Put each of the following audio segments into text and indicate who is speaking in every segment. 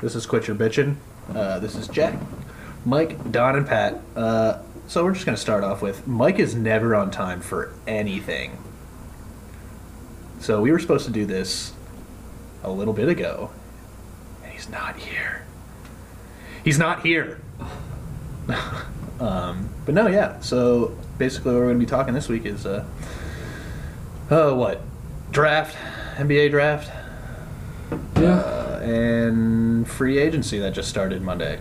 Speaker 1: This is Quit Your Bitchin'. Uh, this is Jack, Mike, Don, and Pat. Uh, so we're just going to start off with Mike is never on time for anything. So we were supposed to do this a little bit ago, and he's not here. He's not here! um, but no, yeah. So basically, what we're going to be talking this week is, uh, uh, what? Draft, NBA draft,
Speaker 2: Yeah.
Speaker 1: uh, and free agency that just started Monday.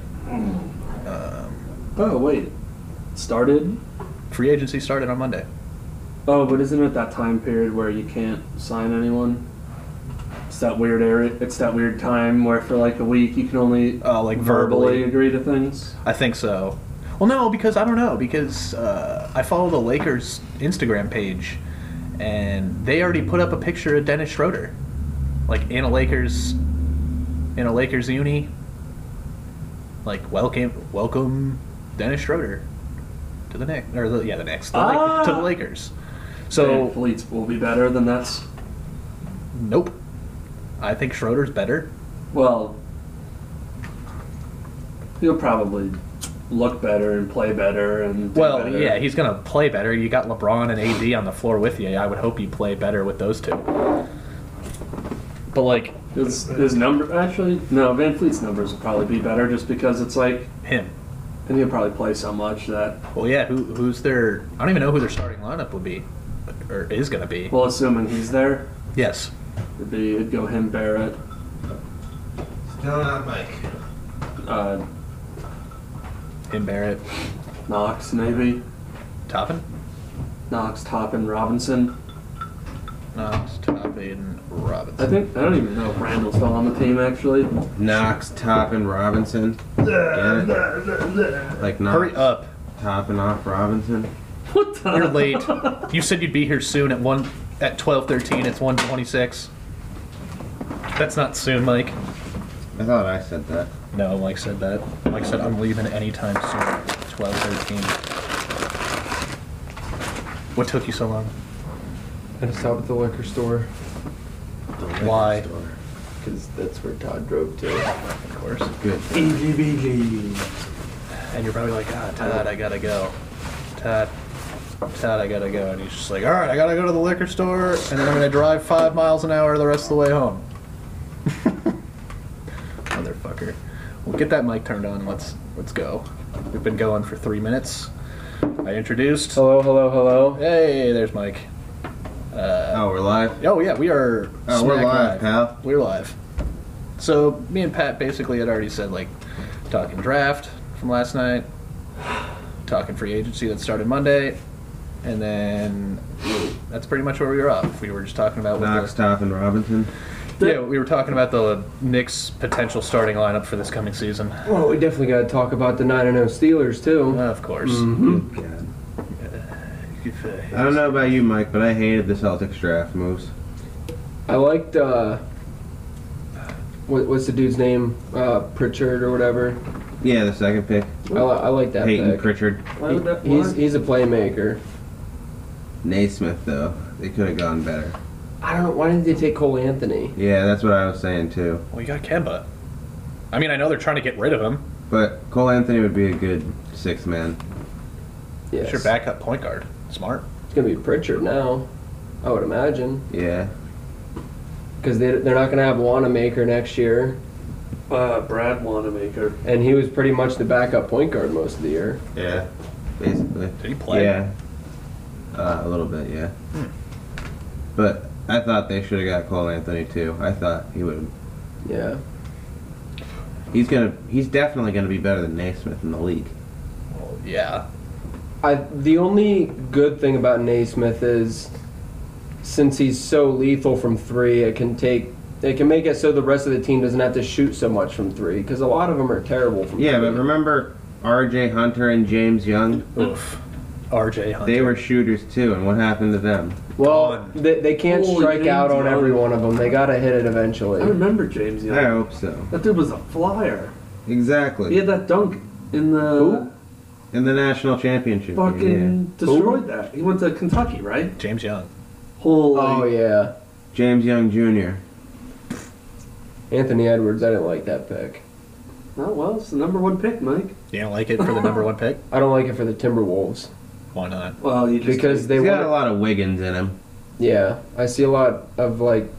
Speaker 2: oh wait, started.
Speaker 1: Free agency started on Monday.
Speaker 2: Oh, but isn't it that time period where you can't sign anyone? It's that weird area. It's that weird time where for like a week you can only uh,
Speaker 1: Oh, like verbally.
Speaker 2: agree to things.
Speaker 1: I think so. Well, no, because I don't know. Because uh, I follow the Lakers Instagram page, and they already put up a picture of Dennis Schroeder, like in a Lakers, in a Lakers uni. Like welcome, welcome, Dennis Schroeder, to the Knicks or the, yeah, the Knicks, the Lak-
Speaker 2: Ah!
Speaker 1: to the Lakers.
Speaker 2: So
Speaker 1: So
Speaker 2: fleets will be better than that's.
Speaker 1: nope, I think Schroeder's better.
Speaker 2: Well, he'll probably look better and play better and. do
Speaker 1: Well,
Speaker 2: better.
Speaker 1: yeah, he's gonna play better. You got LeBron and AD on the floor with you. I would hope you play better with those two. But like
Speaker 2: His, his number actually no Van Fleet's numbers will probably be better just because it's like
Speaker 1: him,
Speaker 2: and he'll probably play so much that
Speaker 1: well, yeah, who who's their? I don't even know who their starting lineup would be, or is gonna be.
Speaker 2: well assuming he's there
Speaker 1: yes,
Speaker 2: it'd be it'd go him Barrett
Speaker 3: Still not Mike.
Speaker 2: uh,
Speaker 1: him, Barrett,
Speaker 2: Knox maybe
Speaker 1: Toppin.
Speaker 2: Knox Toppin Robinson
Speaker 1: Knox, Toppin,
Speaker 2: I
Speaker 1: Robinson.
Speaker 2: think I don't even know if Randall's still on the team actually
Speaker 3: Knox, Toppin, Robinson. Get it? Like Knox,
Speaker 1: Hurry up!
Speaker 3: Toppin off Robinson.
Speaker 2: what the
Speaker 1: You're late. you said you'd be here soon at one at twelve thirteen. It's one twenty six. That's not soon, Mike.
Speaker 3: I thought I said that.
Speaker 1: No, Mike said that. Mike said I'm leaving anytime soon. Twelve thirteen. What took you so long?
Speaker 4: I had to stop at the liquor store
Speaker 3: The liquor
Speaker 1: Why?
Speaker 3: store.
Speaker 4: because that's where Todd drove to.
Speaker 1: Of course.
Speaker 3: Good.
Speaker 2: EGBG
Speaker 1: And you're probably like, ah, Todd, I gotta go. Todd, Todd, I gotta go. And he's just like, all right, I gotta go to the liquor store, and then I'm gonna drive five miles an hour the rest of the way home. Motherfucker. Well, get that mic turned on. Let's let's go. We've been going for three minutes. I introduced.
Speaker 2: hello hello hello
Speaker 1: Hey, there's Mike. Uh,
Speaker 3: Oh, we're live?
Speaker 1: Oh yeah, we are.
Speaker 3: Oh, we're
Speaker 1: smack
Speaker 3: live, pal.
Speaker 1: We're live. So me and Pat basically had already said like talking draft from last night, talking free agency that started Monday, and then that's pretty much where we were off. We were just talking about what
Speaker 3: Knox,
Speaker 1: the,
Speaker 3: Toppin, Robinson.
Speaker 1: yeah we were talking about the Knicks potential starting lineup for this coming season.
Speaker 4: Well, we definitely got to talk about the 9 0 Steelers, too. Mm-hmm.
Speaker 1: Of course.
Speaker 3: Good
Speaker 1: Hmm.
Speaker 3: God. Mm. I don't know about you, Mike, but I hated the Celtics draft moves.
Speaker 4: I liked, uh, what, what's the dude's name? Uh, Pritchard or whatever.
Speaker 3: Yeah, the second pick.
Speaker 4: I, li- I like that
Speaker 3: Peyton
Speaker 4: pick.
Speaker 3: Pritchard.
Speaker 2: why would that
Speaker 4: He- he's, he's a playmaker.
Speaker 3: Naismith, though. They could have gone better.
Speaker 4: I don't know. Why didn't they take Cole Anthony?
Speaker 3: Yeah, that's what I was saying, too.
Speaker 1: Well, you got Kemba. I mean, I know they're trying to get rid of him.
Speaker 3: But Cole Anthony would be a good sixth man.
Speaker 4: Yes.
Speaker 1: It's your backup point guard. Smart.
Speaker 4: It's going to be Pritchard now, I would imagine.
Speaker 3: Yeah.
Speaker 4: Because they, they're not going to have Wanamaker next year.
Speaker 2: uh, Brad Wanamaker
Speaker 4: And he was pretty much the backup point guard most of the year.
Speaker 3: Yeah. Basically.
Speaker 1: Did he play?
Speaker 3: Yeah. Uh, a little bit, yeah. But I thought they should have got Cole Anthony too. I thought he would.
Speaker 4: Yeah.
Speaker 3: He's gonna. He's definitely gonna be better than Naismith in the league.
Speaker 1: Well, yeah.
Speaker 4: I the only good thing about Naismith is since he's so lethal from three, it can take it can make it so the rest of the team doesn't have to shoot so much from three because a lot of them are terrible from
Speaker 3: Yeah, but
Speaker 4: three.
Speaker 3: remember R.J. Hunter and James Young?
Speaker 1: Oof. R.J. Hunter.
Speaker 3: They were shooters too, and what happened to them?
Speaker 4: well they, they can't
Speaker 2: Holy
Speaker 4: strike out
Speaker 2: James
Speaker 4: on every
Speaker 2: Young.
Speaker 4: one of them. They gotta hit it
Speaker 2: I
Speaker 4: eventually.
Speaker 2: remember James
Speaker 3: I
Speaker 2: Young
Speaker 3: hope so.
Speaker 2: that dude was a flyer
Speaker 3: Exactly.
Speaker 2: he had that dunk in the
Speaker 4: Who?
Speaker 3: in the national championship. game.
Speaker 2: Fucking destroyed that. He went to Kentucky, right?
Speaker 1: James Young.
Speaker 2: Holy.
Speaker 4: Oh yeah,
Speaker 3: James Young Jr.
Speaker 4: Anthony Edwards. I didn't like that pick.
Speaker 2: Oh, well, it's the number one pick, Mike.
Speaker 1: You don't like it for the number one pick?
Speaker 4: I don't like it for the Timberwolves
Speaker 1: Why not?
Speaker 2: Well, you just.
Speaker 4: because they
Speaker 3: He's got
Speaker 4: want.
Speaker 3: a lot of Wiggins in him.
Speaker 4: Yeah, I see a lot of like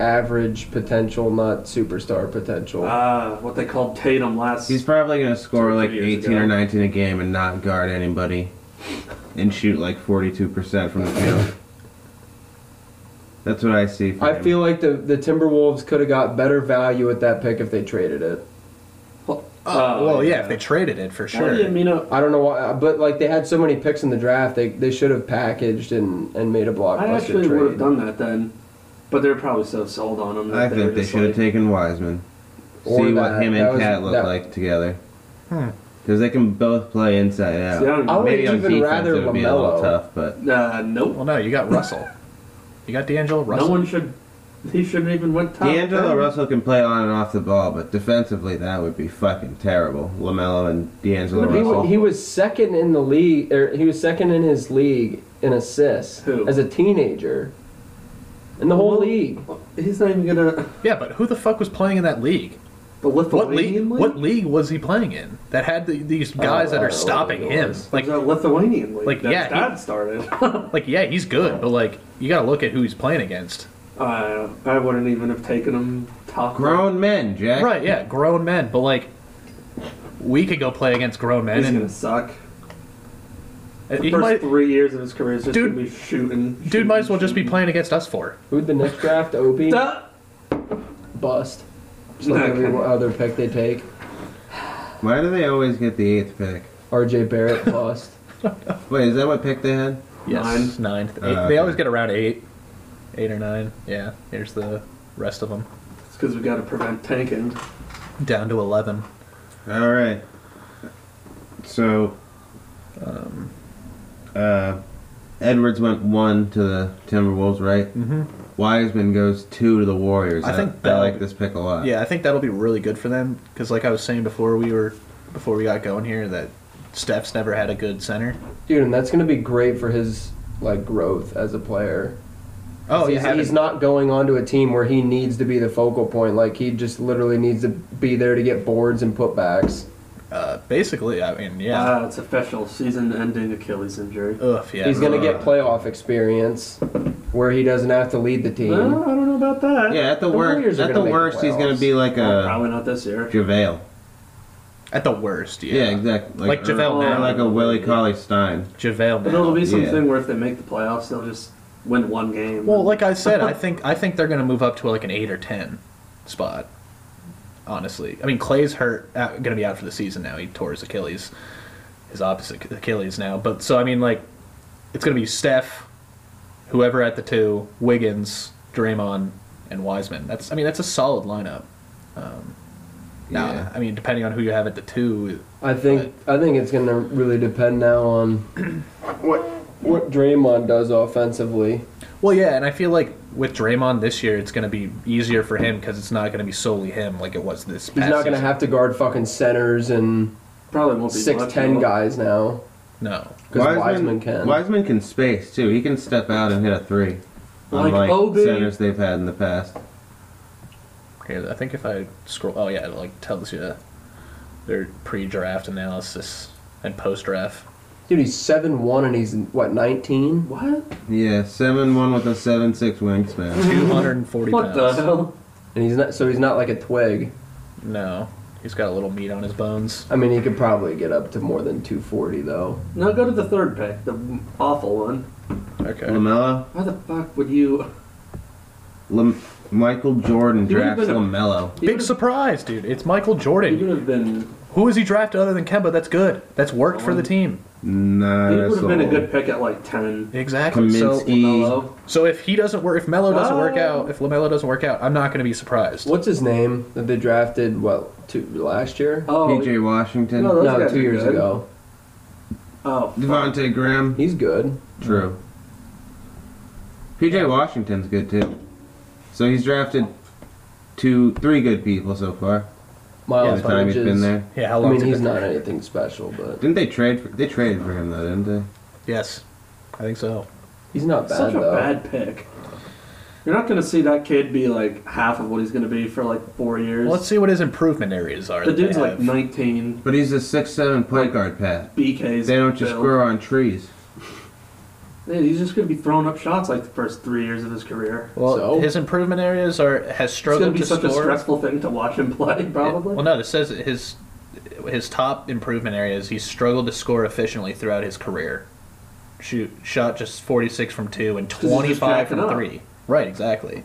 Speaker 4: average potential, not superstar potential.
Speaker 2: Ah, what they called Tatum last.
Speaker 3: He's probably going to score
Speaker 2: Two
Speaker 3: like
Speaker 2: years
Speaker 3: 18
Speaker 2: ago.
Speaker 3: or 19 a game and not guard anybody and shoot like 42% from the field. That's what I see. For
Speaker 4: I
Speaker 3: him.
Speaker 4: feel like the the Timberwolves could have got better value at that pick if they traded it.
Speaker 2: Oh,
Speaker 1: well, yeah, if they traded it for
Speaker 2: Well,
Speaker 1: sure.
Speaker 2: you know,
Speaker 4: I don't know why, but like they had so many picks in the draft, they they should have packaged and and made a blockbuster
Speaker 2: I actually
Speaker 4: trade.
Speaker 2: would have done that then, but they're probably so sold on him. That
Speaker 3: I
Speaker 2: they
Speaker 3: think
Speaker 2: were
Speaker 3: they
Speaker 2: just
Speaker 3: should have
Speaker 2: like,
Speaker 3: taken Wiseman.
Speaker 4: Or
Speaker 3: See
Speaker 4: that.
Speaker 3: what him
Speaker 4: That
Speaker 3: and
Speaker 4: was-
Speaker 3: Cat look
Speaker 4: that-
Speaker 3: like together.
Speaker 1: Hmm.
Speaker 3: Because they can both play inside
Speaker 2: See, I
Speaker 3: out.
Speaker 2: don't
Speaker 4: I would
Speaker 3: Maybe on
Speaker 4: even
Speaker 3: defense
Speaker 4: rather
Speaker 3: it would be a little
Speaker 4: LaMelo.
Speaker 3: tough, but
Speaker 2: Uh, nope.
Speaker 1: Well, no, you got Russell. You got D'Angelo Russell.
Speaker 2: No one should. He shouldn't even went top.
Speaker 3: D'Angelo
Speaker 2: 10.
Speaker 3: Russell can play on and off the ball, but defensively that would be fucking terrible. LaMelo and D'Angelo
Speaker 4: He, wa-
Speaker 3: Russell.
Speaker 4: he was second in the league, or he was second in his league in assists
Speaker 2: Who?
Speaker 4: as a teenager. In the whole
Speaker 2: Well,
Speaker 4: league,
Speaker 2: He's not even gonna.
Speaker 1: yeah, but who the fuck was playing in that league?
Speaker 2: The
Speaker 1: What league?
Speaker 2: Lithuanian league.
Speaker 1: What league was he playing in that had the, these guys
Speaker 4: I
Speaker 1: that
Speaker 4: don't know
Speaker 1: are
Speaker 4: what
Speaker 1: stopping
Speaker 4: league it
Speaker 1: him?
Speaker 4: was.
Speaker 1: Like,
Speaker 2: the Lithuanian league.
Speaker 1: like,
Speaker 2: that
Speaker 1: yeah,
Speaker 2: Dad
Speaker 1: he-
Speaker 2: started.
Speaker 1: like yeah, he's good, but like you got to look at who he's playing against.
Speaker 2: I Uh, I wouldn't even have taken him top.
Speaker 3: Grown men, Jack.
Speaker 1: Right? Yeah, grown men, but like we could go play against grown men,
Speaker 2: He's gonna
Speaker 1: and
Speaker 2: suck.
Speaker 1: he
Speaker 2: First
Speaker 1: might,
Speaker 2: three years of his career is just
Speaker 1: Dude-
Speaker 2: gonna be shooting.
Speaker 1: dude
Speaker 2: shooting,
Speaker 1: might as well just be
Speaker 2: shooting.
Speaker 1: playing against us four.
Speaker 4: who'd the Knicks draft? Obi
Speaker 2: Duh!
Speaker 4: bust. Just like
Speaker 2: Okay.
Speaker 4: every other pick they take,
Speaker 3: Why do they always get the eighth pick?
Speaker 4: R.J. Barrett bust.
Speaker 3: Wait, is that what pick they had?
Speaker 1: Yes, nine. Eight,
Speaker 3: Uh,
Speaker 1: They
Speaker 3: okay.
Speaker 1: always get around eight, eight or nine. Yeah. Here's the rest of them
Speaker 2: It's because we gotta prevent tanking.
Speaker 1: down to eleven.
Speaker 3: All right. So, um, uh, Edwards went one to the Timberwolves, right?
Speaker 1: Mm-hmm.
Speaker 3: Wiseman goes two to the Warriors.
Speaker 1: I think
Speaker 3: I, I
Speaker 1: that'll-
Speaker 3: like this pick a lot.
Speaker 1: Yeah, I think that'll be really good for them because, like I was saying before we were before we got going here, that Steph's never had a good center.
Speaker 4: Dude, and that's gonna be great for his like growth as a player.
Speaker 1: Oh,
Speaker 4: he's,
Speaker 1: yeah,
Speaker 4: he's not going onto a team where he needs to be the focal point. Like he just literally needs to be there to get boards and putbacks.
Speaker 1: Uh, basically, I mean, yeah.
Speaker 2: Ah, it's official. Season-ending Achilles injury.
Speaker 1: Ugh, yeah.
Speaker 4: He's gonna get playoff experience where he doesn't have to lead the team.
Speaker 2: Well, I don't know about that.
Speaker 3: Yeah, at the, uh,
Speaker 4: The Warriors
Speaker 3: worst,
Speaker 4: are
Speaker 3: at
Speaker 4: gonna
Speaker 3: the
Speaker 4: make the
Speaker 3: worst, he's going to
Speaker 4: playoffs.
Speaker 3: be like a
Speaker 2: Probably not this year.
Speaker 3: JaVale.
Speaker 1: At the worst, yeah.
Speaker 3: Yeah, exactly.
Speaker 1: Like JaVale
Speaker 3: or,
Speaker 1: now.
Speaker 3: Or like a Willie Cauley Stein.
Speaker 1: JaVale.
Speaker 2: But it'll
Speaker 1: Now.
Speaker 2: be something
Speaker 3: Yeah.
Speaker 2: where if they make the playoffs, they'll just win one game.
Speaker 1: Well, like I said, I think I think they're gonna move up to like an eight or ten spot. Honestly, I mean Clay's hurt, uh, gonna be out for the season now. He tore his Achilles, his opposite Achilles now. But so I mean, like, it's gonna be Steph, whoever at the two, Wiggins, Draymond, and Wiseman. That's I mean that's a solid lineup. Um, now,
Speaker 3: Yeah.
Speaker 1: I mean, depending on who you have at the two,
Speaker 4: I think I think it's gonna really depend now on what what Draymond does offensively.
Speaker 1: Well, yeah, and I feel like with Draymond this year, it's going to be easier for him because it's not going to be solely him like it was this.
Speaker 4: He's
Speaker 1: past
Speaker 4: not gonna
Speaker 1: season.
Speaker 4: have to guard fucking centers and
Speaker 2: probably won't be
Speaker 4: six
Speaker 2: much,
Speaker 4: ten
Speaker 2: though.
Speaker 4: guys now
Speaker 1: No,
Speaker 4: because Wiseman can.
Speaker 3: Wiseman can space too. He can step out and hit a three.
Speaker 2: Like
Speaker 3: unlike
Speaker 2: Obi.
Speaker 3: centers they've had in the past.
Speaker 1: here I think if I scroll, oh yeah, it like tells you their pre-draft analysis and post-draft.
Speaker 4: Dude, he's seven one and he's what nineteen.
Speaker 2: What?
Speaker 3: Yeah, seven one with a seven six wingspan.
Speaker 1: Two hundred and forty
Speaker 2: What
Speaker 1: pounds.
Speaker 2: the hell?
Speaker 4: And he's not, so he's not like a twig.
Speaker 1: No, he's got a little meat on his bones.
Speaker 4: I mean, he could probably get up to more than 240 though.
Speaker 2: Now go to the third pick, the awful one.
Speaker 1: Okay.
Speaker 3: Lamelo,
Speaker 2: Why the fuck would you?
Speaker 3: Lam- Michael Jordan
Speaker 2: He would've
Speaker 3: drafts
Speaker 2: been a-
Speaker 3: Lamelo.
Speaker 2: He
Speaker 1: Big
Speaker 2: would've-
Speaker 1: surprise, dude! It's Michael
Speaker 2: He
Speaker 1: Jordan.
Speaker 2: would have been.
Speaker 1: Who has he drafted other than Kemba? That's good. That's worked for the team.
Speaker 3: Nah,
Speaker 2: He
Speaker 3: that's
Speaker 2: would have been a
Speaker 3: old.
Speaker 2: good pick at like ten.
Speaker 1: Exactly. So,
Speaker 3: Kaminsky.
Speaker 2: Lamelo.
Speaker 1: so if he doesn't work, if Melo doesn't work
Speaker 2: Ah.
Speaker 1: out, if Lamelo doesn't work out, I'm not going to be surprised.
Speaker 4: What's his name that they drafted? What two last year?
Speaker 2: Oh,
Speaker 3: PJ Washington,
Speaker 2: No, those
Speaker 4: no,
Speaker 2: guys
Speaker 4: two
Speaker 2: are
Speaker 4: years
Speaker 2: good.
Speaker 4: ago.
Speaker 2: oh,
Speaker 3: Devonte Graham.
Speaker 4: He's good.
Speaker 3: True. PJ Washington's good too. So he's drafted two, three good people so far. Yeah,
Speaker 4: miles
Speaker 3: the time
Speaker 4: Bridges.
Speaker 3: he's been there.
Speaker 1: Yeah, how
Speaker 4: I
Speaker 1: long?
Speaker 4: mean,
Speaker 1: did
Speaker 4: he's
Speaker 1: it-
Speaker 4: not anything special, but
Speaker 3: Didn't they trade? For, they traded for him though, didn't they?
Speaker 1: Yes, I think so.
Speaker 4: he's not bad
Speaker 2: Such a
Speaker 4: though.
Speaker 2: bad pick. You're not going to see that kid be like half of what he's going to be for like four years.
Speaker 1: Well, let's see what his improvement areas are.
Speaker 2: the
Speaker 1: that they
Speaker 2: dude's like
Speaker 1: have.
Speaker 2: 19.
Speaker 3: But he's a six-seven point guard, Pat.
Speaker 2: BK's.
Speaker 3: They don't just
Speaker 2: built.
Speaker 3: grow on trees.
Speaker 2: Yeah, he's just going to be throwing up shots like the first three years of his career.
Speaker 1: Well,
Speaker 4: So?
Speaker 1: his improvement areas are has
Speaker 2: It's going
Speaker 1: struggled
Speaker 2: to be
Speaker 1: to
Speaker 2: such a
Speaker 1: score.
Speaker 2: stressful thing to watch him play, probably.
Speaker 1: Well, no, this says that his his top improvement areas. He's struggled to score efficiently throughout his career. Shoot, shot just forty six from two and
Speaker 2: 'Cause he's just
Speaker 1: twenty five
Speaker 2: jacking
Speaker 1: from
Speaker 2: up.
Speaker 1: three. Right, exactly.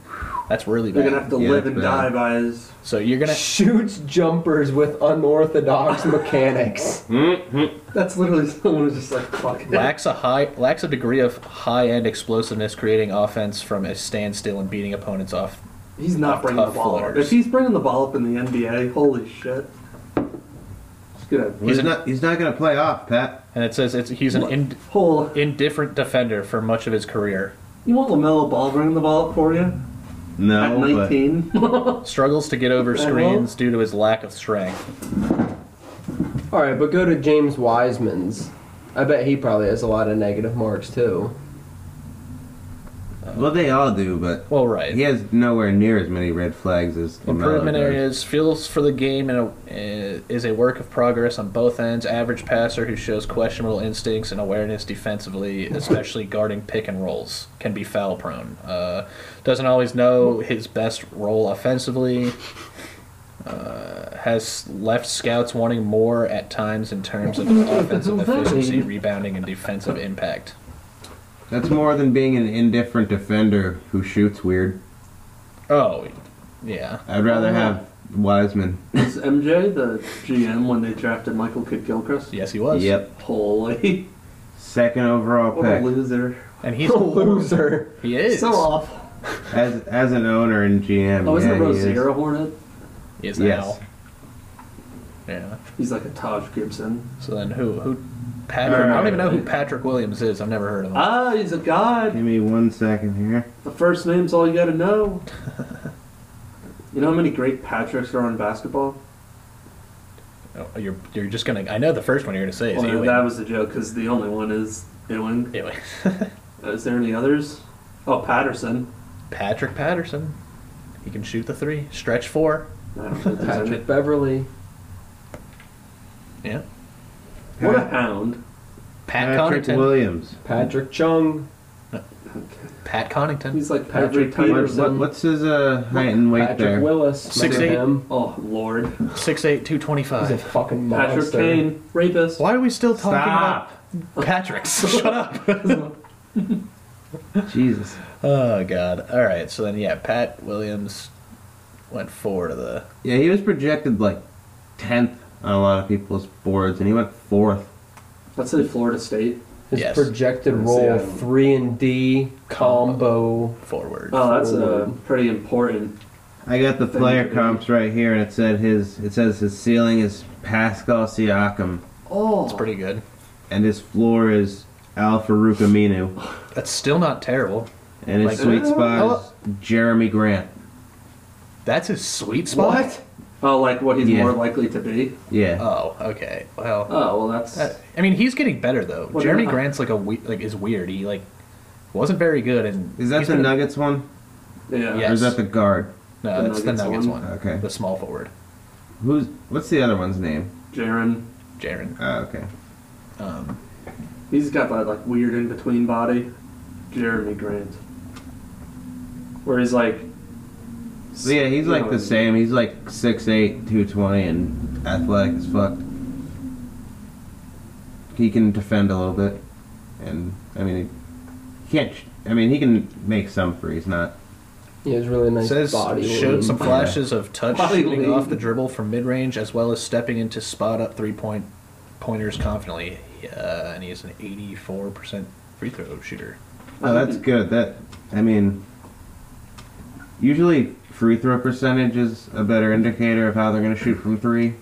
Speaker 1: That's really
Speaker 2: You're
Speaker 1: bad.
Speaker 2: going to have to
Speaker 3: Yeah,
Speaker 2: live
Speaker 3: it's
Speaker 2: and
Speaker 3: bad.
Speaker 2: die by his.
Speaker 1: so you're gonna
Speaker 4: Shoots jumpers with unorthodox mechanics.
Speaker 2: That's literally someone who's just like, fuck it.
Speaker 1: lacks a high lacks a degree of high end explosiveness, creating offense from a standstill and beating opponents off.
Speaker 2: He's not
Speaker 1: Off
Speaker 2: bringing the
Speaker 1: tough
Speaker 2: ball up.
Speaker 1: floors.
Speaker 2: If he's bringing the ball up in the NBA, holy shit. He's going to
Speaker 3: He's,
Speaker 1: a-
Speaker 3: not. He's not going to play off, Pat.
Speaker 1: And it says it's, he's an in,
Speaker 2: pull.
Speaker 1: indifferent defender for much of his career.
Speaker 2: You want LaMelo Ball bringing the ball up for you?
Speaker 3: No,
Speaker 2: At
Speaker 3: but
Speaker 2: 19?
Speaker 1: Struggles to get over
Speaker 2: Uh-huh.
Speaker 1: screens due to his lack of strength.
Speaker 4: All right, but go to James Wiseman's. I bet he probably has a lot of negative marks too.
Speaker 3: well, they all do, but
Speaker 1: Well, right.
Speaker 3: he has nowhere near as many red flags as LaMelo
Speaker 1: Improvement
Speaker 3: does.
Speaker 1: areas, feels for the game, and a, eh, is a work of progress on both ends. Average passer who shows questionable instincts and awareness defensively, especially guarding pick and rolls, can be foul prone. Uh, doesn't always know his best role offensively. Uh, has left scouts wanting more at times in terms of offensive efficiency, rebounding, and defensive impact.
Speaker 3: That's more than being an indifferent defender who shoots weird.
Speaker 1: Oh, yeah.
Speaker 3: I'd rather
Speaker 2: Yeah.
Speaker 3: have Wiseman.
Speaker 2: Is MJ the GM when they drafted Michael Kidd Gilchrist?
Speaker 1: Yes, he was.
Speaker 3: Yep.
Speaker 2: Holy.
Speaker 3: Second overall
Speaker 2: What a
Speaker 3: pick.
Speaker 2: loser.
Speaker 1: And he's
Speaker 4: Loser.
Speaker 1: He is.
Speaker 2: So awful.
Speaker 3: As as an owner and GM.
Speaker 2: Oh, isn't
Speaker 3: yeah,
Speaker 2: it
Speaker 3: he is.
Speaker 2: Rozier a Hornet?
Speaker 1: He is
Speaker 3: Yes.
Speaker 1: now. Yeah.
Speaker 2: He's like a Taj Gibson.
Speaker 1: So then who who Patrick I don't even know who Patrick Williams is. I've never
Speaker 3: Oh.
Speaker 1: heard of him.
Speaker 2: Ah, he's a god.
Speaker 3: Give me one second here.
Speaker 2: The first name's all you gotta know. you know how many great Patricks are on basketball?
Speaker 1: Oh, you're you're just gonna I know the first one you're gonna say is
Speaker 2: Well,
Speaker 1: Ewing.
Speaker 2: Oh, that was a joke because the only one is Ewing.
Speaker 1: Ewing.
Speaker 2: Is there any others? Oh, Patterson.
Speaker 1: Patrick Patterson. He can shoot the three. Stretch four.
Speaker 2: I don't think there's any.
Speaker 4: Patrick Beverly.
Speaker 1: Yeah.
Speaker 2: What a hound.
Speaker 1: Pat
Speaker 3: Patrick
Speaker 1: Connington.
Speaker 3: Williams.
Speaker 4: Patrick Chung.
Speaker 1: Pat Connington.
Speaker 2: He's like
Speaker 4: Patrick
Speaker 2: every type.
Speaker 3: What,
Speaker 4: Peterson.
Speaker 3: what, what's his uh, height and weight
Speaker 4: Patrick
Speaker 3: there?
Speaker 4: Willis.
Speaker 1: Six
Speaker 4: remember
Speaker 1: eight.
Speaker 4: him?
Speaker 2: Oh, Lord.
Speaker 1: Six eight, two twenty
Speaker 4: He's a
Speaker 1: five.
Speaker 4: fucking monster.
Speaker 2: Patrick Kane, rapist.
Speaker 1: Why are we still talking
Speaker 3: Stop.
Speaker 1: about Patrick's? Shut up.
Speaker 3: Jesus.
Speaker 1: Oh god. Alright, so then yeah, Pat Williams went four to the
Speaker 3: Yeah, he was projected like tenth on a lot of people's boards, and he went fourth.
Speaker 2: Let's say Florida State.
Speaker 4: His
Speaker 1: Yes.
Speaker 4: projected
Speaker 2: Let's
Speaker 4: role
Speaker 2: see, um,
Speaker 4: three and D combo.
Speaker 1: forward.
Speaker 2: Oh, that's uh,
Speaker 4: Forward.
Speaker 2: pretty important.
Speaker 3: I got the player comps right here, and it said his it says his ceiling is Pascal Siakam,
Speaker 2: Oh,
Speaker 1: That's pretty good.
Speaker 3: and his floor is Al Farouk Aminu,
Speaker 1: That's still not terrible.
Speaker 3: and
Speaker 1: Like-
Speaker 3: his sweet spot is Jeremy Grant.
Speaker 1: That's his sweet spot.
Speaker 2: Oh, like what he's
Speaker 3: Yeah.
Speaker 2: more likely to be.
Speaker 3: Yeah,
Speaker 1: Oh, okay. Well,
Speaker 2: Oh, well, that's
Speaker 1: That- I mean, he's getting better though.
Speaker 2: Well, uh,
Speaker 1: Jeremy
Speaker 2: yeah.
Speaker 1: Grant's like a we- like is weird. He like wasn't very good, and
Speaker 3: is that
Speaker 1: he's
Speaker 3: the
Speaker 1: been-
Speaker 3: Nuggets one,
Speaker 2: yeah.
Speaker 1: yeah.
Speaker 3: or
Speaker 1: Yes.
Speaker 3: is that the guard?
Speaker 1: No,
Speaker 2: The
Speaker 1: that's the
Speaker 2: Nuggets
Speaker 1: Nuggets
Speaker 2: one?
Speaker 1: one.
Speaker 3: Okay.
Speaker 1: the small forward,
Speaker 3: Who's what's the other one's name?
Speaker 2: Jaron,
Speaker 1: Jaron.
Speaker 3: Oh, okay.
Speaker 1: Um,
Speaker 2: he's got that like weird in between body. Jeremy Grant, where he's like.
Speaker 3: So yeah, he's
Speaker 2: you
Speaker 3: like
Speaker 2: know,
Speaker 3: the same. He's like 6'8", 220, and athletic as fuck. He can defend a little bit, and I mean, he can't. sh- I mean, he can make some threes. Not
Speaker 4: He has really nice
Speaker 1: says
Speaker 4: body.
Speaker 1: showed
Speaker 4: weight.
Speaker 1: some flashes of touch
Speaker 2: Body
Speaker 1: shooting
Speaker 2: lean.
Speaker 1: off the dribble from mid range, as well as stepping into spot up three point pointers confidently. Uh, and he is an eighty four percent free throw shooter.
Speaker 3: no, Oh, that's good. That I mean, usually free throw percentage is a better indicator of how they're going to shoot from 3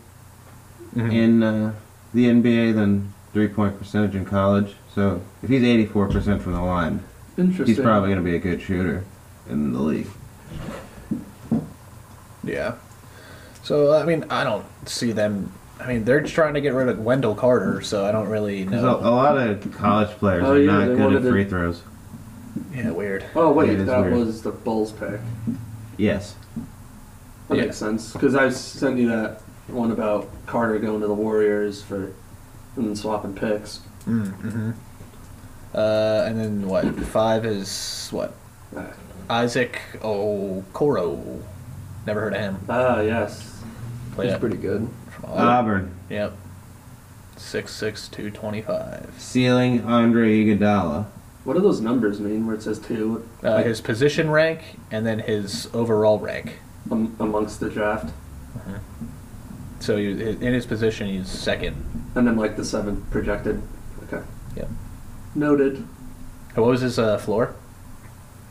Speaker 2: Mm-hmm.
Speaker 3: in uh, the NBA than three point percentage in college. So if he's eighty four percent from the line,
Speaker 2: Interesting.
Speaker 3: He's probably going to be a good shooter in the league.
Speaker 1: Yeah. So I mean, I don't see them. I mean, they're just trying to get rid of Wendell Carter, so I don't really
Speaker 3: Because
Speaker 1: know.
Speaker 3: a, a lot of college players
Speaker 2: Oh,
Speaker 3: are
Speaker 2: yeah,
Speaker 3: not
Speaker 2: they
Speaker 3: good
Speaker 2: wanted
Speaker 3: at
Speaker 2: to-
Speaker 3: free throws.
Speaker 1: Yeah, weird.
Speaker 2: Oh wait,
Speaker 3: It is
Speaker 2: that
Speaker 3: weird.
Speaker 2: was the Bulls pick.
Speaker 3: Yes.
Speaker 2: That
Speaker 1: Yeah.
Speaker 2: makes sense because I sent you that one about Carter going to the Warriors for and then swapping picks.
Speaker 4: Mm,
Speaker 1: Mm-hmm. Uh, and then what? Five is what?
Speaker 2: Ah,
Speaker 1: Isaac Okoro. Never heard of him.
Speaker 2: Ah, yes.
Speaker 1: Played
Speaker 4: He's
Speaker 1: at-
Speaker 4: pretty good.
Speaker 1: from
Speaker 2: Oh,
Speaker 1: Auburn.
Speaker 3: Auburn
Speaker 1: Yep. Six six two twenty five.
Speaker 3: ceiling Andre Iguodala.
Speaker 2: What do those numbers mean? Where it says two
Speaker 1: Uh, his position rank and then his overall rank.
Speaker 2: um, amongst the draft,
Speaker 1: So he, in his position, he's second.
Speaker 2: and then like the seven projected. Okay.
Speaker 1: Yep.
Speaker 2: Noted.
Speaker 1: What was his uh, floor?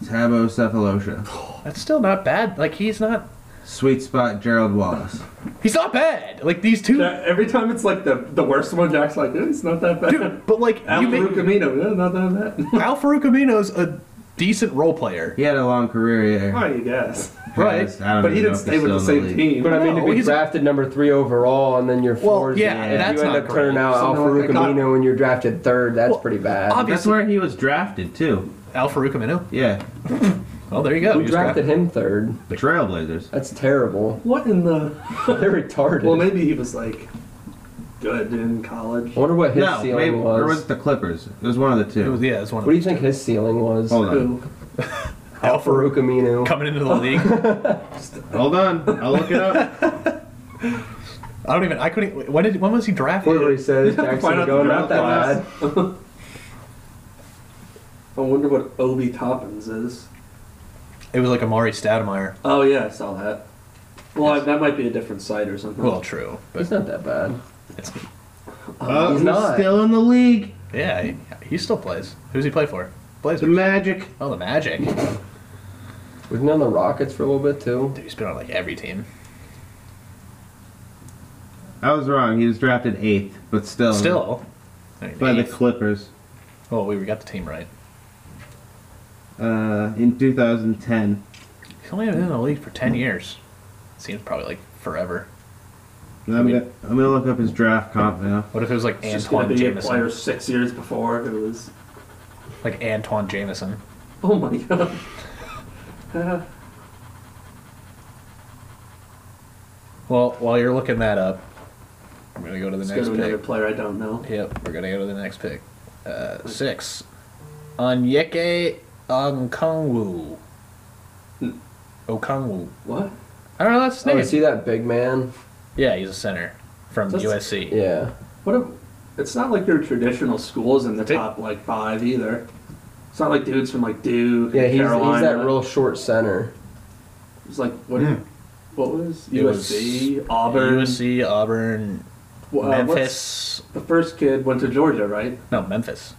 Speaker 3: Tabo Cephalosha.
Speaker 1: That's still not bad. Like he's not.
Speaker 3: Sweet spot Gerald Wallace.
Speaker 1: He's not bad. Like these two.
Speaker 2: Yeah, every time it's like the the worst one, Jack's like, eh, it's not that bad.
Speaker 1: Dude, but like
Speaker 2: Al
Speaker 1: you make,
Speaker 2: Camino, yeah, not that bad.
Speaker 1: Al Farouk Amino's a decent role player.
Speaker 3: He had a long career here.
Speaker 2: Why you guess?
Speaker 1: Right.
Speaker 3: Yes, I don't
Speaker 2: But he
Speaker 3: even know
Speaker 2: didn't
Speaker 3: if
Speaker 2: stay
Speaker 3: he's
Speaker 2: with the
Speaker 3: still in
Speaker 2: same
Speaker 3: league.
Speaker 2: team.
Speaker 4: But I mean, to
Speaker 1: No,
Speaker 4: be
Speaker 1: he's a-
Speaker 4: drafted number three overall, and then your
Speaker 1: Well,
Speaker 4: floors.
Speaker 1: yeah,
Speaker 4: if
Speaker 1: that's
Speaker 4: you end
Speaker 1: not
Speaker 4: up turning
Speaker 1: great.
Speaker 4: out Al
Speaker 2: Someone
Speaker 4: Farouk
Speaker 2: like that-
Speaker 4: Amino when you're drafted third, that's
Speaker 1: Well,
Speaker 4: pretty bad.
Speaker 1: obvi-
Speaker 3: That's where he was drafted too.
Speaker 1: Al Farouk Amino.
Speaker 3: Yeah,
Speaker 1: Well, there you go.
Speaker 4: Who
Speaker 1: He was
Speaker 4: drafted him third?
Speaker 3: the Trailblazers.
Speaker 4: That's terrible.
Speaker 2: What in the?
Speaker 4: They're retarded.
Speaker 2: Well, maybe he was like good in college.
Speaker 4: I wonder what his
Speaker 3: No,
Speaker 4: ceiling
Speaker 3: maybe,
Speaker 4: was.
Speaker 3: or was it the Clippers? It was one of the
Speaker 1: It
Speaker 3: two.
Speaker 1: was, yeah, it was one.
Speaker 4: What do
Speaker 1: of
Speaker 4: you think his ceiling was?
Speaker 3: Hold on,
Speaker 2: Who?
Speaker 4: Al Farouk Amino.
Speaker 1: Coming into the league,
Speaker 3: hold on. I'll look it up.
Speaker 1: I don't even. I couldn't. When did? When was he drafted?
Speaker 4: Whatever he says,
Speaker 2: Find
Speaker 4: Jackson
Speaker 2: out the
Speaker 4: going not that
Speaker 2: draft
Speaker 4: bad.
Speaker 2: I wonder what Obi Toppins is.
Speaker 1: It was like Amari Stoudemire.
Speaker 2: Oh yeah, I saw that. Well, that might be a different site or something.
Speaker 1: Well, true, but
Speaker 4: He's not that bad.
Speaker 1: it's,
Speaker 3: Oh,
Speaker 4: He's
Speaker 3: he's
Speaker 4: not.
Speaker 3: still in the league.
Speaker 1: yeah, he, he still plays. Who's he play for?
Speaker 3: The
Speaker 1: Blazers.
Speaker 3: Magic.
Speaker 1: Oh, the Magic. Dude,
Speaker 4: Wasn't he on the Rockets for a little bit too.
Speaker 1: he's been on like every team.
Speaker 3: I was wrong. He was drafted eighth, but still,
Speaker 1: Still. I mean,
Speaker 3: Um, by the
Speaker 1: eighth.
Speaker 3: Clippers
Speaker 1: well, we got the team right.
Speaker 3: uh, in 2010.
Speaker 1: He's only been in the league for ten years. Seems probably like forever.
Speaker 3: And I'm, gonna, I'm gonna look up his draft comp now.
Speaker 1: What if it was like
Speaker 2: It's just gonna
Speaker 1: Antoine
Speaker 2: be a
Speaker 1: Jameson?
Speaker 2: player six years before who was.
Speaker 1: Like Antoine Jameson.
Speaker 2: Oh my god. Uh,
Speaker 1: Well, while you're looking that up, I'm gonna go to the
Speaker 2: let's go
Speaker 1: next
Speaker 2: to another
Speaker 1: pick.
Speaker 2: player I don't know.
Speaker 1: Yep, we're gonna go to the next pick. Uh, six, Onyeke Okongwu.
Speaker 2: Hmm.
Speaker 1: Okongwu.
Speaker 2: What?
Speaker 1: I don't know that's his
Speaker 4: Oh,
Speaker 1: name.
Speaker 4: you see that big man?
Speaker 1: yeah, he's a center from
Speaker 2: That's-
Speaker 1: USC.
Speaker 4: Yeah.
Speaker 2: What? A, it's not like your traditional schools in the
Speaker 1: Dude.
Speaker 2: top like five either. It's not like dudes from like Duke.
Speaker 4: Yeah,
Speaker 2: and
Speaker 4: he's,
Speaker 2: Carolina.
Speaker 4: he's that real short center.
Speaker 2: It's like what?
Speaker 1: Mm.
Speaker 2: What was
Speaker 1: It was-
Speaker 2: USC? Auburn.
Speaker 1: USC, Auburn,
Speaker 2: Well, uh, what's-
Speaker 1: Memphis.
Speaker 2: The first kid went to Georgia, right?
Speaker 1: No, Memphis.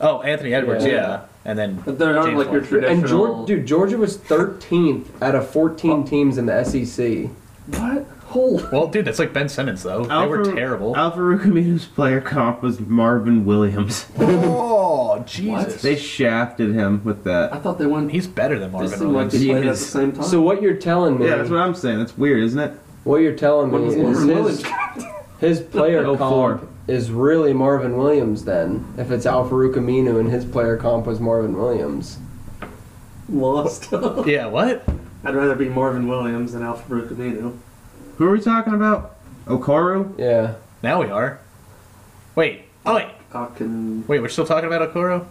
Speaker 1: Oh, Anthony Edwards.
Speaker 4: Yeah.
Speaker 1: Yeah, and then
Speaker 2: But they're not
Speaker 1: James
Speaker 2: like your
Speaker 1: Washington.
Speaker 2: traditional.
Speaker 4: And Georgia, dude, Georgia was 13th out of 14 teams in the E SEC.
Speaker 2: What? Hold.
Speaker 1: Well, dude, that's like Ben Simmons though. they were
Speaker 3: Alfa-
Speaker 1: terrible.
Speaker 3: Alfa Rukamino's player comp was Marvin Williams.
Speaker 1: oh, Jesus.
Speaker 3: They shafted him with
Speaker 2: I
Speaker 3: that.
Speaker 2: thought they went.
Speaker 1: He's better than
Speaker 2: They
Speaker 1: Marvin
Speaker 2: seemed
Speaker 1: Williams.
Speaker 2: like they played at the
Speaker 3: Jeez.
Speaker 2: same time.
Speaker 4: So what you're telling me?
Speaker 3: Yeah, that's what I'm saying. That's weird, isn't it?
Speaker 4: What you're telling
Speaker 2: When
Speaker 4: me
Speaker 2: was Marvin
Speaker 4: is
Speaker 2: Williams?
Speaker 4: his, his player
Speaker 3: Oh,
Speaker 4: comp
Speaker 3: four.
Speaker 4: is really Marvin Williams then, if it's Al Farouk Aminu and his player comp was Marvin Williams.
Speaker 2: Lost. I'd
Speaker 1: Yeah, what?
Speaker 2: rather be Marvin Williams than Alpha Camino.
Speaker 3: Who are we talking about? Okoro?
Speaker 4: Yeah.
Speaker 1: Now we are. Wait. Oh wait.
Speaker 2: Hawkin.
Speaker 1: Wait, we're still talking about Okoro?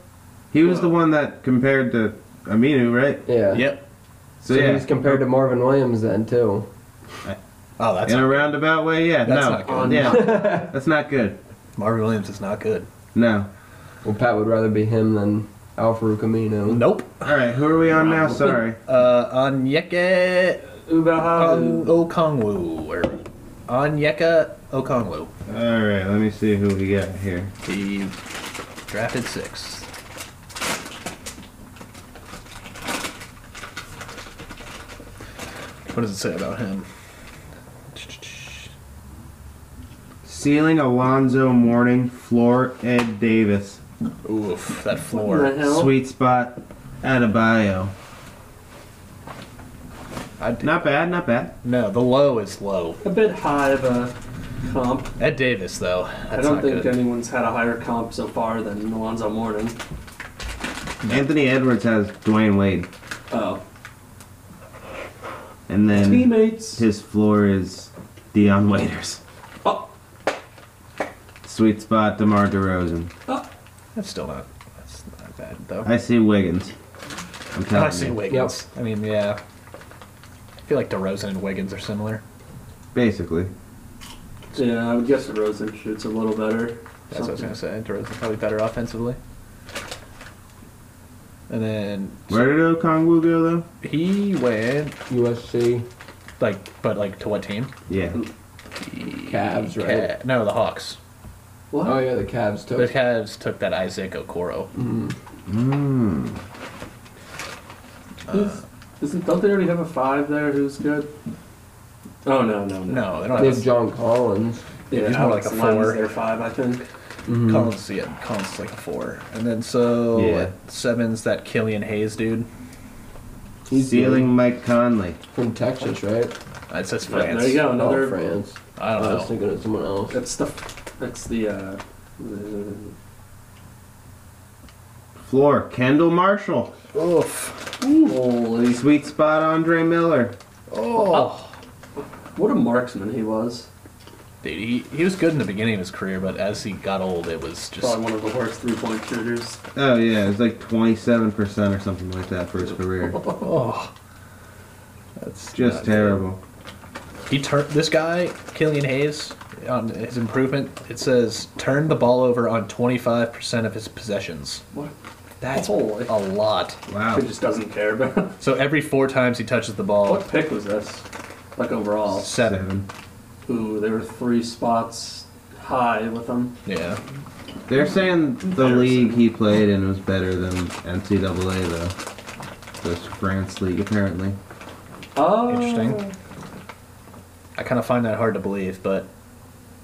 Speaker 3: He was the one that compared to Aminu, right?
Speaker 4: Yeah.
Speaker 1: Yep.
Speaker 4: So he's compared to Marvin Williams then too.
Speaker 1: Oh, that's
Speaker 3: in a roundabout way. Yeah,
Speaker 1: That's
Speaker 3: no,
Speaker 1: not
Speaker 2: good.
Speaker 3: yeah, that's not good.
Speaker 1: Marvin Williams is not good.
Speaker 3: No.
Speaker 4: Well, Pat would rather be him than Al Farouk Aminu.
Speaker 1: Nope.
Speaker 3: All right, who are we on now? Sorry.
Speaker 1: Uh, Onyeka on
Speaker 2: Ubahavu.
Speaker 1: Okongwu or Onyeka Okongwu.
Speaker 3: All right, let me see who we got here.
Speaker 1: He drafted sixth. What does it say about him?
Speaker 3: Ceiling Alonzo Mourning, floor Ed Davis,
Speaker 1: Oof, that
Speaker 2: What the
Speaker 1: floor.
Speaker 2: hell?
Speaker 3: sweet spot Adebayo.
Speaker 1: I'd take-
Speaker 3: Not bad, not bad.
Speaker 1: no, the low is low.
Speaker 2: A bit high of a comp.
Speaker 1: Ed Davis, though, that's
Speaker 2: I don't
Speaker 1: not
Speaker 2: think
Speaker 1: good.
Speaker 2: anyone's had a higher comp so far than Alonzo Mourning.
Speaker 3: Anthony Edwards has Dwayne Wade,
Speaker 2: Oh,
Speaker 3: and then
Speaker 2: teammates.
Speaker 3: his floor is Dion Waiters.
Speaker 2: Oh,
Speaker 3: Sweet spot, DeMar DeRozan.
Speaker 2: oh.
Speaker 1: That's still not. That's not bad though.
Speaker 3: I see Wiggins. I'm
Speaker 1: I,
Speaker 3: telling
Speaker 1: see
Speaker 3: you.
Speaker 1: Wiggins. I mean, yeah. I feel like DeRozan and Wiggins are similar.
Speaker 3: Basically.
Speaker 2: Yeah, I would guess Rosen shoots a little better.
Speaker 1: That's what I
Speaker 2: Something.
Speaker 1: was gonna say. DeRozan's probably better offensively. And then
Speaker 3: Where did Okongwu go, though?
Speaker 1: he went
Speaker 4: USC,
Speaker 1: like, but like to what team?
Speaker 3: Yeah.
Speaker 4: Cavs, right?
Speaker 1: Ca- No, the Hawks.
Speaker 2: What?
Speaker 4: Oh yeah, the Cavs took.
Speaker 1: The Cavs took that Isaac Okoro.
Speaker 3: Mm.
Speaker 2: Who's- Isn't don't they already have a five there? Who's good? Oh no no
Speaker 1: No, they
Speaker 2: no.
Speaker 4: They
Speaker 1: don't
Speaker 4: have
Speaker 1: have.
Speaker 4: John Collins.
Speaker 2: Yeah,
Speaker 1: He's more like
Speaker 2: Alex
Speaker 1: a
Speaker 2: Len's
Speaker 1: four.
Speaker 2: their five, I think. Mm-hmm.
Speaker 1: Collins, yeah, Collins is like a four, and then so
Speaker 3: Yeah.
Speaker 1: at sevens that Killian Hayes dude.
Speaker 4: He's
Speaker 3: Stealing Mike Conley.
Speaker 4: from Texas, right?
Speaker 1: That says
Speaker 2: Yeah,
Speaker 1: France.
Speaker 2: there you go. Another.
Speaker 4: Oh, France.
Speaker 1: I
Speaker 4: I,
Speaker 1: don't
Speaker 4: was
Speaker 1: know.
Speaker 4: thinking of someone else.
Speaker 2: That's the. That's the. Uh, the
Speaker 3: Floor, Kendall Marshall.
Speaker 1: Oof.
Speaker 2: holy!
Speaker 3: Sweet spot, Andre Miller.
Speaker 1: Oh.
Speaker 2: What a marksman he was.
Speaker 1: Dude, he, he was good in the beginning of his career, but as he got old, it was just
Speaker 2: Probably one of the worst three-point shooters.
Speaker 3: Oh, yeah, it's like 27% or something like that for his career.
Speaker 1: oh. That's
Speaker 3: Just
Speaker 1: not good.
Speaker 3: terrible.
Speaker 1: He turned this guy, Killian Hayes, on his improvement. It says turned the ball over on 25% of his possessions.
Speaker 2: What?
Speaker 1: That's
Speaker 2: Holy.
Speaker 1: a lot.
Speaker 3: Wow.
Speaker 2: He just doesn't care about.
Speaker 1: So every four times he touches the ball,
Speaker 2: What pick was this? Like overall?
Speaker 1: seven.
Speaker 2: Ooh, there were three spots high with him.
Speaker 1: Yeah.
Speaker 3: They're saying the league he played in was better than NCAA, though. This France league, apparently.
Speaker 2: Oh,
Speaker 1: Interesting. I kind of find that hard to believe, but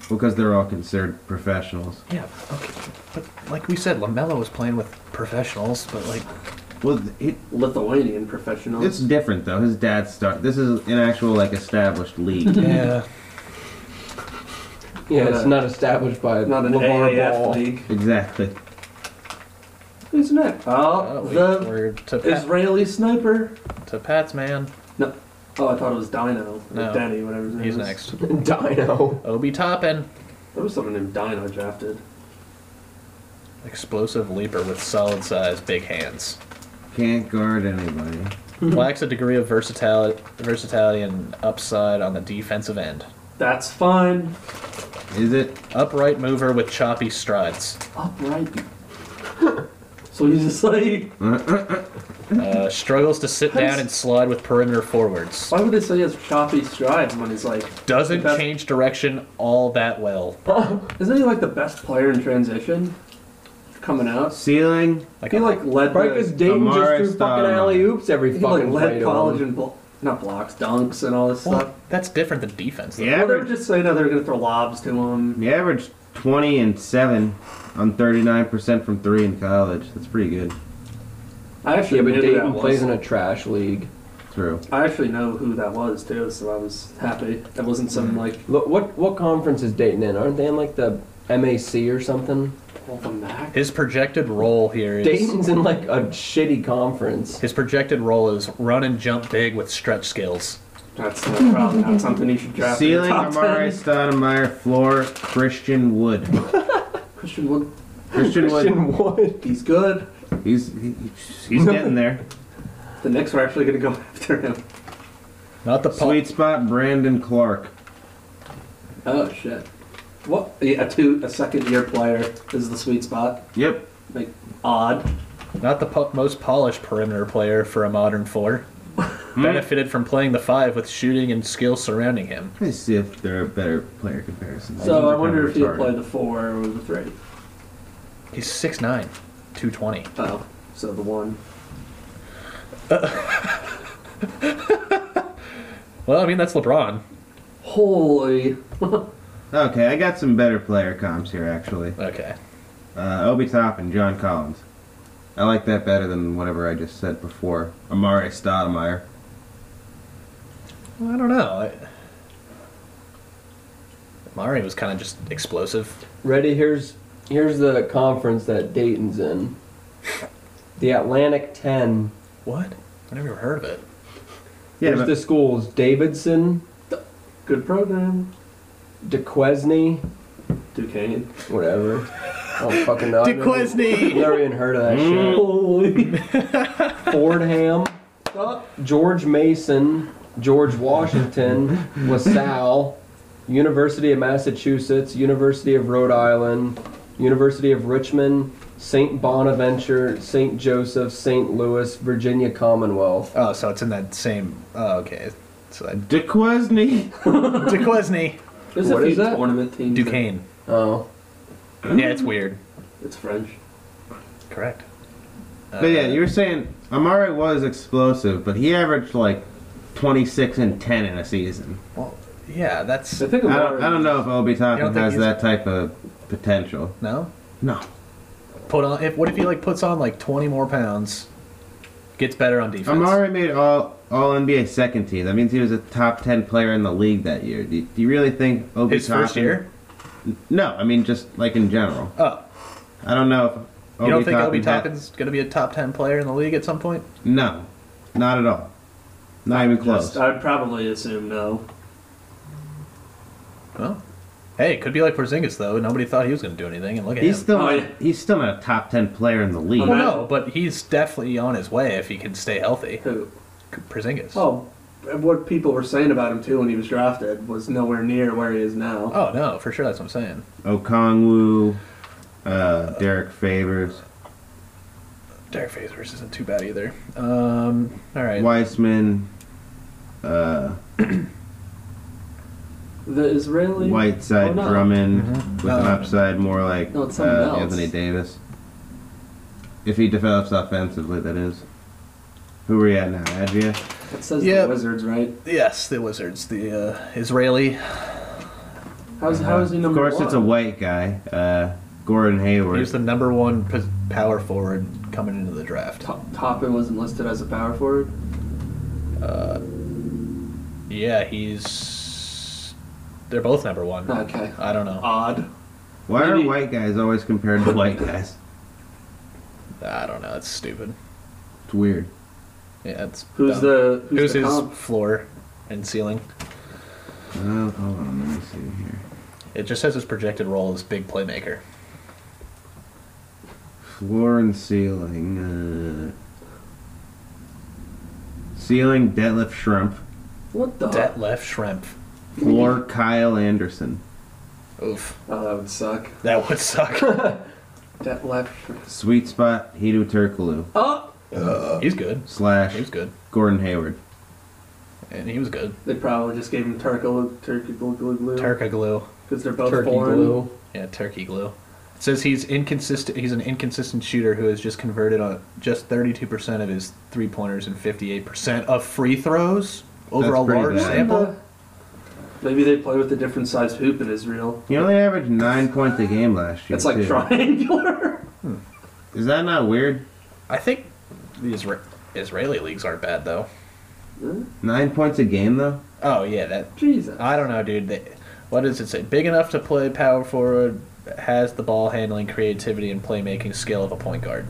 Speaker 3: Because they're all considered professionals.
Speaker 1: yeah, okay. But like we said, Lamelo was playing with professionals, but like
Speaker 3: Well, it,
Speaker 2: Lithuanian professionals.
Speaker 3: It's different though. His dad started. This is an actual like established league.
Speaker 1: yeah.
Speaker 4: Yeah, it's
Speaker 2: Yeah.
Speaker 4: not established by
Speaker 2: not an
Speaker 4: LeVar
Speaker 2: AAF
Speaker 4: Ball.
Speaker 2: league.
Speaker 3: exactly.
Speaker 2: Who's next?
Speaker 1: Oh,
Speaker 2: Oh,
Speaker 1: we,
Speaker 2: the
Speaker 1: we're to, Pat,
Speaker 2: Israeli sniper.
Speaker 1: to Pat's man.
Speaker 2: No. Oh, I thought it was Dino. Or
Speaker 1: No.
Speaker 2: Denny, whatever his name
Speaker 1: He's
Speaker 2: is.
Speaker 1: next.
Speaker 4: Dino.
Speaker 1: Obi Toppin,
Speaker 2: There was someone named Dino drafted.
Speaker 1: explosive leaper with solid size, big hands.
Speaker 3: Can't guard anybody.
Speaker 2: Mhm.
Speaker 1: Lacks a degree of versatility, versatility and upside on the defensive end.
Speaker 2: That's fine.
Speaker 3: Is it?
Speaker 1: Upright mover with choppy strides.
Speaker 2: Upright. so he's just like, Mhm.
Speaker 1: Uh, struggles to sit down and slide with perimeter forwards.
Speaker 2: why would they say he has choppy strides when he's like,
Speaker 1: Doesn't
Speaker 2: That's-
Speaker 1: change direction all that well.
Speaker 2: isn't he like the best player in transition? Coming out,
Speaker 3: Ceiling.
Speaker 1: Like,
Speaker 2: he like led
Speaker 4: Probably because
Speaker 2: the,
Speaker 4: Dayton
Speaker 3: Amari
Speaker 4: just threw fucking
Speaker 3: Stoudemire.
Speaker 4: alley oops every
Speaker 2: he like
Speaker 4: fucking
Speaker 2: led
Speaker 4: play
Speaker 2: college
Speaker 4: to him.
Speaker 2: in blo- not blocks, dunks, and all this stuff.
Speaker 1: well, that's different than defense. though.
Speaker 3: The
Speaker 2: Well, they were
Speaker 3: average.
Speaker 2: just saying that they were gonna throw lobs to him.
Speaker 3: The average twenty and seven on thirty nine percent from three in college. That's pretty good.
Speaker 2: I actually
Speaker 4: Yeah,
Speaker 2: knew
Speaker 4: but
Speaker 2: who that
Speaker 4: Dayton
Speaker 2: was.
Speaker 4: plays in a trash league.
Speaker 3: True.
Speaker 2: I actually know who that was too, so I was happy. That wasn't
Speaker 4: Mm.
Speaker 2: some like
Speaker 4: Look, what what conference is Dayton in? Aren't they in like the MAC or something?
Speaker 2: well, the Mac.
Speaker 1: His projected role here is
Speaker 4: Dayton's in like a shitty conference.
Speaker 1: his projected role is run and jump big with stretch skills.
Speaker 2: That's not probably not something you should draft. in the
Speaker 3: Ceiling.
Speaker 2: top
Speaker 3: Amari
Speaker 2: 10.
Speaker 3: Stoudemire. Floor. Christian Wood.
Speaker 2: Christian Wood,
Speaker 3: Christian Wood.
Speaker 4: Christian Wood.
Speaker 2: he's good.
Speaker 3: He's he, he's getting there.
Speaker 2: The Knicks are actually gonna go after him.
Speaker 1: Not the
Speaker 3: Sweet spot. Brandon Clark.
Speaker 2: Oh shit. What? Yeah, a two, a second-year player is the sweet spot.
Speaker 3: Yep.
Speaker 2: Like odd.
Speaker 1: Not the po- most polished perimeter player for a modern four.
Speaker 3: Hmm.
Speaker 1: Benefited from playing the five with shooting and skill surrounding him.
Speaker 3: Let's see if there are better player comparisons. These
Speaker 2: So
Speaker 3: are
Speaker 2: I wonder
Speaker 3: kinda
Speaker 2: if he'll
Speaker 3: retarded.
Speaker 2: play the four or the three.
Speaker 1: He's 6'9, 220.
Speaker 2: Oh, so the one.
Speaker 1: Well, I mean, that's LeBron.
Speaker 2: Holy.
Speaker 3: Okay, I got some better player comps here, actually.
Speaker 1: Okay.
Speaker 3: Uh, Obi Toppin, John Collins. I like that better than whatever I just said before. Amari Stoudemire.
Speaker 1: I don't know. I... Mari was kind of just explosive.
Speaker 4: Ready? Here's here's the conference that Dayton's in. The Atlantic Ten.
Speaker 1: What? I never even heard of it.
Speaker 3: Yeah,
Speaker 4: Here's
Speaker 3: but-
Speaker 4: the schools: Davidson,
Speaker 2: Good program.
Speaker 4: DeQuesne,
Speaker 2: Duquesne.
Speaker 4: whatever. I don't fucking know. I've never- I've
Speaker 1: DeQuesne!
Speaker 4: Never even heard of that shit.
Speaker 2: Holy.
Speaker 4: Fordham,
Speaker 2: fuck.
Speaker 4: George Mason, George Washington, LaSalle, University of Massachusetts, University of Rhode Island, University of Richmond, St. Bonaventure, St. Joseph, St. Louis, Virginia Commonwealth.
Speaker 1: oh, so it's in that same. Oh, okay. So I...
Speaker 3: DeQuesne.
Speaker 1: DeQuesne.
Speaker 2: There's
Speaker 4: What
Speaker 2: a few
Speaker 4: is that?
Speaker 2: tournament teams. that-
Speaker 1: Duquesne.
Speaker 4: Oh.
Speaker 1: Yeah, it's weird.
Speaker 2: It's French.
Speaker 1: Correct. Uh,
Speaker 3: But yeah, you were saying Amari was explosive, but he averaged like 26 and 10 in a season.
Speaker 1: Well, yeah, that's.
Speaker 2: I think
Speaker 3: I
Speaker 2: Amari-
Speaker 3: don't, I don't know if Obi
Speaker 1: You don't
Speaker 3: Toppin
Speaker 1: think
Speaker 3: has
Speaker 1: he's-
Speaker 3: that type of potential.
Speaker 1: No?
Speaker 3: No.
Speaker 1: Put on. If, what if he, like, puts on, like, 20 more pounds, gets better on defense?
Speaker 3: Amari made all all NBA second team. That means he was a top 10 player in the league that year. Do you, do you really think Obi
Speaker 1: His first
Speaker 3: Toppin-
Speaker 1: year?
Speaker 3: No, I mean just like in general.
Speaker 1: Oh.
Speaker 3: I don't know if
Speaker 1: You don't think Obi
Speaker 3: Toppin had-
Speaker 1: Toppin's going to be a top 10 player in the league at some point?
Speaker 3: No, not at all. Not even close.
Speaker 2: Just-
Speaker 1: uh,
Speaker 2: I'd probably assume no.
Speaker 1: Well, hey, it could be like Porzingis, though. Nobody thought he was going to do anything, and look at
Speaker 3: He's
Speaker 1: him.
Speaker 3: still
Speaker 2: Oh,
Speaker 3: not,
Speaker 2: yeah.
Speaker 3: he's still not a top 10 player in the league.
Speaker 1: Well,
Speaker 2: Well,
Speaker 1: no, but he's definitely on his way if he can stay healthy.
Speaker 2: Who?
Speaker 1: Porzingis.
Speaker 2: Oh, what people were saying about him too when he was drafted was nowhere near where he is now.
Speaker 1: Oh, no, for sure, that's what I'm saying.
Speaker 3: Okongwu, uh, Derek Favors,
Speaker 1: Derek Favors isn't too bad either. Um, all right.
Speaker 3: Weissman, uh,
Speaker 2: The Israeli.
Speaker 3: Whiteside
Speaker 2: Oh, no.
Speaker 3: Drummond with an
Speaker 1: Mm-hmm. No.
Speaker 3: upside more like
Speaker 2: No, it's someone
Speaker 3: uh,
Speaker 2: else.
Speaker 3: Anthony Davis. If he develops offensively, that is. Who are we at now? Advia?
Speaker 2: It says
Speaker 1: Yep.
Speaker 2: the Wizards, right?
Speaker 1: Yes, the Wizards, the uh, Israeli.
Speaker 2: How's
Speaker 4: Uh-huh.
Speaker 2: how is he
Speaker 3: Uh, Of
Speaker 2: number
Speaker 3: course,
Speaker 2: one?
Speaker 3: it's a white guy, uh, Gordon Hayward.
Speaker 1: He's the number one pos- power forward coming into the draft.
Speaker 2: Top, Toppin wasn't listed as a power forward.
Speaker 1: Yeah, he's. They're both number one.
Speaker 2: Okay.
Speaker 1: I don't know.
Speaker 2: Odd.
Speaker 3: Why
Speaker 2: Maybe-
Speaker 3: are white guys always compared to white guys?
Speaker 1: I don't know. It's stupid.
Speaker 3: It's weird.
Speaker 1: Yeah, it's. dumb.
Speaker 2: Who's the who's,
Speaker 1: Who's
Speaker 2: the
Speaker 1: his
Speaker 2: comp?
Speaker 1: floor and ceiling?
Speaker 3: Well, hold on, let me see here.
Speaker 1: It just says his projected role is big playmaker.
Speaker 3: Floor and ceiling. Uh, ceiling Detlef Shrimp.
Speaker 2: What the?
Speaker 1: Detlef left shrimp.
Speaker 3: Floor Kyle Anderson.
Speaker 1: Oof,
Speaker 2: oh, that would suck.
Speaker 1: that would suck.
Speaker 2: That left.
Speaker 3: Sweet spot Hidu Turkoglu
Speaker 2: Oh,
Speaker 1: he's good.
Speaker 3: slash
Speaker 1: He was good,
Speaker 3: Gordon Hayward.
Speaker 1: and he was good.
Speaker 2: they probably just gave him Turkle Turkey glue glue glue
Speaker 1: Turkey glue.
Speaker 2: because they're both
Speaker 4: Turkey
Speaker 2: foreign.
Speaker 4: glue.
Speaker 1: Yeah, turkey glue. It says he's inconsistent. He's an inconsistent shooter who has just converted on just 32% of his three pointers and 58% of free throws over a
Speaker 3: That's pretty
Speaker 1: large
Speaker 3: bad.
Speaker 1: sample.
Speaker 2: Maybe they play with a different sized hoop in Israel.
Speaker 3: He only averaged nine points a game last year.
Speaker 2: It's like
Speaker 3: too.
Speaker 2: triangular.
Speaker 3: Is that not weird?
Speaker 1: I think the Isra- Israeli leagues aren't bad though.
Speaker 3: Nine points a game though.
Speaker 1: Oh yeah, that
Speaker 2: Jesus.
Speaker 1: I don't know, dude. They, what does it say? Big enough to play power forward, has the ball handling, creativity, and playmaking skill of a point guard.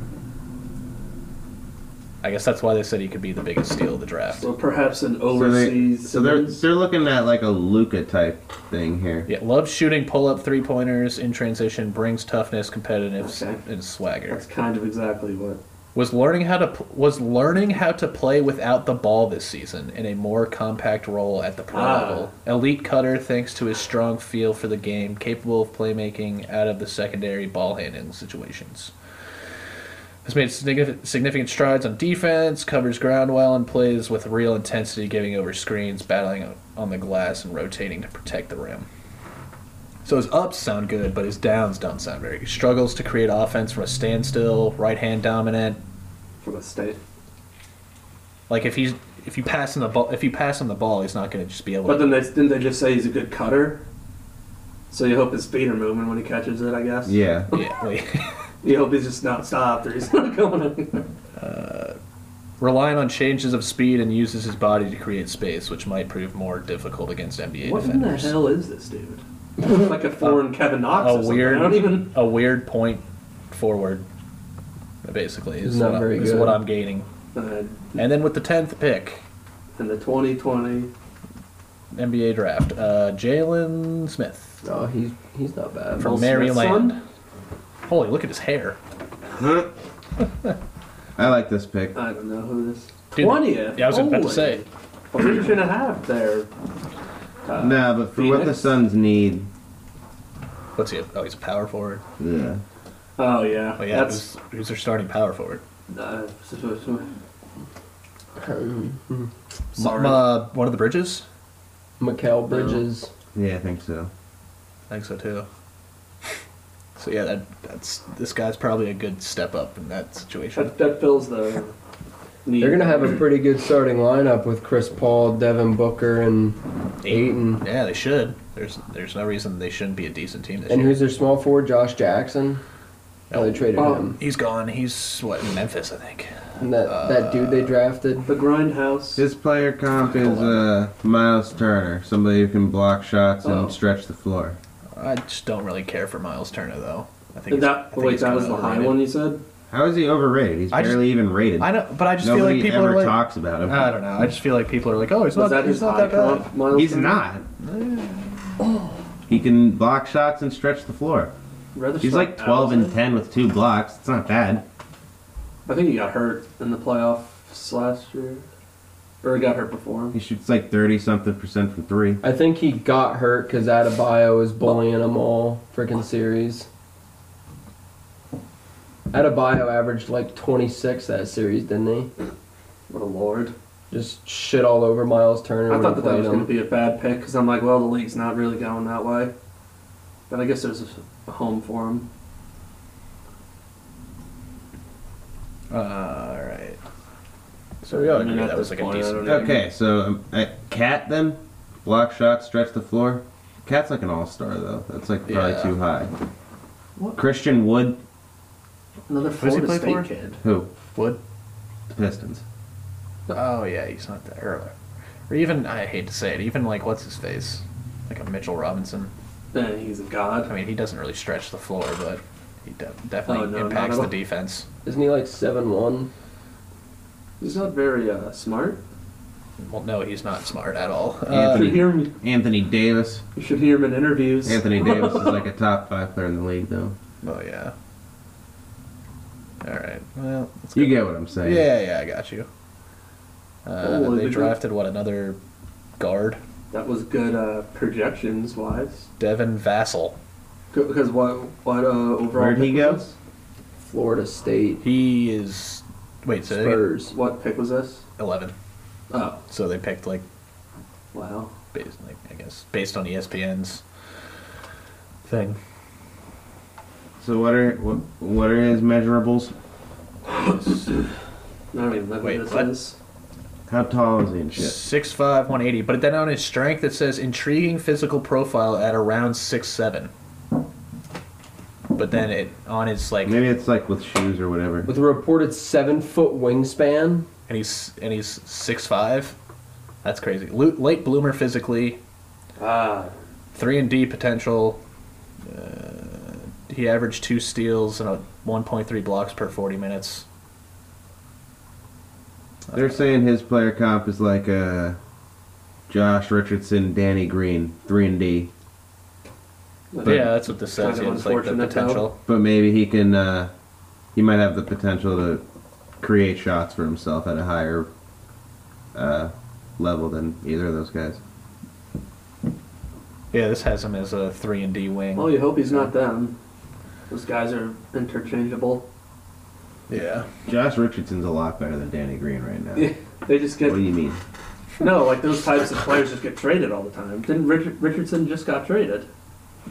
Speaker 1: I guess that's why they said he could be the biggest steal of the draft.
Speaker 2: So perhaps an
Speaker 3: So, they,
Speaker 2: overseas.
Speaker 3: so they're
Speaker 2: Simmons?
Speaker 3: they're looking at like a Luca type thing here.
Speaker 1: Yeah, loves shooting pull up three pointers in transition, brings toughness, competitiveness,
Speaker 2: Okay.
Speaker 1: and swagger.
Speaker 2: That's kind of exactly what.
Speaker 1: Was learning how to p- was learning how to play without the ball this season in a more compact role at the pro
Speaker 2: Ah.
Speaker 1: level. Elite cutter, thanks to his strong feel for the game, capable of playmaking out of the secondary ball handling situations. Has made signifi- significant strides on defense, covers ground well, and plays with real intensity, giving over screens, battling on the glass, and rotating to protect the rim. So his ups sound good, but his downs don't sound very good. Struggles to create offense from a standstill, right hand dominant.
Speaker 2: From a state.
Speaker 1: Like if he's if you pass him the ball, if you pass him the ball, he's not going to just be able.
Speaker 2: But
Speaker 1: to...
Speaker 2: then they didn't they just say he's a good cutter? So you hope his feet are moving when he catches it, I guess.
Speaker 3: Yeah.
Speaker 1: yeah, like-
Speaker 2: You hope he's just not stopped or he's not going anywhere.
Speaker 1: relying on changes of speed and uses his body to create space, which might prove more difficult against NBA
Speaker 2: What in the
Speaker 1: defenders.
Speaker 2: hell is this dude? like a foreign Kevin Knox. or
Speaker 1: A
Speaker 2: something.
Speaker 1: weird,
Speaker 2: I don't even.
Speaker 1: a weird point forward. Basically, is,
Speaker 4: Not
Speaker 1: what, I-
Speaker 4: very
Speaker 1: is
Speaker 4: good.
Speaker 1: what I'm gaining.
Speaker 2: Uh,
Speaker 1: And then with the tenth pick,
Speaker 2: in the 2020,
Speaker 1: NBA draft, uh, Jalen Smith
Speaker 4: No, he's Oh, he's not bad.
Speaker 1: from
Speaker 2: Will Smith's
Speaker 1: Maryland.
Speaker 2: son?
Speaker 1: Holy, look at his hair.
Speaker 3: I like this pick.
Speaker 2: I don't know who this.
Speaker 1: Dude,
Speaker 2: 20th.
Speaker 1: yeah, I was about to
Speaker 2: Holy.
Speaker 1: say.
Speaker 2: A reach and a half there. Uh,
Speaker 3: No, but for what the
Speaker 2: Phoenix?
Speaker 3: Suns need,
Speaker 1: Let's see. Oh, he's a power forward.
Speaker 3: yeah.
Speaker 2: Oh yeah,
Speaker 1: Oh yeah,
Speaker 2: that's
Speaker 1: who's, who's their starting power forward?
Speaker 2: uh, s- s- s-
Speaker 4: Mm-hmm.
Speaker 2: Mm-hmm.
Speaker 1: M-
Speaker 2: sorry.
Speaker 1: uh, one of the Bridges.
Speaker 4: Mikael Bridges.
Speaker 3: Yeah, I think so.
Speaker 1: I think so too. So yeah, that, that's this guy's probably a good step up in that situation.
Speaker 2: that, that fills the. Need.
Speaker 4: They're gonna have a pretty good starting lineup with Chris Paul, Devin Booker, and Aiton.
Speaker 1: Yeah, they should. There's there's no reason they shouldn't be a decent team this
Speaker 4: And
Speaker 1: year.
Speaker 4: who's their small forward? Josh Jackson. Oh, they traded
Speaker 2: Oh.
Speaker 4: him.
Speaker 1: He's gone. He's what in Memphis, I think.
Speaker 4: And that,
Speaker 2: Uh.
Speaker 4: that dude they drafted.
Speaker 2: the grindhouse.
Speaker 3: His player comp is uh, Miles Turner, somebody who can block shots and
Speaker 2: Oh.
Speaker 3: stretch the floor.
Speaker 1: I just don't really care for Miles Turner though. I think
Speaker 2: Did
Speaker 1: he's- I
Speaker 2: that
Speaker 1: think
Speaker 2: wait,
Speaker 1: he's
Speaker 2: that
Speaker 1: kinda
Speaker 2: was the high
Speaker 1: overrated.
Speaker 2: one you said.
Speaker 3: How is he overrated? He's
Speaker 1: I
Speaker 3: barely
Speaker 1: just-
Speaker 3: even rated.
Speaker 1: I know, but I just feel
Speaker 3: Nobody
Speaker 1: like people
Speaker 3: ever
Speaker 1: are like.
Speaker 3: talks about him.
Speaker 1: I don't know. I just feel like people are like, oh, he's not.
Speaker 2: Was that
Speaker 1: he's
Speaker 2: his
Speaker 1: not
Speaker 2: high
Speaker 1: that bad.
Speaker 2: comp? Miles
Speaker 3: He's
Speaker 2: Turner?
Speaker 3: not.
Speaker 1: Oh.
Speaker 3: He can block shots and stretch the floor.
Speaker 2: Rather
Speaker 3: He's
Speaker 2: short
Speaker 3: like 12
Speaker 2: hours.
Speaker 3: and 10 with two blocks. It's not bad.
Speaker 2: I think he got hurt in the playoffs last year, or he got hurt before
Speaker 3: He
Speaker 2: him.
Speaker 3: shoots like 30 something percent from three.
Speaker 4: I think he got hurt because Adebayo was bullying them all freaking series. Adebayo averaged like 26 that series, didn't he?
Speaker 2: What a lord!
Speaker 4: Just shit all over Miles Turner.
Speaker 2: I
Speaker 4: when
Speaker 2: thought
Speaker 4: he
Speaker 2: that that
Speaker 4: played
Speaker 2: was going
Speaker 4: him.
Speaker 2: to be a bad pick because I'm like, well, the league's not really going that way. But I guess there's a home for him.
Speaker 1: Uh, all right. So we all
Speaker 2: I mean,
Speaker 1: agree
Speaker 2: at
Speaker 1: that was
Speaker 2: this
Speaker 1: like a
Speaker 2: point, I don't
Speaker 1: decent.
Speaker 2: know.
Speaker 3: Okay, so um, uh, Cat then? Block shots, stretch the floor. Cat's like an all star, though. That's like probably
Speaker 1: Yeah.
Speaker 3: too high.
Speaker 2: What?
Speaker 3: Christian Wood,
Speaker 2: Another
Speaker 1: he
Speaker 2: Florida
Speaker 1: play
Speaker 2: State
Speaker 1: for?
Speaker 2: kid.
Speaker 3: who?
Speaker 1: Wood.
Speaker 3: The Pistons.
Speaker 1: Oh yeah, he's not there. Or, or even I hate to say it, even like what's his face, like a Mitchell Robinson.
Speaker 2: Eh, he's a
Speaker 1: I
Speaker 2: god.
Speaker 1: mean, he doesn't really stretch the floor, but he de- definitely
Speaker 2: Oh, no, not
Speaker 1: impacts
Speaker 2: at
Speaker 1: the
Speaker 2: all.
Speaker 1: defense.
Speaker 4: Isn't he like 7 1?
Speaker 2: He's not very uh, smart.
Speaker 1: Well, no, he's not smart at all.
Speaker 2: You
Speaker 1: Uh,
Speaker 3: Anthony-
Speaker 2: should hear him.
Speaker 3: Anthony Davis.
Speaker 2: You should hear him in interviews.
Speaker 3: Anthony Davis is like a top five player in the league, though.
Speaker 1: oh yeah. All right. Well, let's
Speaker 3: You
Speaker 1: go-
Speaker 3: get what I'm saying.
Speaker 1: Yeah, yeah, I got you. Uh,
Speaker 2: Oh,
Speaker 1: they
Speaker 2: did we-
Speaker 1: drafted what another guard,
Speaker 2: That was good uh, projections wise.
Speaker 1: Devin Vassell.
Speaker 2: Because what what uh, overall?
Speaker 3: Where'd he
Speaker 2: pick
Speaker 3: go?
Speaker 2: was this?
Speaker 4: Florida State.
Speaker 1: He is wait, so they get
Speaker 4: Spurs.
Speaker 2: What pick was this?
Speaker 1: eleven.
Speaker 2: Oh
Speaker 1: So they picked like
Speaker 2: wow.
Speaker 1: based, like, I guess, based on E ESPN's thing.
Speaker 3: So what are what, what are his measurables?
Speaker 2: I don't even know who
Speaker 1: Wait,
Speaker 2: this
Speaker 1: what?
Speaker 2: is.
Speaker 3: How tall is he and shit?
Speaker 1: Six five, one eighty. But then on his strength, it says intriguing physical profile at around six seven. But then it on his like,
Speaker 3: Maybe it's like with shoes or whatever.
Speaker 4: With a reported 7 foot wingspan.
Speaker 1: and he's and he's six five. That's crazy. Lu- Late bloomer physically,
Speaker 2: Ah,
Speaker 1: three and D potential. Uh, he averaged two steals and a one point three blocks per forty minutes.
Speaker 3: They're saying his player comp is like uh, Josh Richardson, Danny Green, three and D.
Speaker 1: yeah, that's what this says.
Speaker 2: Kind of
Speaker 1: yeah, It's like the
Speaker 2: unfortunate, though.
Speaker 1: potential.
Speaker 3: But maybe he can. Uh, he might have the potential to create shots for himself at a higher uh, level than either of those guys.
Speaker 1: Yeah, this has him as a three and D wing.
Speaker 2: Well, you hope he's not them. Those guys are interchangeable.
Speaker 1: Yeah.
Speaker 3: Josh Richardson's a lot better than Danny Green right now.
Speaker 2: they just
Speaker 3: What
Speaker 2: get
Speaker 3: do you mean?
Speaker 2: no, like those types of players just get traded all the time. Didn't Richard, Richardson just got traded?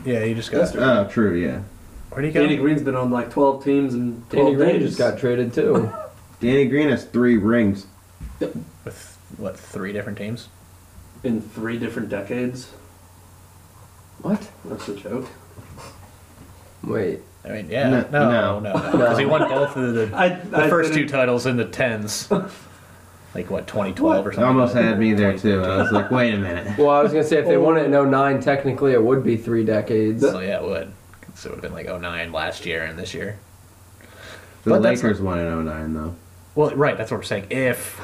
Speaker 1: Yeah, he just got.
Speaker 2: That's
Speaker 3: Oh, true. Yeah.
Speaker 1: Where'd he go?
Speaker 2: Danny Green's been on like twelve teams and
Speaker 4: Danny
Speaker 2: twelve
Speaker 4: Green
Speaker 2: days.
Speaker 4: just got traded too.
Speaker 3: Danny Green has three rings.
Speaker 1: With what three different teams?
Speaker 2: in three different decades.
Speaker 4: what?
Speaker 2: That's a joke.
Speaker 4: Wait.
Speaker 1: I mean, yeah,
Speaker 3: No,
Speaker 1: no, no,
Speaker 3: no.
Speaker 1: no, because he won both of the,
Speaker 2: I,
Speaker 1: the first two titles in the tens. like what 2012 or
Speaker 3: It
Speaker 1: something.
Speaker 3: almost had me there too. I was like, wait a minute.
Speaker 4: Well, I was gonna say if
Speaker 2: Oh.
Speaker 4: they won it in 09, technically it would be three decades.
Speaker 1: So yeah, it would. So it would have been like 09 last year and this year.
Speaker 3: The
Speaker 1: But that's-
Speaker 3: Lakers won in 09 though.
Speaker 1: Well, right. That's what I'm saying. If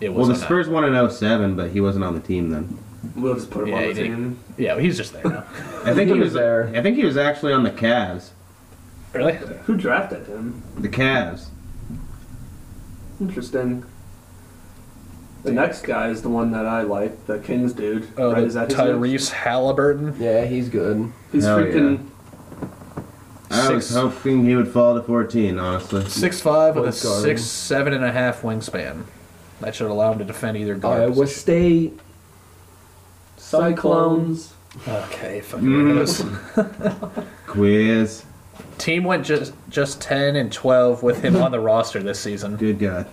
Speaker 1: it
Speaker 3: Well,
Speaker 1: was
Speaker 3: the
Speaker 1: 09.
Speaker 3: Spurs won in 07, but he wasn't on the team then.
Speaker 2: We'll just put him
Speaker 1: Yeah,
Speaker 2: on the
Speaker 1: you did.
Speaker 2: team.
Speaker 1: Yeah, well, he's just there now.
Speaker 3: I think he was
Speaker 4: there.
Speaker 3: I think he was actually on the Cavs.
Speaker 1: really?
Speaker 2: Who drafted him?
Speaker 3: The Cavs.
Speaker 2: Interesting. The next guy is the one that I like, the Kings dude.
Speaker 1: Oh,
Speaker 2: right?
Speaker 1: the
Speaker 2: Is that his name?
Speaker 1: Tyrese Halliburton.
Speaker 4: Yeah, he's good.
Speaker 2: He's
Speaker 1: Oh,
Speaker 3: Hell
Speaker 2: freaking.
Speaker 3: I was
Speaker 1: Six-
Speaker 3: hoping he would fall to 14, honestly.
Speaker 1: Six five with a
Speaker 4: Point guard.
Speaker 1: six seven and a half wingspan. That should allow him to defend either guard.
Speaker 4: Iowa
Speaker 1: position.
Speaker 4: State
Speaker 2: Cyclones.
Speaker 1: Okay, fuck
Speaker 3: Mm.
Speaker 1: this.
Speaker 3: Quiz.
Speaker 1: Team went just just ten and twelve with him on the roster this season.
Speaker 3: Good God.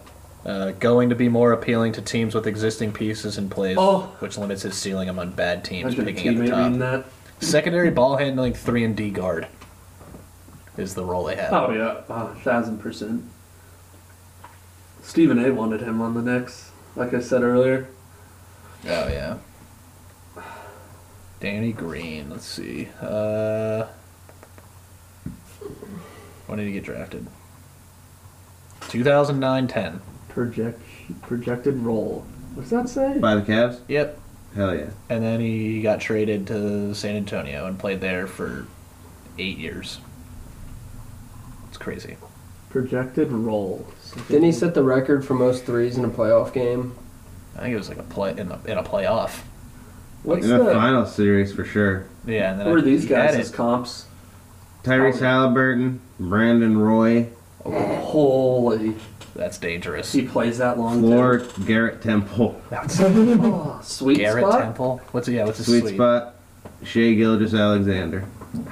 Speaker 1: Uh, going to be more appealing to teams with existing pieces in place,
Speaker 2: Oh.
Speaker 1: which limits his ceiling among bad teams
Speaker 2: That's your
Speaker 1: picking at
Speaker 2: teammate
Speaker 1: the
Speaker 2: reading
Speaker 1: top.
Speaker 2: that.
Speaker 1: Secondary ball handling three and D guard is the role they have.
Speaker 2: Oh yeah, a thousand percent. Stephen A. wanted him on the Knicks, like I said earlier.
Speaker 1: Oh yeah. Danny Green. Let's see. Uh, when did he get drafted? 2009-10.
Speaker 2: Project projected role. What's that say?
Speaker 3: By the Cavs?
Speaker 1: Yep.
Speaker 3: Hell yeah.
Speaker 1: And then he got traded to San Antonio and played there for eight years. It's crazy.
Speaker 2: Projected role.
Speaker 4: didn't he set the record for most threes in a playoff game?
Speaker 1: I think it was like a play in a, in a playoff.
Speaker 4: What's
Speaker 3: In the
Speaker 4: the
Speaker 3: final series for sure.
Speaker 1: Yeah. And then
Speaker 2: Who are these
Speaker 1: he
Speaker 2: guys
Speaker 1: added-
Speaker 2: as comps?
Speaker 3: Tyrese Halliburton, Brandon Roy,
Speaker 2: Holy!
Speaker 1: That's dangerous.
Speaker 2: He plays that long.
Speaker 3: Floor, Garrett Temple,
Speaker 1: That's
Speaker 2: too. Oh, sweet
Speaker 1: Garrett
Speaker 2: spot.
Speaker 1: Temple. What's yeah? What's his
Speaker 3: Sweet Spot, Shea Gilgis Alexander.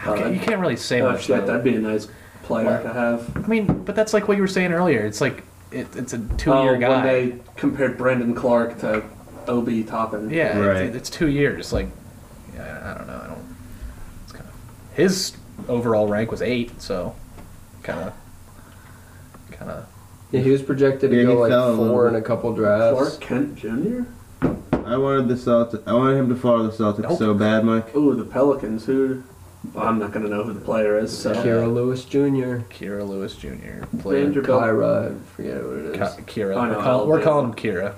Speaker 1: Okay, you can't really say
Speaker 2: Oh
Speaker 1: much.
Speaker 2: shit,
Speaker 1: though.
Speaker 2: that'd be a nice player to have.
Speaker 1: I mean, but that's like what you were saying earlier. It's like it, it's a two-year
Speaker 2: oh,
Speaker 1: guy.
Speaker 2: when they compared Brandon Clark to Ob Toppin.
Speaker 1: yeah,
Speaker 3: Right.
Speaker 1: it's, it's two years. Like, yeah, I don't know. I don't. It's kind of his overall rank was eight, so kind of, kind of.
Speaker 4: yeah, he was projected to
Speaker 3: Yeah,
Speaker 4: go
Speaker 3: he
Speaker 4: like
Speaker 3: fell a
Speaker 4: four in
Speaker 3: little.
Speaker 4: a couple drafts.
Speaker 2: Clark Uh, Kent Jr.
Speaker 3: I wanted the Celtics. I wanted him to follow the Celtics
Speaker 1: Nope.
Speaker 3: so bad, Mike.
Speaker 2: Ooh, the Pelicans. Who? Well, I'm not gonna know who the player is. So
Speaker 4: Kira Lewis Jr.
Speaker 1: Kira Lewis Jr. played.
Speaker 2: Vanderbilt.
Speaker 4: Kyra, I forget what it is.
Speaker 1: Ka- Kira,
Speaker 2: Oh, no,
Speaker 1: we're, call, we're
Speaker 2: Alabama.
Speaker 1: calling him Kira.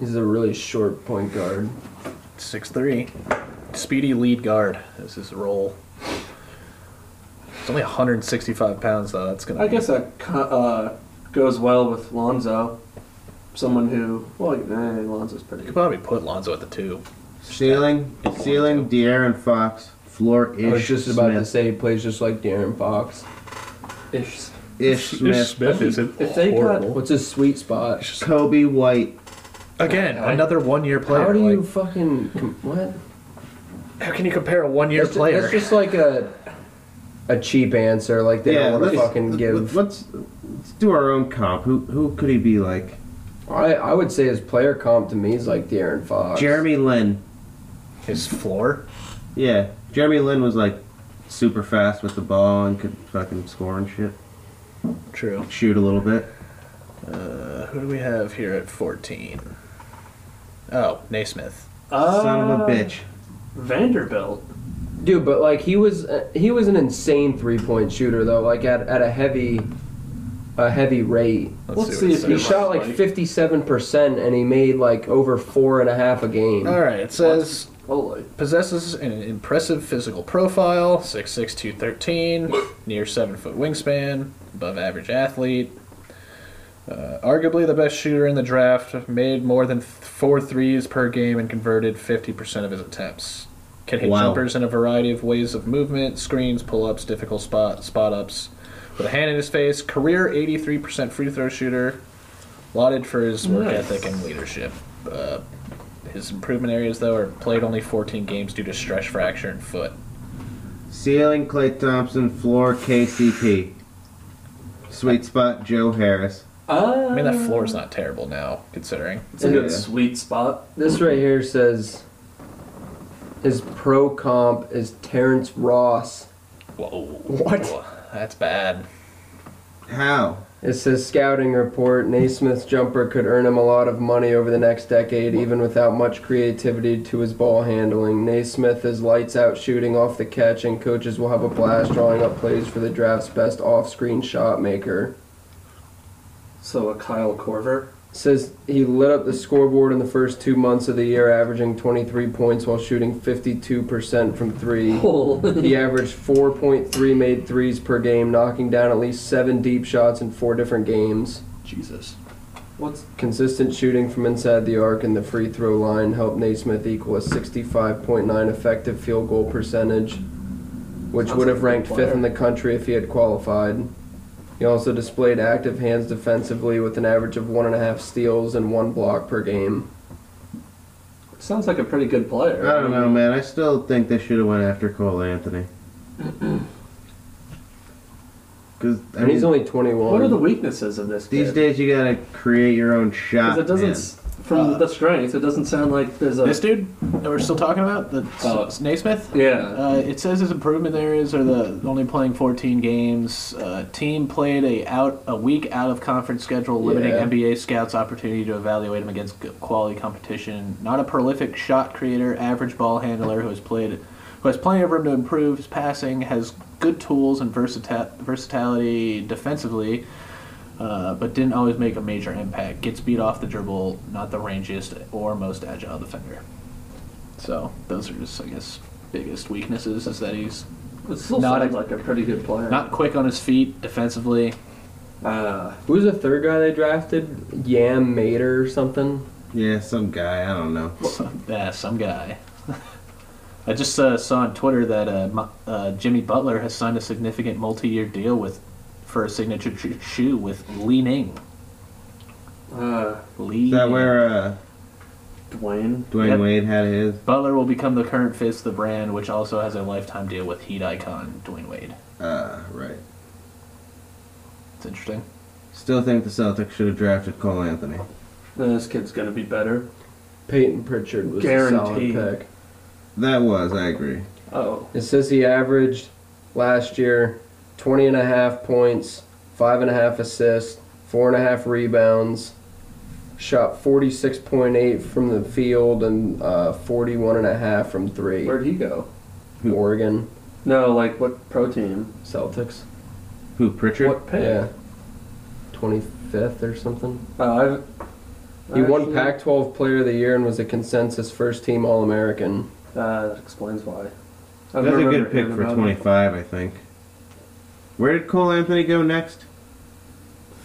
Speaker 4: He's a really short point guard.
Speaker 1: Six three, speedy lead guard is his role. It's only 165 pounds though. That's gonna.
Speaker 2: I
Speaker 1: be-
Speaker 2: guess that co- uh, goes well with Lonzo. Someone who, well, eh, Lonzo's pretty
Speaker 1: you could
Speaker 2: good.
Speaker 1: probably put Lonzo at the two.
Speaker 3: Ceiling, ceiling, De'Aaron Fox, floor ish.
Speaker 4: I was just about to say he plays just like Darren Fox.
Speaker 2: Ish.
Speaker 3: Ish Smith,
Speaker 1: is
Speaker 2: If they got,
Speaker 4: What's his sweet spot?
Speaker 3: Kobe White.
Speaker 1: Again,
Speaker 2: Okay.
Speaker 1: another one-year player.
Speaker 4: How do
Speaker 1: like,
Speaker 4: you fucking com- what?
Speaker 1: How can you compare a one-year
Speaker 4: That's ju-
Speaker 1: player?
Speaker 4: That's just like a a cheap answer. Like they
Speaker 3: Yeah,
Speaker 4: don't want
Speaker 3: let's,
Speaker 4: to fucking give.
Speaker 3: let's let's do our own comp. Who who could he be like?
Speaker 4: I I would say his player comp to me is like Darren Fox.
Speaker 3: Jeremy Lin.
Speaker 1: His floor.
Speaker 3: Yeah, Jeremy Lin was like super fast with the ball and could fucking score and shit.
Speaker 1: True.
Speaker 3: Shoot a little bit.
Speaker 1: Uh, who do we have here at 14? Oh, Naismith.
Speaker 3: Son of a
Speaker 2: Uh,
Speaker 3: bitch.
Speaker 2: Vanderbilt.
Speaker 4: Dude, but like he was uh, he was an insane three point shooter though. Like at at a heavy a heavy rate.
Speaker 2: Let's
Speaker 1: what
Speaker 2: see
Speaker 1: it
Speaker 2: if
Speaker 1: says.
Speaker 4: He
Speaker 2: Yeah,
Speaker 4: shot
Speaker 2: like-
Speaker 4: like fifty seven percent and he made like over four and a half a game.
Speaker 1: All right. It says
Speaker 2: Holy.
Speaker 1: possesses an impressive physical profile, 6'6", 213, near seven foot wingspan, above average athlete. Uh, arguably the best shooter in the draft, made more than th- four threes per game and converted 50% of his attempts. Can hit
Speaker 3: Wow.
Speaker 1: jumpers in a variety of ways of movement, screens, pull ups, difficult spot spot ups. With a hand in his face, career 83% free throw shooter, lauded for his work
Speaker 2: Nice.
Speaker 1: ethic and leadership. Uh, his improvement areas, though, are played only 14 games due to stress fracture and foot.
Speaker 3: Ceiling Clay Thompson, floor KCP. Sweet spot Joe Harris.
Speaker 2: Uh,
Speaker 1: I mean, that floor's not terrible now, considering.
Speaker 2: It's a good
Speaker 3: Yeah.
Speaker 2: sweet spot.
Speaker 4: This right here says his pro comp is Terrence Ross.
Speaker 1: Whoa.
Speaker 4: What?
Speaker 1: Whoa, That's bad.
Speaker 3: How?
Speaker 4: It says scouting report Naismith's jumper could earn him a lot of money over the next decade, even without much creativity to his ball handling. Naismith is lights out shooting off the catch, and coaches will have a blast drawing up plays for the draft's best off screen shot maker.
Speaker 2: So a Kyle Corver.
Speaker 4: Says he lit up the scoreboard in the first two months of the year, averaging 23 points while shooting 52% from three. He averaged 4.3 made threes per game, knocking down at least seven deep shots in four different games.
Speaker 5: Jesus.
Speaker 2: What's
Speaker 4: Consistent shooting from inside the arc and the free throw line helped Naismith equal a 65.9 effective field goal percentage, which
Speaker 2: Sounds
Speaker 4: would have
Speaker 2: like a
Speaker 4: ranked
Speaker 2: good
Speaker 4: fifth in the
Speaker 2: player.
Speaker 4: country if he had qualified. He also displayed active hands defensively with an average of one and a half steals and one block per game.
Speaker 2: sounds like a pretty good player.
Speaker 3: I don't know, man. I still think they should have went after Cole Anthony. Because I
Speaker 4: And
Speaker 3: mean,
Speaker 4: he's only 21.
Speaker 2: What are the weaknesses of this?
Speaker 3: these
Speaker 2: kid?
Speaker 3: days you gotta create your own shot.
Speaker 2: 'Cause it doesn't
Speaker 3: man.
Speaker 2: s from the strengths. It doesn't sound like there's a
Speaker 1: This dude that we're still talking about, the S-
Speaker 2: Oh.
Speaker 1: Naismith.
Speaker 2: yeah.
Speaker 1: Uh, it says his improvement areas are the only playing 14 games. Uh, team played a out a week out of conference schedule, limiting
Speaker 4: Yeah.
Speaker 1: NBA scouts opportunity to evaluate him against g- quality competition. Not a prolific shot creator, average ball handler who has played who has plenty of room to improve his passing, has good tools and versata- versatility defensively. Uh, but didn't always make a major impact. Gets beat off the dribble, not the rangiest or most agile defender. So those are just, I guess, biggest weaknesses is that he's
Speaker 2: It still
Speaker 1: not
Speaker 2: sounds
Speaker 1: a-
Speaker 2: like a pretty good player.
Speaker 1: not quick on his feet defensively.
Speaker 2: uh,
Speaker 4: Who's the third guy they drafted? Yam Mater or something?
Speaker 3: Yeah, some guy. I don't know.
Speaker 1: Some, yeah, some guy. I just uh, saw on Twitter that uh, Mo- uh, Jimmy Butler has signed a significant multi-year deal with for a signature ch- shoe with Li Ning.
Speaker 2: uh,
Speaker 1: Li
Speaker 3: Is that
Speaker 1: Ning.
Speaker 3: where uh,
Speaker 2: Dwayne.
Speaker 3: Dwayne
Speaker 1: Yep.
Speaker 3: Wade had his?
Speaker 1: Butler will become the current face of the brand, which also has a lifetime deal with Heat icon Dwayne Wade.
Speaker 3: Uh, right.
Speaker 1: It's interesting.
Speaker 3: Still think the Celtics should have drafted Cole Anthony.
Speaker 2: This kid's gonna be better.
Speaker 4: Peyton Pritchard was a
Speaker 2: Guaranteed.
Speaker 4: solid pick.
Speaker 3: That was, I agree.
Speaker 2: Oh,
Speaker 4: It says he averaged last year 20 and a half points, five and a half assists, four and a half rebounds, shot 46.8 from the field and uh, 41 and a half from three.
Speaker 2: where'd he go?
Speaker 4: Oregon
Speaker 2: No, like what pro team?
Speaker 4: Celtics.
Speaker 3: Who, Pritchard?
Speaker 2: What pick?
Speaker 4: Yeah. 25th or something.
Speaker 2: Oh, I've,
Speaker 4: He won
Speaker 2: actually-
Speaker 4: Pac 12 Player of the Year and was a consensus first team All American.
Speaker 2: Uh, that explains why. I
Speaker 3: That's a
Speaker 2: remember
Speaker 3: good pick
Speaker 2: hearing
Speaker 3: for
Speaker 2: about
Speaker 3: 25, I think. Where did Cole Anthony go next?
Speaker 2: it.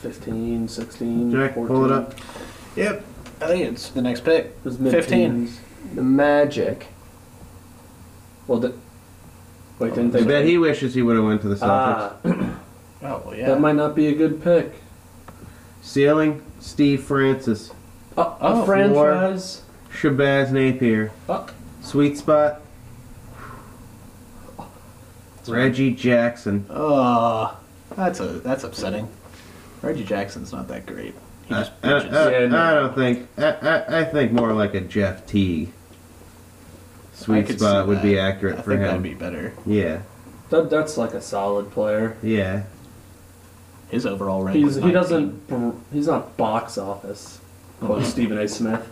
Speaker 2: 15, 16,
Speaker 3: Jack,
Speaker 2: 14.
Speaker 3: pull it up.
Speaker 1: Yep, I think it's the next pick.
Speaker 2: It was mid-teens.
Speaker 4: The Magic.
Speaker 2: Well, di- wait, didn't
Speaker 3: I
Speaker 2: they?
Speaker 3: bet he wishes he would have went to the Celtics.
Speaker 2: Ah,
Speaker 1: Oh yeah.
Speaker 2: that might not be a good pick.
Speaker 3: Ceiling, Steve Francis.
Speaker 2: Uh,
Speaker 1: Oh,
Speaker 2: a franchise.
Speaker 3: Shabazz Napier.
Speaker 2: Uh,
Speaker 3: Sweet spot. Reggie Jackson.
Speaker 1: Oh, that's a that's upsetting. Reggie Jackson's not that great. He
Speaker 3: I,
Speaker 1: just
Speaker 3: I-
Speaker 1: bitches.
Speaker 3: I-
Speaker 2: Yeah, no.
Speaker 3: I don't think. I, I, I think more like a Jeff Teague.
Speaker 1: I
Speaker 3: Sweet
Speaker 1: could
Speaker 3: spot
Speaker 1: see
Speaker 3: would be
Speaker 1: that.
Speaker 3: accurate
Speaker 1: I
Speaker 3: for
Speaker 1: think
Speaker 3: him.
Speaker 1: That'd be better.
Speaker 3: yeah,
Speaker 2: that, that's like a solid player.
Speaker 3: yeah.
Speaker 1: His overall rank.
Speaker 2: He's
Speaker 1: was
Speaker 2: he
Speaker 1: 19.
Speaker 2: doesn't br- he's not box office.
Speaker 1: Mm-hmm.
Speaker 2: Quote Stephen A. Smith.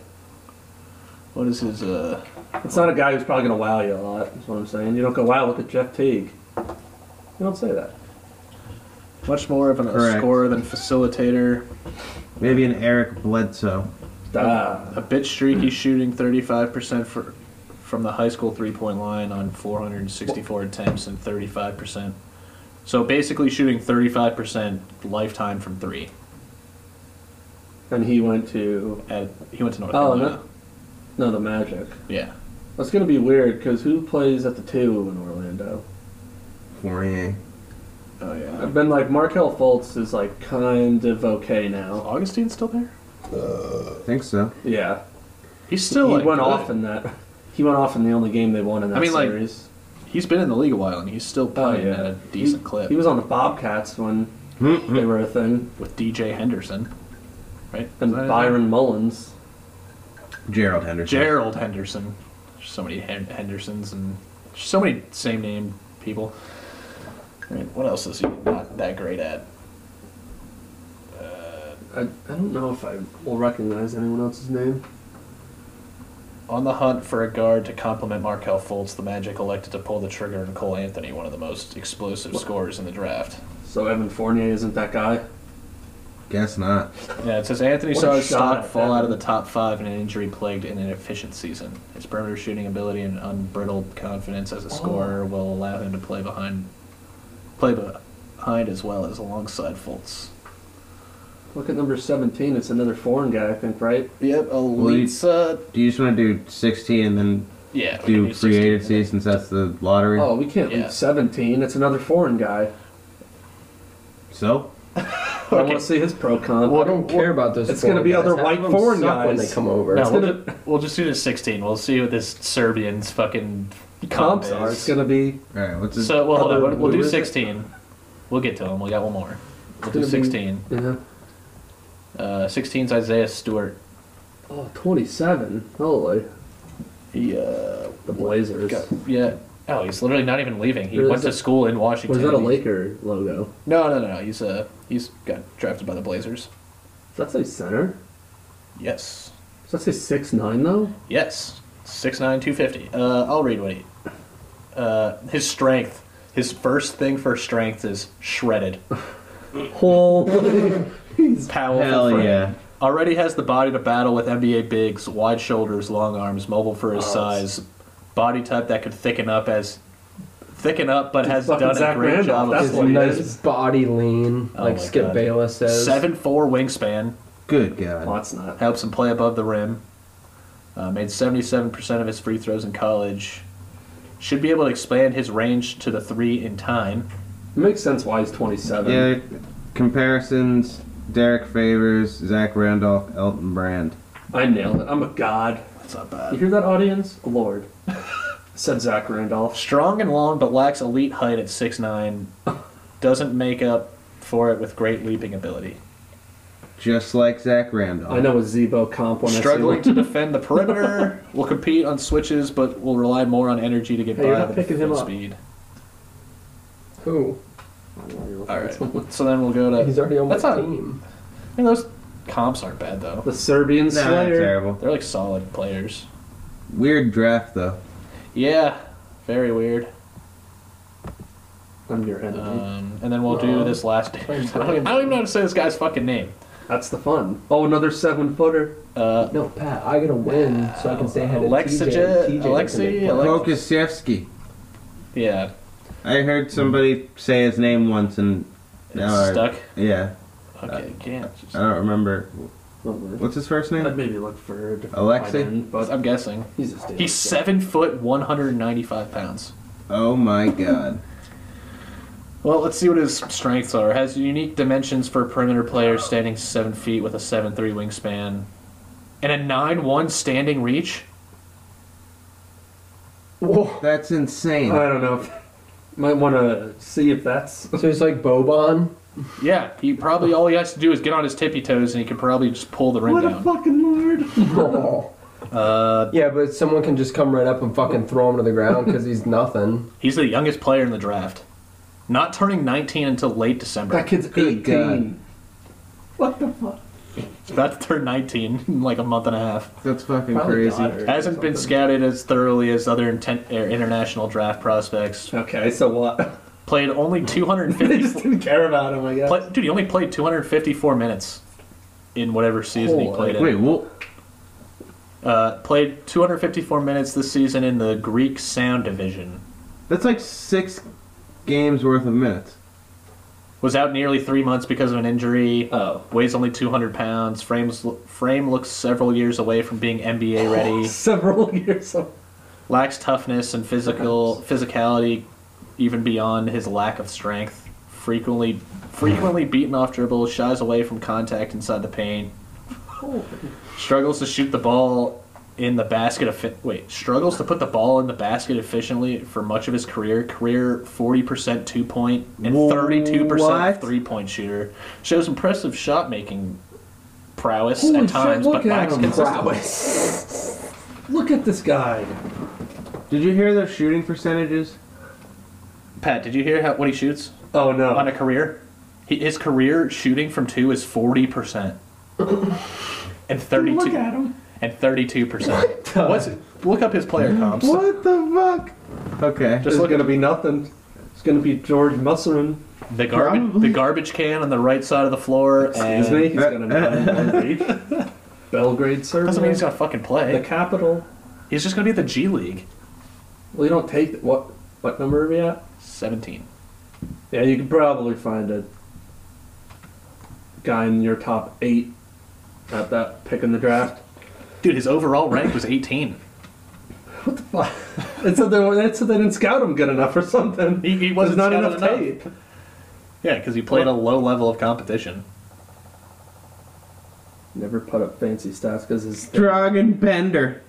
Speaker 1: What is his? Uh,
Speaker 2: It's not a guy who's probably gonna wow you a lot. Is what I'm saying. You don't go wow, look at Jeff Teague. You don't say that.
Speaker 1: much more of an, a
Speaker 3: Correct.
Speaker 1: scorer than facilitator.
Speaker 3: Maybe an Eric Bledsoe.
Speaker 2: Ah,
Speaker 1: A bit streaky, shooting 35% for, from the high school three point line on 464 attempts and 35%. So basically, shooting 35% lifetime from three.
Speaker 2: and he went to
Speaker 1: At, he went to North
Speaker 2: Oh, no.
Speaker 1: Carolina.
Speaker 2: no the Magic.
Speaker 1: Yeah.
Speaker 2: That's gonna be weird because who plays at the two in Orlando?
Speaker 3: Fournier.
Speaker 1: Oh yeah.
Speaker 2: I've been like Markel Fultz is like kind of okay now.
Speaker 1: Uh, Augustine's still there.
Speaker 3: I think so.
Speaker 2: Yeah,
Speaker 1: He's still.
Speaker 2: he
Speaker 1: like,
Speaker 2: went
Speaker 1: good.
Speaker 2: off in that. He went off in the only game they won in that
Speaker 1: I mean, like,
Speaker 2: series.
Speaker 1: He's been in the league a while, and he's still playing at a decent
Speaker 2: Oh, Uh, he,
Speaker 1: clip
Speaker 2: He was on the Bobcats when they were a thing,
Speaker 1: with DJ Henderson, right?
Speaker 2: and
Speaker 1: Is that his
Speaker 2: Byron
Speaker 1: name?
Speaker 2: Mullins.
Speaker 3: Gerald Henderson.
Speaker 1: Gerald Henderson. There's so many Hen- Hendersons and so many same name people. All right, what else is he not that great at?
Speaker 2: I, I don't know if I will recognize anyone else's name.
Speaker 1: On the hunt for a guard to complement Markel Fultz, the Magic elected to pull the trigger on Cole Anthony, one of the most explosive scorers in the draft.
Speaker 2: So Evan Fournier isn't that guy.
Speaker 3: Guess not.
Speaker 1: Yeah, it says Anthony
Speaker 2: What
Speaker 1: saw
Speaker 2: a
Speaker 1: his
Speaker 2: shot
Speaker 1: stock
Speaker 2: at
Speaker 1: fall
Speaker 2: that.
Speaker 1: out of the top five in an injury plagued and inefficient season. His perimeter shooting ability and unbridled confidence as a scorer will allow him to play behind, play behind as well as alongside Fultz.
Speaker 2: Look at number 17. It's another foreign guy, I think, right?
Speaker 1: Yep,
Speaker 3: elite's,
Speaker 1: Uh,
Speaker 3: Do you just want to do 16 and then
Speaker 1: yeah, we can
Speaker 3: do
Speaker 1: 16.
Speaker 3: free agency since that's the lottery?
Speaker 2: Oh, we can't
Speaker 1: Yeah.
Speaker 2: leave 17. It's another foreign guy.
Speaker 3: So?
Speaker 2: I want
Speaker 1: Okay.
Speaker 2: to see his pro con.
Speaker 4: I don't care about those.
Speaker 2: it's
Speaker 4: foreign
Speaker 2: gonna be
Speaker 4: guys.
Speaker 2: other
Speaker 4: Half
Speaker 2: white
Speaker 4: of them
Speaker 2: foreign
Speaker 4: suck when
Speaker 2: guys.
Speaker 4: they come over.
Speaker 1: No,
Speaker 2: It's
Speaker 1: we'll,
Speaker 2: gonna-
Speaker 1: ju- we'll just do the 16. We'll see what this Serbian's fucking comp
Speaker 2: comps
Speaker 1: is.
Speaker 2: are. It's gonna be
Speaker 3: Alright, what's this?
Speaker 1: so, well, hold on.
Speaker 2: other
Speaker 1: We'll, we'll do
Speaker 2: blue, is it?
Speaker 1: 16. We'll get to him. We got one more. We'll do
Speaker 2: gonna be-
Speaker 1: 16.
Speaker 2: yeah.
Speaker 1: Uh, 16's Isaiah Stewart.
Speaker 2: Oh, 27. Holy,
Speaker 1: He, uh,
Speaker 2: the Blazers.
Speaker 1: got- yeah. Oh, he's literally not even leaving. He
Speaker 2: Really?
Speaker 1: went to school in
Speaker 2: Was
Speaker 1: Washington.
Speaker 2: that a Laker logo?
Speaker 1: No, no, no. no. He's uh, he's got drafted by the Blazers.
Speaker 2: Does that say center?
Speaker 1: Yes,
Speaker 2: Does that say six nine though?
Speaker 1: yes. Six nine two fifty. Uh, I'll read what he. Uh, his strength. His first thing for strength is shredded.
Speaker 2: Holy, he's
Speaker 1: Powerful.
Speaker 3: Hell
Speaker 1: frame.
Speaker 3: yeah.
Speaker 1: Already has the body to battle with NBA bigs, wide shoulders, long arms, mobile for his
Speaker 2: Oh,
Speaker 1: size, body type that could thicken up as thicken up, but has
Speaker 2: fucking
Speaker 1: done
Speaker 2: Zach
Speaker 1: a great
Speaker 2: Randolph,
Speaker 1: job.
Speaker 2: that's
Speaker 1: Of
Speaker 4: His
Speaker 2: what he
Speaker 4: nice
Speaker 2: is.
Speaker 4: body lean,
Speaker 1: Oh
Speaker 4: like
Speaker 1: my
Speaker 4: Skip
Speaker 1: God.
Speaker 4: Bayless says.
Speaker 1: Seven four wingspan
Speaker 3: Good God.
Speaker 2: that's not.
Speaker 1: helps him play above the rim. Uh, made seventy seven percent of his free throws in college. Should be able to expand his range to the three in time.
Speaker 2: It makes sense why he's 27.
Speaker 3: Yeah, comparisons Derek Favors, Zach Randolph, Elton Brand.
Speaker 2: I nailed it. I'm a god.
Speaker 1: That's not
Speaker 2: You
Speaker 1: bad.
Speaker 2: hear that, audience? A lord. Said Zach Randolph.
Speaker 1: Strong and long, but lacks elite height at six nine. Doesn't make up for it with great leaping ability.
Speaker 3: Just like Zach Randolph.
Speaker 2: I know a Zebo comp when
Speaker 1: Struggling
Speaker 2: I see
Speaker 1: to defend the perimeter, will compete on switches, but will rely more on energy to get
Speaker 2: Hey,
Speaker 1: by
Speaker 2: you're not
Speaker 1: with
Speaker 2: picking him
Speaker 1: foot
Speaker 2: up.
Speaker 1: speed.
Speaker 4: Who?
Speaker 1: All right. So then we'll go to.
Speaker 4: He's already on my
Speaker 1: That's not-
Speaker 4: team.
Speaker 1: I mean, those comps aren't bad though.
Speaker 2: The Serbian
Speaker 3: Nah, not
Speaker 2: Slayer.
Speaker 3: terrible.
Speaker 1: They're like solid players.
Speaker 3: Weird draft though.
Speaker 1: Yeah. Very weird.
Speaker 2: I'm your enemy.
Speaker 1: Um, and then we'll do
Speaker 4: Aw.
Speaker 1: this last. I don't, even, I don't even know how to say this guy's fucking name.
Speaker 2: That's the fun. Oh, another seven footer.
Speaker 1: Uh,
Speaker 5: No, Pat, I gotta win so I can say hi to
Speaker 1: Alexa-
Speaker 5: TJ. TJ
Speaker 1: Alexi- Alex-
Speaker 3: Kokosiewski.
Speaker 1: yeah.
Speaker 3: I heard somebody say his name once and
Speaker 1: It's
Speaker 3: now I-
Speaker 1: stuck.
Speaker 3: Yeah,
Speaker 1: Okay. can't.
Speaker 3: I don't remember.
Speaker 2: I'd
Speaker 3: What's his first name?
Speaker 2: maybe look for a different
Speaker 3: Alexi?
Speaker 2: tight end, but
Speaker 1: I'm guessing.
Speaker 2: he's just
Speaker 1: He's seven foot, one hundred and ninety-five pounds.
Speaker 3: Oh my god.
Speaker 1: Well, let's see what his strengths are. Has unique dimensions for a perimeter player standing seven feet with a seven three wingspan, and a nine one standing reach.
Speaker 2: Whoa.
Speaker 3: That's insane.
Speaker 2: I don't know. Might want to see if that's.
Speaker 4: So he's like Boban.
Speaker 1: Yeah, he probably all he has to do is get on his tippy toes, and he could probably just pull the rim
Speaker 2: What a
Speaker 1: down.
Speaker 2: fucking lord!
Speaker 1: uh,
Speaker 4: Yeah, but someone can just come right up and fucking throw him to the ground because he's nothing.
Speaker 1: he's the youngest player in the draft, not turning nineteen until late December.
Speaker 2: That kid's
Speaker 3: Good
Speaker 2: 18. What the fuck?
Speaker 1: He's about to turn nineteen in like a month and a half.
Speaker 3: That's fucking
Speaker 2: Probably
Speaker 3: crazy.
Speaker 2: daughter or
Speaker 1: Hasn't been
Speaker 2: something.
Speaker 1: scouted as thoroughly as other inten- er, international draft prospects.
Speaker 2: Okay, so what?
Speaker 1: Played only two hundred and
Speaker 2: they
Speaker 1: fifty.
Speaker 2: just didn't care about him, I guess.
Speaker 1: Play, dude, he only played 254 minutes in whatever season he
Speaker 4: Holy-
Speaker 1: played in.
Speaker 3: Wait, well,
Speaker 1: Uh, played 254 minutes this season in the Greek Sound Division.
Speaker 3: that's like six games worth of minutes.
Speaker 1: Was out nearly three months because of an injury. uh,
Speaker 2: Oh.
Speaker 1: Weighs only 200 pounds. Frames frame looks several years away from being NBA ready.
Speaker 2: Several years of.
Speaker 1: Lacks toughness and physical physicality, even beyond his lack of strength. Frequently, frequently beaten off dribbles. Shies away from contact inside the paint. struggles to shoot the ball in the basket. Effi- wait, struggles to put the ball in the basket efficiently for much of his career. Career forty percent two point and
Speaker 3: What?
Speaker 1: thirty two percent three point shooter. Shows impressive shot making prowess
Speaker 2: Holy
Speaker 1: at
Speaker 2: shit,
Speaker 1: times,
Speaker 2: look
Speaker 1: but
Speaker 2: at
Speaker 1: lacks
Speaker 2: him.
Speaker 1: consistency.
Speaker 2: Prowess. Look at this guy.
Speaker 3: Did you hear their shooting percentages?
Speaker 1: Pat, did you hear how, what he shoots
Speaker 2: Oh no.
Speaker 1: on a career? He, his career shooting from two is forty percent, and thirty-two.
Speaker 2: Look at him.
Speaker 1: And thirty-two percent. What's look up his player comps?
Speaker 3: What the fuck? Okay.
Speaker 1: Just
Speaker 2: There's
Speaker 1: look
Speaker 2: gonna be nothing. It's gonna be George Musselman.
Speaker 1: The garbage, the garbage can on the right side of the floor.
Speaker 2: Excuse
Speaker 1: and-
Speaker 2: me. He's gonna be Belgrade. Belgrade, Serbia.
Speaker 1: Doesn't mean he's gonna fucking
Speaker 2: the
Speaker 1: play.
Speaker 2: capital.
Speaker 1: He's just gonna be at the G League.
Speaker 2: Well, you don't take what? What number are we at?
Speaker 1: Seventeen.
Speaker 2: Yeah, you could probably find a guy in your top eight at that pick in the draft.
Speaker 1: Dude, his overall rank was eighteen.
Speaker 2: What the fuck? It's that they, it's that they didn't scout him good enough or something.
Speaker 1: He, he wasn't
Speaker 2: There's not
Speaker 1: scouted
Speaker 2: enough tape.
Speaker 1: Yeah, because he played a low level of competition.
Speaker 2: Never put up fancy stats because his
Speaker 3: Dragon Bender.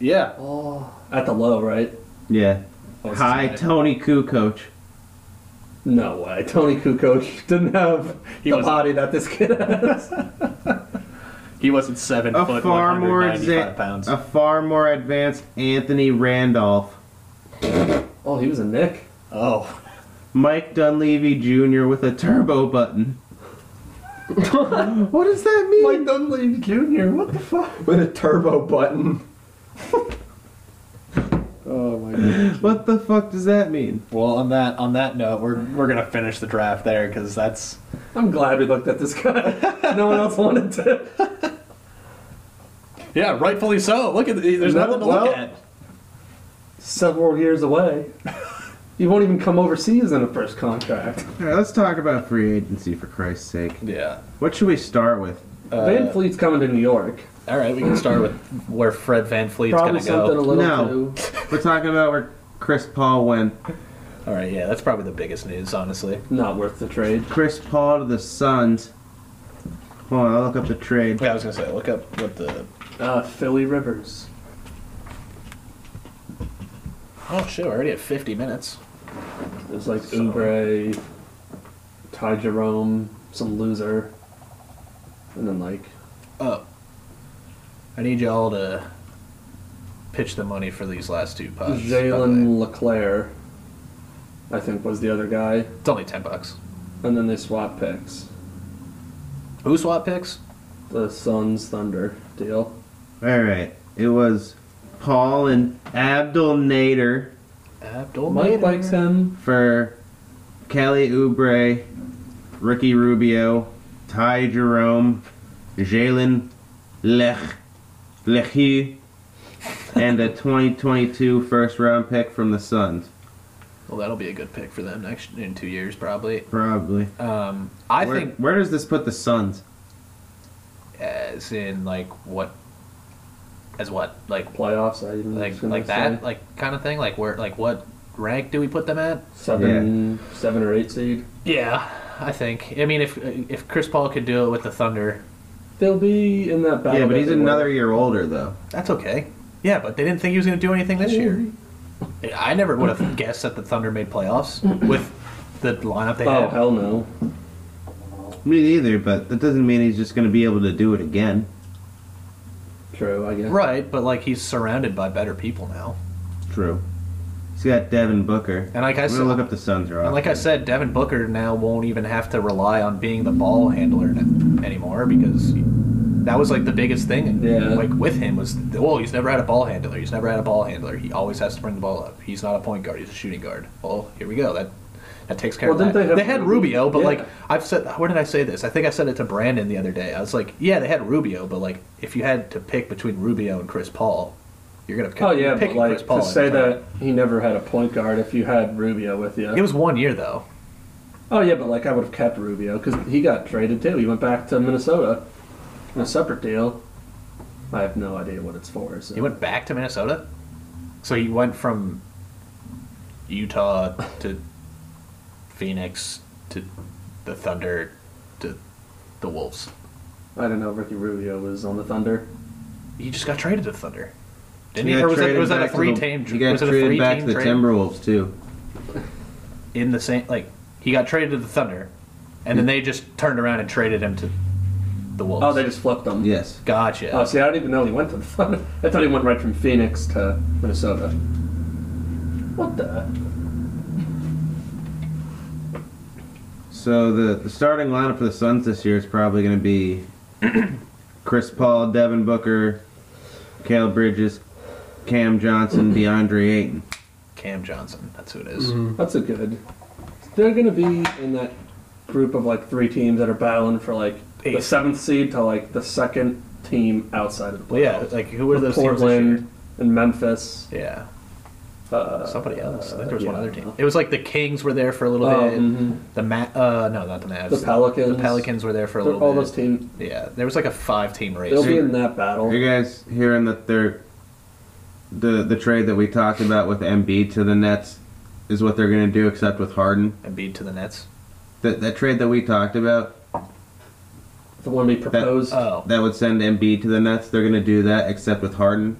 Speaker 1: Yeah.
Speaker 2: oh, at the low, right?
Speaker 3: Yeah.
Speaker 1: What's
Speaker 3: Hi,
Speaker 1: his name?
Speaker 3: Tony Kukoc.
Speaker 2: No way. Tony Kukoc didn't have
Speaker 1: He
Speaker 2: the
Speaker 1: was-
Speaker 2: body that this kid has.
Speaker 1: He wasn't seven
Speaker 3: A
Speaker 1: foot,
Speaker 3: far
Speaker 1: one
Speaker 3: more
Speaker 1: hundred
Speaker 3: exa-
Speaker 1: ninety-five pounds.
Speaker 3: a far more advanced Anthony Randolph.
Speaker 2: oh, he was a Nick.
Speaker 1: Oh,
Speaker 3: Mike Dunleavy Jr. with a turbo button. what does that mean?
Speaker 2: Mike Dunleavy Jr. What the fuck?
Speaker 5: With a turbo button.
Speaker 2: Oh my god.
Speaker 3: What the fuck does that mean?
Speaker 1: well. On that on that note, we're we're gonna finish the draft there because that's
Speaker 2: I'm glad we looked at this guy. no one else wanted to.
Speaker 1: yeah, rightfully so. Look at the, there's
Speaker 2: Well-
Speaker 1: nothing to look
Speaker 2: well-
Speaker 1: at.
Speaker 2: Several years away. You won't even come overseas in a first contract.
Speaker 3: All right, let's talk about free agency for Christ's sake.
Speaker 1: Yeah.
Speaker 3: What should we start with?
Speaker 1: Uh,
Speaker 2: Van Fleet's coming to New York.
Speaker 1: All right, we can start with where Fred Van Fleet's
Speaker 2: Probably
Speaker 1: gonna
Speaker 2: something
Speaker 1: go.
Speaker 2: a little
Speaker 3: No.
Speaker 2: too.
Speaker 3: We're talking about where Chris Paul went.
Speaker 1: All right, yeah, that's probably the biggest news, honestly.
Speaker 2: Not worth the trade.
Speaker 3: Chris Paul to the Suns. Hold on, I'll look up the trade.
Speaker 1: Yeah, I was gonna say, look up what the
Speaker 2: Uh, Philly Rivers.
Speaker 1: oh shit, we're already at fifty minutes.
Speaker 2: There's like Oubre, Ty Jerome, some loser, and then like
Speaker 1: Oh, I need y'all to pitch the money for these last two pods. by the way.
Speaker 2: Jalen LeClaire, I think was the other guy,
Speaker 1: it's only ten bucks.
Speaker 2: and then they swap picks.
Speaker 1: Who swap picks?
Speaker 2: The Suns Thunder deal.
Speaker 3: All right, it was Paul and Abdul Nader
Speaker 1: Abdul
Speaker 2: Mike
Speaker 1: Nader.
Speaker 2: likes him.
Speaker 3: for Kelly Oubre, Ricky Rubio, Ty Jerome, Jalen Lech Lechu, and a 2022 first round pick from the Suns.
Speaker 1: Well, that'll be a good pick for them next in two years, probably.
Speaker 3: Probably.
Speaker 1: Um, I
Speaker 3: where,
Speaker 1: think
Speaker 3: where does this put the Suns?
Speaker 1: as in like what, as what like
Speaker 2: Playoffs, I even was
Speaker 1: like
Speaker 2: gonna
Speaker 1: like that
Speaker 2: say.
Speaker 1: like kind of thing like where like what rank do we put them at?
Speaker 2: Seven, seven or eight seed.
Speaker 1: Yeah, I think. I mean, if if Chris Paul could do it with the Thunder,
Speaker 2: They'll be in that battle.
Speaker 3: Yeah, but
Speaker 2: that
Speaker 3: he's
Speaker 2: they
Speaker 3: another
Speaker 2: were.
Speaker 3: year older though.
Speaker 1: that's okay. Yeah, but they didn't think he was going to do anything this year. I never would have guessed that the Thunder made playoffs with the lineup they
Speaker 2: Oh
Speaker 1: had.
Speaker 2: hell no!
Speaker 3: Me neither, but that doesn't mean he's just going to be able to do it again.
Speaker 2: True, I guess.
Speaker 1: Right, but like he's surrounded by better people now.
Speaker 3: True. He's got Devin Booker.
Speaker 1: And like I
Speaker 3: I'm
Speaker 1: said,
Speaker 3: gonna look up the Suns roster.
Speaker 1: and like I said, Devin Booker now won't even have to rely on being the ball handler n- anymore because that was like the biggest thing.
Speaker 2: Yeah.
Speaker 1: Like with him was, well, he's never had a ball handler. He's never had a ball handler. He always has to bring the ball up. He's not a point guard. He's a shooting guard. Well, here we go. That that takes care
Speaker 2: Well,
Speaker 1: of
Speaker 2: didn't
Speaker 1: that.
Speaker 2: they
Speaker 1: had
Speaker 2: have Ruby?
Speaker 1: Rubio, but
Speaker 2: Yeah.
Speaker 1: like I've said, where did I say this? I think I said it to Brandon the other day. I was like, yeah, they had Rubio, but like if you had to pick between Rubio and Chris Paul, you're gonna pick,
Speaker 2: Oh yeah, but
Speaker 1: picking
Speaker 2: like
Speaker 1: Chris Paul.
Speaker 2: to
Speaker 1: every
Speaker 2: say
Speaker 1: time.
Speaker 2: that he never had a point guard if you had Rubio with you.
Speaker 1: it was one year though.
Speaker 2: oh yeah, but like I would have kept Rubio because he got traded too. He went back to Minnesota in a separate deal. I have no idea what it's for. So.
Speaker 1: He went back to Minnesota? So he went from Utah to Phoenix to the Thunder to the Wolves.
Speaker 2: I don't know. Ricky Rubio was on the Thunder.
Speaker 1: He just got traded to the Thunder. Didn't
Speaker 3: He
Speaker 1: he?
Speaker 3: got
Speaker 1: Or was that,
Speaker 3: traded
Speaker 1: was that a
Speaker 3: back to
Speaker 1: three
Speaker 3: the-
Speaker 1: team
Speaker 3: He got
Speaker 1: was it a
Speaker 3: traded
Speaker 1: three
Speaker 3: back to
Speaker 1: team
Speaker 3: the
Speaker 1: trade
Speaker 3: Timberwolves too.
Speaker 1: in the same like he got traded to the Thunder and then they just turned around and traded him to the Wolves.
Speaker 2: Oh, they just flipped them.
Speaker 3: Yes.
Speaker 1: Gotcha.
Speaker 2: Oh, see, I didn't even know he went to the Thunder. I thought he went right from Phoenix to Minnesota. What the?
Speaker 3: So the, the starting lineup for the Suns this year is probably going to be Chris Paul, Devin Booker, Caleb Bridges, Cam Johnson, DeAndre Ayton.
Speaker 1: Cam Johnson. That's who it is.
Speaker 3: Mm-hmm.
Speaker 2: That's a good. They're going to be in that group of like three teams that are battling for like the
Speaker 1: Eight.
Speaker 2: seventh seed to like the second team outside of the
Speaker 1: Well, yeah,
Speaker 2: playoffs.
Speaker 1: like who were those
Speaker 2: Portland and Memphis.
Speaker 1: teams? this year?
Speaker 2: Uh,
Speaker 1: Yeah, somebody else. I think there was one
Speaker 2: yeah.
Speaker 1: other team. It was like the Kings were there for a little
Speaker 2: Oh,
Speaker 1: bit.
Speaker 2: mhm.
Speaker 1: The Ma- uh no, not the Mavs.
Speaker 2: The Pelicans.
Speaker 1: The Pelicans were there for a
Speaker 2: They're-
Speaker 1: little
Speaker 2: all
Speaker 1: bit.
Speaker 2: those teams.
Speaker 1: Yeah, there was like a five-team race.
Speaker 2: They'll be in that
Speaker 3: Are
Speaker 2: battle.
Speaker 3: you guys hearing that they're the the trade that we talked about with MB to the Nets is what they're going to do, except with Harden.
Speaker 1: and beat to the Nets.
Speaker 3: That that trade that we talked about
Speaker 2: The one we proposed.
Speaker 1: Oh,
Speaker 3: that would send MB to the Nets, they're going to do that, except with Harden.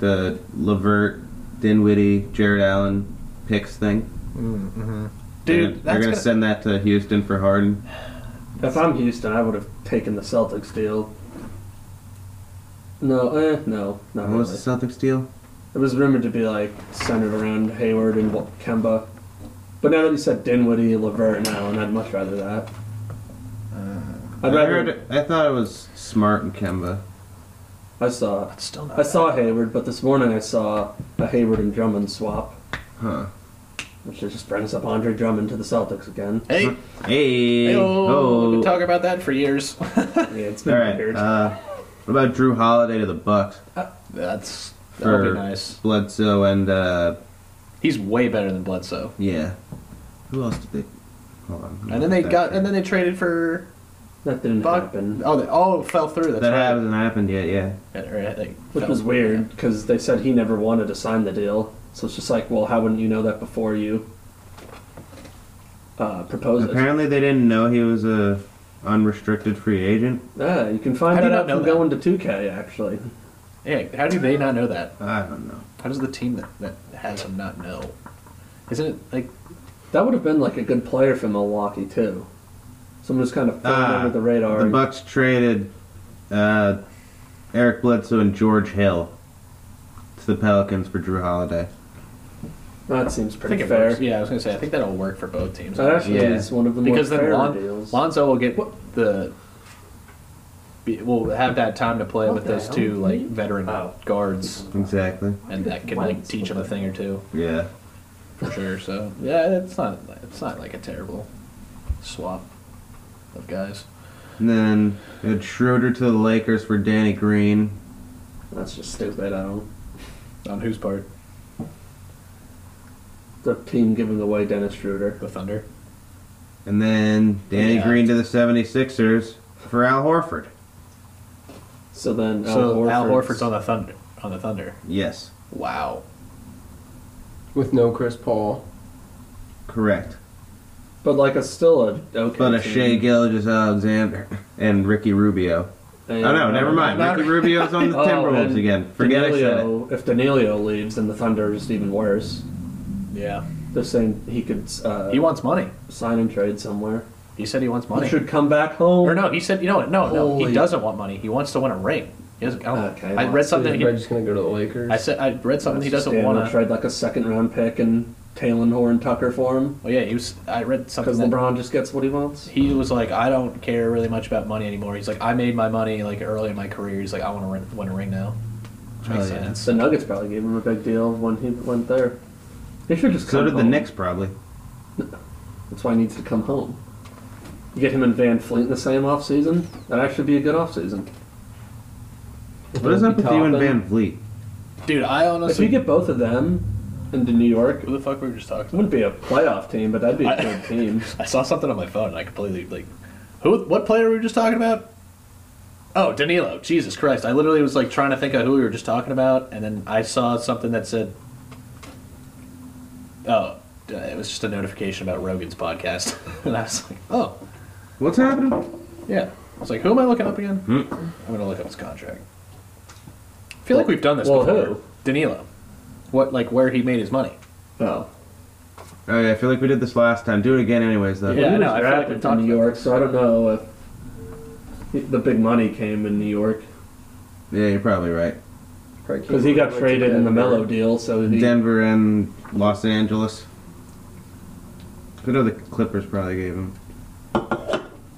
Speaker 3: The Levert, Dinwiddie, Jared Allen picks thing.
Speaker 1: mm-hmm.
Speaker 3: They're-
Speaker 1: dude,
Speaker 3: they're
Speaker 1: that's
Speaker 3: going to
Speaker 1: gonna-
Speaker 3: send that to Houston for Harden.
Speaker 2: If I'm Houston, I would have taken the Celtics deal. No, eh, no, not
Speaker 1: Oh,
Speaker 3: What
Speaker 2: really.
Speaker 3: was the Celtics deal?
Speaker 2: It was rumored to be like centered around Hayward and Wa- Kemba, but now that you said Dinwiddie, Levert, and Allen, I'd much rather that.
Speaker 3: I,
Speaker 2: I'd rather. I,
Speaker 3: heard, Uh, I thought it was Smart and Kemba.
Speaker 2: saw.
Speaker 1: that's still not.
Speaker 2: I saw Hayward, but this morning I saw a Hayward and Drummond swap,
Speaker 3: Huh.
Speaker 2: which just brings up Andre Drummond to the Celtics again.
Speaker 1: hey,
Speaker 3: Hey!
Speaker 1: oh, we've
Speaker 3: Oh!
Speaker 1: been talking about that for years.
Speaker 2: yeah, it's
Speaker 3: All
Speaker 2: been
Speaker 3: right.
Speaker 2: weird.
Speaker 3: Uh, what about Drew Holiday to the Bucks?
Speaker 1: that's that'll
Speaker 3: For-
Speaker 1: be nice.
Speaker 3: Bledsoe and, uh,
Speaker 1: He's way better than Bledsoe.
Speaker 3: yeah. Who else did they. Hold on.
Speaker 1: And then they got, and then they traded for.
Speaker 2: that didn't
Speaker 1: Bog-
Speaker 2: happen,
Speaker 1: Oh, they, oh, it fell through. That's
Speaker 3: That
Speaker 1: right.
Speaker 3: hasn't happened yet, yeah.
Speaker 1: Yeah, right, like,
Speaker 2: which
Speaker 1: fell-
Speaker 2: was weird because they said he never wanted to sign the deal. So it's just like, well, how wouldn't you know that before you uh, propose it?
Speaker 3: Apparently, they didn't know he was a unrestricted free agent.
Speaker 2: Yeah, you can find
Speaker 1: How do
Speaker 2: that
Speaker 1: you
Speaker 2: out
Speaker 1: not
Speaker 2: from
Speaker 1: know
Speaker 2: going to 2K, actually.
Speaker 1: Yeah, how do they not know that?
Speaker 3: I don't know.
Speaker 1: How does the team that, that has him not know? Isn't it like
Speaker 2: That would have been like a good player for Milwaukee, too. Someone who's kind of flown
Speaker 3: Ah,
Speaker 2: under the radar.
Speaker 3: The Bucks traded uh, Eric Bledsoe and George Hill to the Pelicans for Drew Holiday.
Speaker 2: that
Speaker 1: I
Speaker 2: seems
Speaker 1: think
Speaker 2: pretty
Speaker 1: it
Speaker 2: fair.
Speaker 1: works. Yeah, I was gonna say I think that'll work for both teams.
Speaker 2: That actually
Speaker 3: Yeah.
Speaker 2: is one of the
Speaker 1: because
Speaker 2: more
Speaker 1: then
Speaker 2: fair
Speaker 1: Lon-
Speaker 2: deals.
Speaker 1: Lonzo will get the be, will have that time to play
Speaker 2: What
Speaker 1: with
Speaker 2: the
Speaker 1: those
Speaker 2: hell? Oh.
Speaker 1: two like veteran guards,
Speaker 3: Exactly.
Speaker 1: and that can like teach him a thing or two
Speaker 3: Yeah.
Speaker 1: for sure. So yeah, it's not it's not like a terrible swap of guys.
Speaker 3: And then we had Schroeder to the Lakers for Danny Green.
Speaker 2: That's just stupid. I don't.
Speaker 1: On whose part?
Speaker 2: The team giving away Dennis Schroeder.
Speaker 1: The Thunder.
Speaker 3: And then Danny
Speaker 1: Yeah.
Speaker 3: Green to the 76ers for Al Horford.
Speaker 2: So then Al
Speaker 1: so
Speaker 2: Horford's,
Speaker 1: Al Horford's on the Thunder. On the Thunder.
Speaker 3: Yes.
Speaker 1: Wow.
Speaker 4: with no Chris Paul.
Speaker 3: Correct.
Speaker 2: But like a still a okay.
Speaker 3: But a
Speaker 2: team.
Speaker 3: Shea Gilgis Alexander and Ricky Rubio.
Speaker 2: And,
Speaker 3: Oh no, never mind.
Speaker 1: not-
Speaker 3: Ricky Rubio's on the
Speaker 2: Oh,
Speaker 3: Timberwolves
Speaker 2: and
Speaker 3: again. Forget I said it.
Speaker 2: Danilo, If Danilo leaves, then the Thunder is even worse.
Speaker 1: Yeah.
Speaker 2: They're saying he could uh,
Speaker 1: He wants money.
Speaker 2: sign and trade somewhere.
Speaker 1: He said he wants
Speaker 2: He
Speaker 1: money.
Speaker 2: should come back home.
Speaker 1: Or no, he said you know what? No, no, he
Speaker 2: Holy-
Speaker 1: doesn't want money. He wants to win a ring. He doesn't, I, don't-
Speaker 2: Okay,
Speaker 1: I
Speaker 2: well,
Speaker 1: read
Speaker 4: So
Speaker 1: something.
Speaker 4: he's
Speaker 1: He,
Speaker 4: probably just gonna go to the Lakers.
Speaker 1: I said I read something. He doesn't
Speaker 2: Yeah,
Speaker 1: want
Speaker 2: they'll
Speaker 1: to.
Speaker 2: trade like a second round pick and Talon Horn Tucker for
Speaker 1: Well,
Speaker 2: him
Speaker 1: Oh, yeah, he was. I read something that
Speaker 2: because LeBron just gets what he wants.
Speaker 1: he was like, I don't care really much about money anymore. He's like, I made my money like early in my career. He's like, I want to win a ring now. Which makes
Speaker 3: Oh, yeah.
Speaker 1: sense.
Speaker 2: The Nuggets probably gave him a big deal when he went there. He should just
Speaker 3: So
Speaker 2: come
Speaker 3: did the
Speaker 2: home.
Speaker 3: Knicks probably.
Speaker 2: That's why he needs to come home. You get him and Van Fleet in the same offseason, that'd actually be a good offseason.
Speaker 3: What is up with you and Van Vliet?
Speaker 1: Dude, I
Speaker 2: If you
Speaker 1: honestly.
Speaker 2: get both of them into New York, it
Speaker 1: Who the fuck were we just talking?
Speaker 2: wouldn't be a playoff team, but that'd be a
Speaker 1: I-
Speaker 2: good team.
Speaker 1: I saw something on my phone and I completely like, who? What player were we just talking about? Oh, Danilo. Jesus Christ! I literally was like trying to think of who we were just talking about, and then I saw something that said, "Oh, uh, it was just a notification about Rogan's podcast," and I was like, "Oh,
Speaker 3: What's happening?
Speaker 1: yeah." I was like, "Who am I looking up again?"
Speaker 2: Hmm.
Speaker 1: I'm gonna look up his contract. I feel like we've done this
Speaker 2: Well,
Speaker 1: before.
Speaker 2: who?
Speaker 1: Danilo. What like where he made his money?
Speaker 2: Oh.
Speaker 3: Oh yeah, I feel like we did this last time. Do it again anyways though.
Speaker 1: Yeah. I
Speaker 2: he
Speaker 1: know,
Speaker 2: was
Speaker 1: I feel like
Speaker 2: drafted
Speaker 1: we've
Speaker 2: to
Speaker 1: talked
Speaker 2: New
Speaker 1: about
Speaker 2: York, so I don't know if he- the big money came in New York.
Speaker 3: Yeah, you're probably right.
Speaker 2: Because he got traded in the Mello deal, so he,
Speaker 3: Denver and Los Angeles. I know the Clippers probably gave him.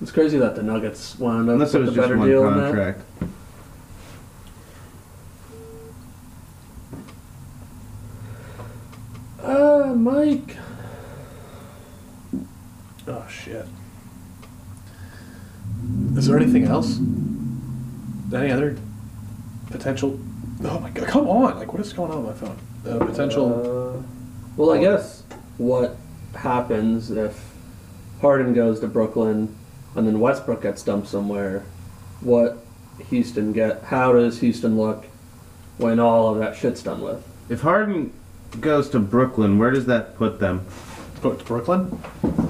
Speaker 2: It's crazy that the Nuggets wound up
Speaker 3: Unless it
Speaker 2: with
Speaker 3: was
Speaker 2: the
Speaker 3: just
Speaker 2: better
Speaker 3: one
Speaker 2: deal on that.
Speaker 3: contract.
Speaker 2: Uh, Mike.
Speaker 1: Oh shit. Is there anything else? Any other potential? Oh my god! Come on! Like, what is going on with my phone? Uh, potential.
Speaker 2: Uh, well, I guess what happens if Harden goes to Brooklyn and then Westbrook gets dumped somewhere? What Houston get? How does Houston look when all of that shit's done with?
Speaker 3: If Harden goes to Brooklyn, where does that put them?
Speaker 1: Booked Brooklyn.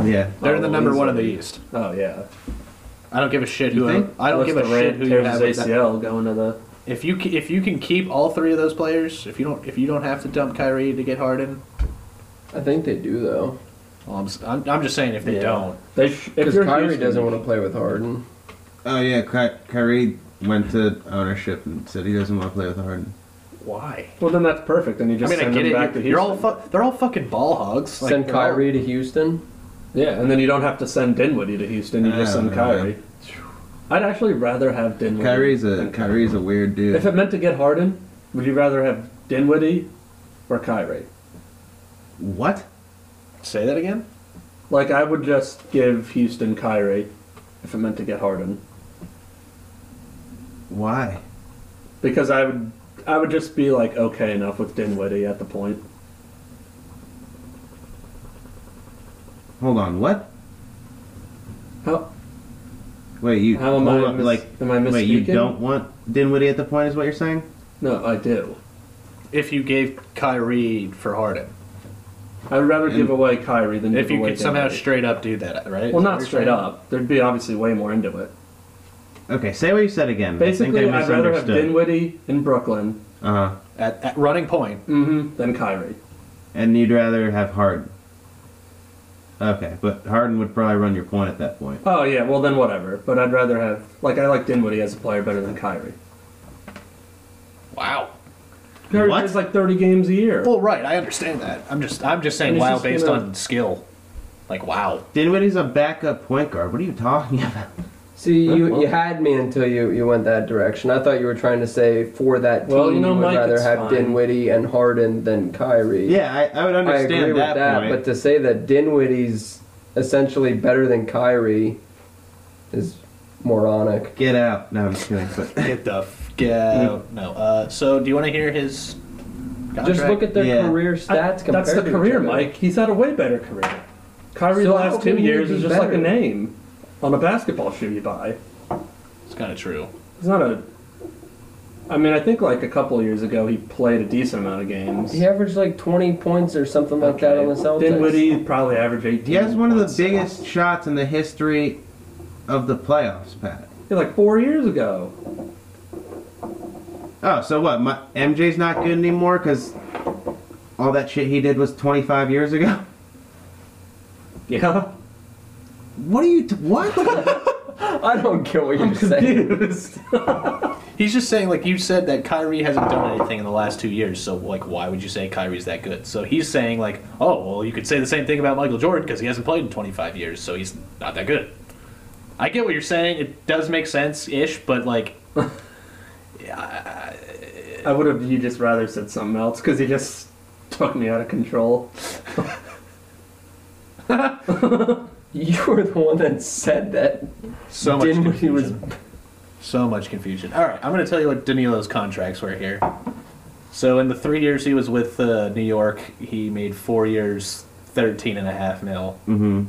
Speaker 3: Yeah.
Speaker 1: Uh, They're the
Speaker 2: Oh,
Speaker 1: number one in the
Speaker 2: easily.
Speaker 1: East.
Speaker 2: Oh yeah,
Speaker 1: I don't give a shit
Speaker 3: You
Speaker 1: who.
Speaker 3: think?
Speaker 1: I don't
Speaker 2: Unless
Speaker 1: give a
Speaker 2: Durant
Speaker 1: shit who you
Speaker 2: tears
Speaker 1: have.
Speaker 2: his
Speaker 1: in that-
Speaker 2: ACL going to the.
Speaker 1: If you c- if you can keep all three of those players, if you don't if you don't have to dump Kyrie to get Harden,
Speaker 4: I think they do though,
Speaker 1: well, I'm, s- I'm I'm just saying if they
Speaker 2: Yeah.
Speaker 1: don't,
Speaker 2: They sh- if
Speaker 4: because
Speaker 2: you're
Speaker 4: Kyrie
Speaker 2: Houston-
Speaker 4: doesn't want to play with Harden.
Speaker 3: Oh yeah, Ky- Kyrie went to ownership and said he doesn't want to play with Harden.
Speaker 1: why?
Speaker 2: Well, then that's perfect. Then you
Speaker 1: I
Speaker 2: just
Speaker 1: mean, I
Speaker 2: send
Speaker 1: get
Speaker 2: him
Speaker 1: it.
Speaker 2: back
Speaker 1: You're,
Speaker 2: to
Speaker 1: you're all
Speaker 2: Houston.
Speaker 1: fu- they're all fucking ball hogs. Like,
Speaker 4: Send
Speaker 1: they're all-
Speaker 4: Kyrie to Houston.
Speaker 2: Yeah, and then you don't have to send Dinwiddie to Houston. You just
Speaker 3: I don't
Speaker 2: send
Speaker 3: know,
Speaker 2: Kyrie. I'd actually rather have Dinwiddie.
Speaker 3: Kyrie's a
Speaker 2: than
Speaker 3: Kyrie's a weird dude.
Speaker 2: If it meant to get Harden, would you rather have Dinwiddie or Kyrie?
Speaker 3: what?
Speaker 1: Say that again.
Speaker 2: Like, I would just give Houston Kyrie if it meant to get Harden,
Speaker 3: Why?
Speaker 2: because I would I would just be like okay enough with Dinwiddie at the point.
Speaker 3: Hold on. What?
Speaker 2: How
Speaker 3: Wait, you
Speaker 2: how am
Speaker 3: hold
Speaker 2: I
Speaker 3: on,
Speaker 2: mis-
Speaker 3: like?
Speaker 2: am I misspeaking?
Speaker 3: Wait, you don't want Dinwiddie at the point? Is what you're saying?
Speaker 2: No, I do.
Speaker 1: If you gave Kyrie for Harden,
Speaker 2: I'd rather
Speaker 3: And-
Speaker 2: give away Kyrie than
Speaker 1: if
Speaker 2: give
Speaker 1: you
Speaker 2: away
Speaker 1: could somehow
Speaker 2: Dinwiddie.
Speaker 1: straight up do that, right? Is
Speaker 2: well,
Speaker 1: that
Speaker 2: not
Speaker 1: what you're
Speaker 2: straight
Speaker 1: saying?
Speaker 2: up. There'd be obviously way more into it.
Speaker 3: Okay, say what you said again. I
Speaker 2: Basically,
Speaker 3: think I
Speaker 2: I'd rather have
Speaker 3: misunderstood.
Speaker 2: Dinwiddie in Brooklyn
Speaker 3: uh huh.
Speaker 1: At, at running point,
Speaker 2: mm-hmm. than Kyrie.
Speaker 3: And you'd rather have Harden. Okay, but Harden would probably run your point at that point.
Speaker 2: Oh yeah, well then whatever. But I'd rather have like I like Dinwiddie as a player better than Kyrie.
Speaker 1: wow.
Speaker 2: Kyrie
Speaker 3: What?
Speaker 2: plays like thirty games a year.
Speaker 1: Well, right, I understand that. I'm just I'm just saying
Speaker 2: And he's
Speaker 1: wow
Speaker 2: just
Speaker 1: based
Speaker 2: gonna-
Speaker 1: on skill, like wow.
Speaker 3: Dinwiddie's a backup point guard. What are you talking about?
Speaker 4: See, you,
Speaker 3: well.
Speaker 4: you had me until you, you went that direction. I thought you were trying to say for that team
Speaker 2: Well, you know,
Speaker 4: would
Speaker 2: Mike,
Speaker 4: rather
Speaker 2: it's
Speaker 4: have
Speaker 2: fine.
Speaker 4: Dinwiddie and Harden than Kyrie.
Speaker 3: Yeah, I, I would
Speaker 4: I
Speaker 3: understand
Speaker 4: agree with
Speaker 3: that,
Speaker 4: that,
Speaker 3: point.
Speaker 4: but to say that Dinwiddie's essentially better than Kyrie is moronic.
Speaker 3: Get out. No, I'm just kidding. But
Speaker 1: Get the f- get out. No. Uh, so do you want to hear his? Contract?
Speaker 4: Just look at their
Speaker 3: Yeah.
Speaker 4: career stats
Speaker 2: I-
Speaker 4: compared
Speaker 2: that's the
Speaker 4: to each
Speaker 2: career,
Speaker 4: other.
Speaker 2: Mike. He's had a way better career. Kyrie
Speaker 4: So
Speaker 2: the
Speaker 4: how
Speaker 2: last
Speaker 4: can
Speaker 2: two
Speaker 4: he
Speaker 2: years
Speaker 4: be
Speaker 2: is just like a
Speaker 4: better?
Speaker 2: name on a basketball shoe you buy.
Speaker 1: It's kind of true.
Speaker 2: It's not a. I mean, I think like a couple years ago he played a decent amount of games.
Speaker 4: He averaged like 20 points or something like that on the Celtics.
Speaker 2: Dinwiddie probably averaged eighteen.
Speaker 3: he has one of the
Speaker 2: points.
Speaker 3: biggest shots in the history of the playoffs, Pat.
Speaker 2: Yeah, like four years ago.
Speaker 3: Oh, so what? My, MJ's not good anymore because all that shit he did was 25 years ago?
Speaker 2: Yeah.
Speaker 3: What are you. T- what?
Speaker 4: I don't get what you're saying.
Speaker 2: Confused.
Speaker 1: He's just saying like you said that Kyrie hasn't done anything in the last two years. So like why would you say Kyrie's that good? So he's saying like oh well you could say the same thing about Michael Jordan because he hasn't played in 25 years so he's not that good. I get what you're saying. It does make sense ish, but like
Speaker 2: I would have you just rather said something else because he just took me out of control.
Speaker 4: You were the one that said that
Speaker 1: so much
Speaker 4: Dinwiddie was
Speaker 1: confusion. So much confusion. All right, I'm going to tell you what Danilo's contracts were here. So in the three years he was with uh, New York, he made four years, 13 and a half mil.
Speaker 3: mm
Speaker 4: Mm-hmm.
Speaker 3: hmm.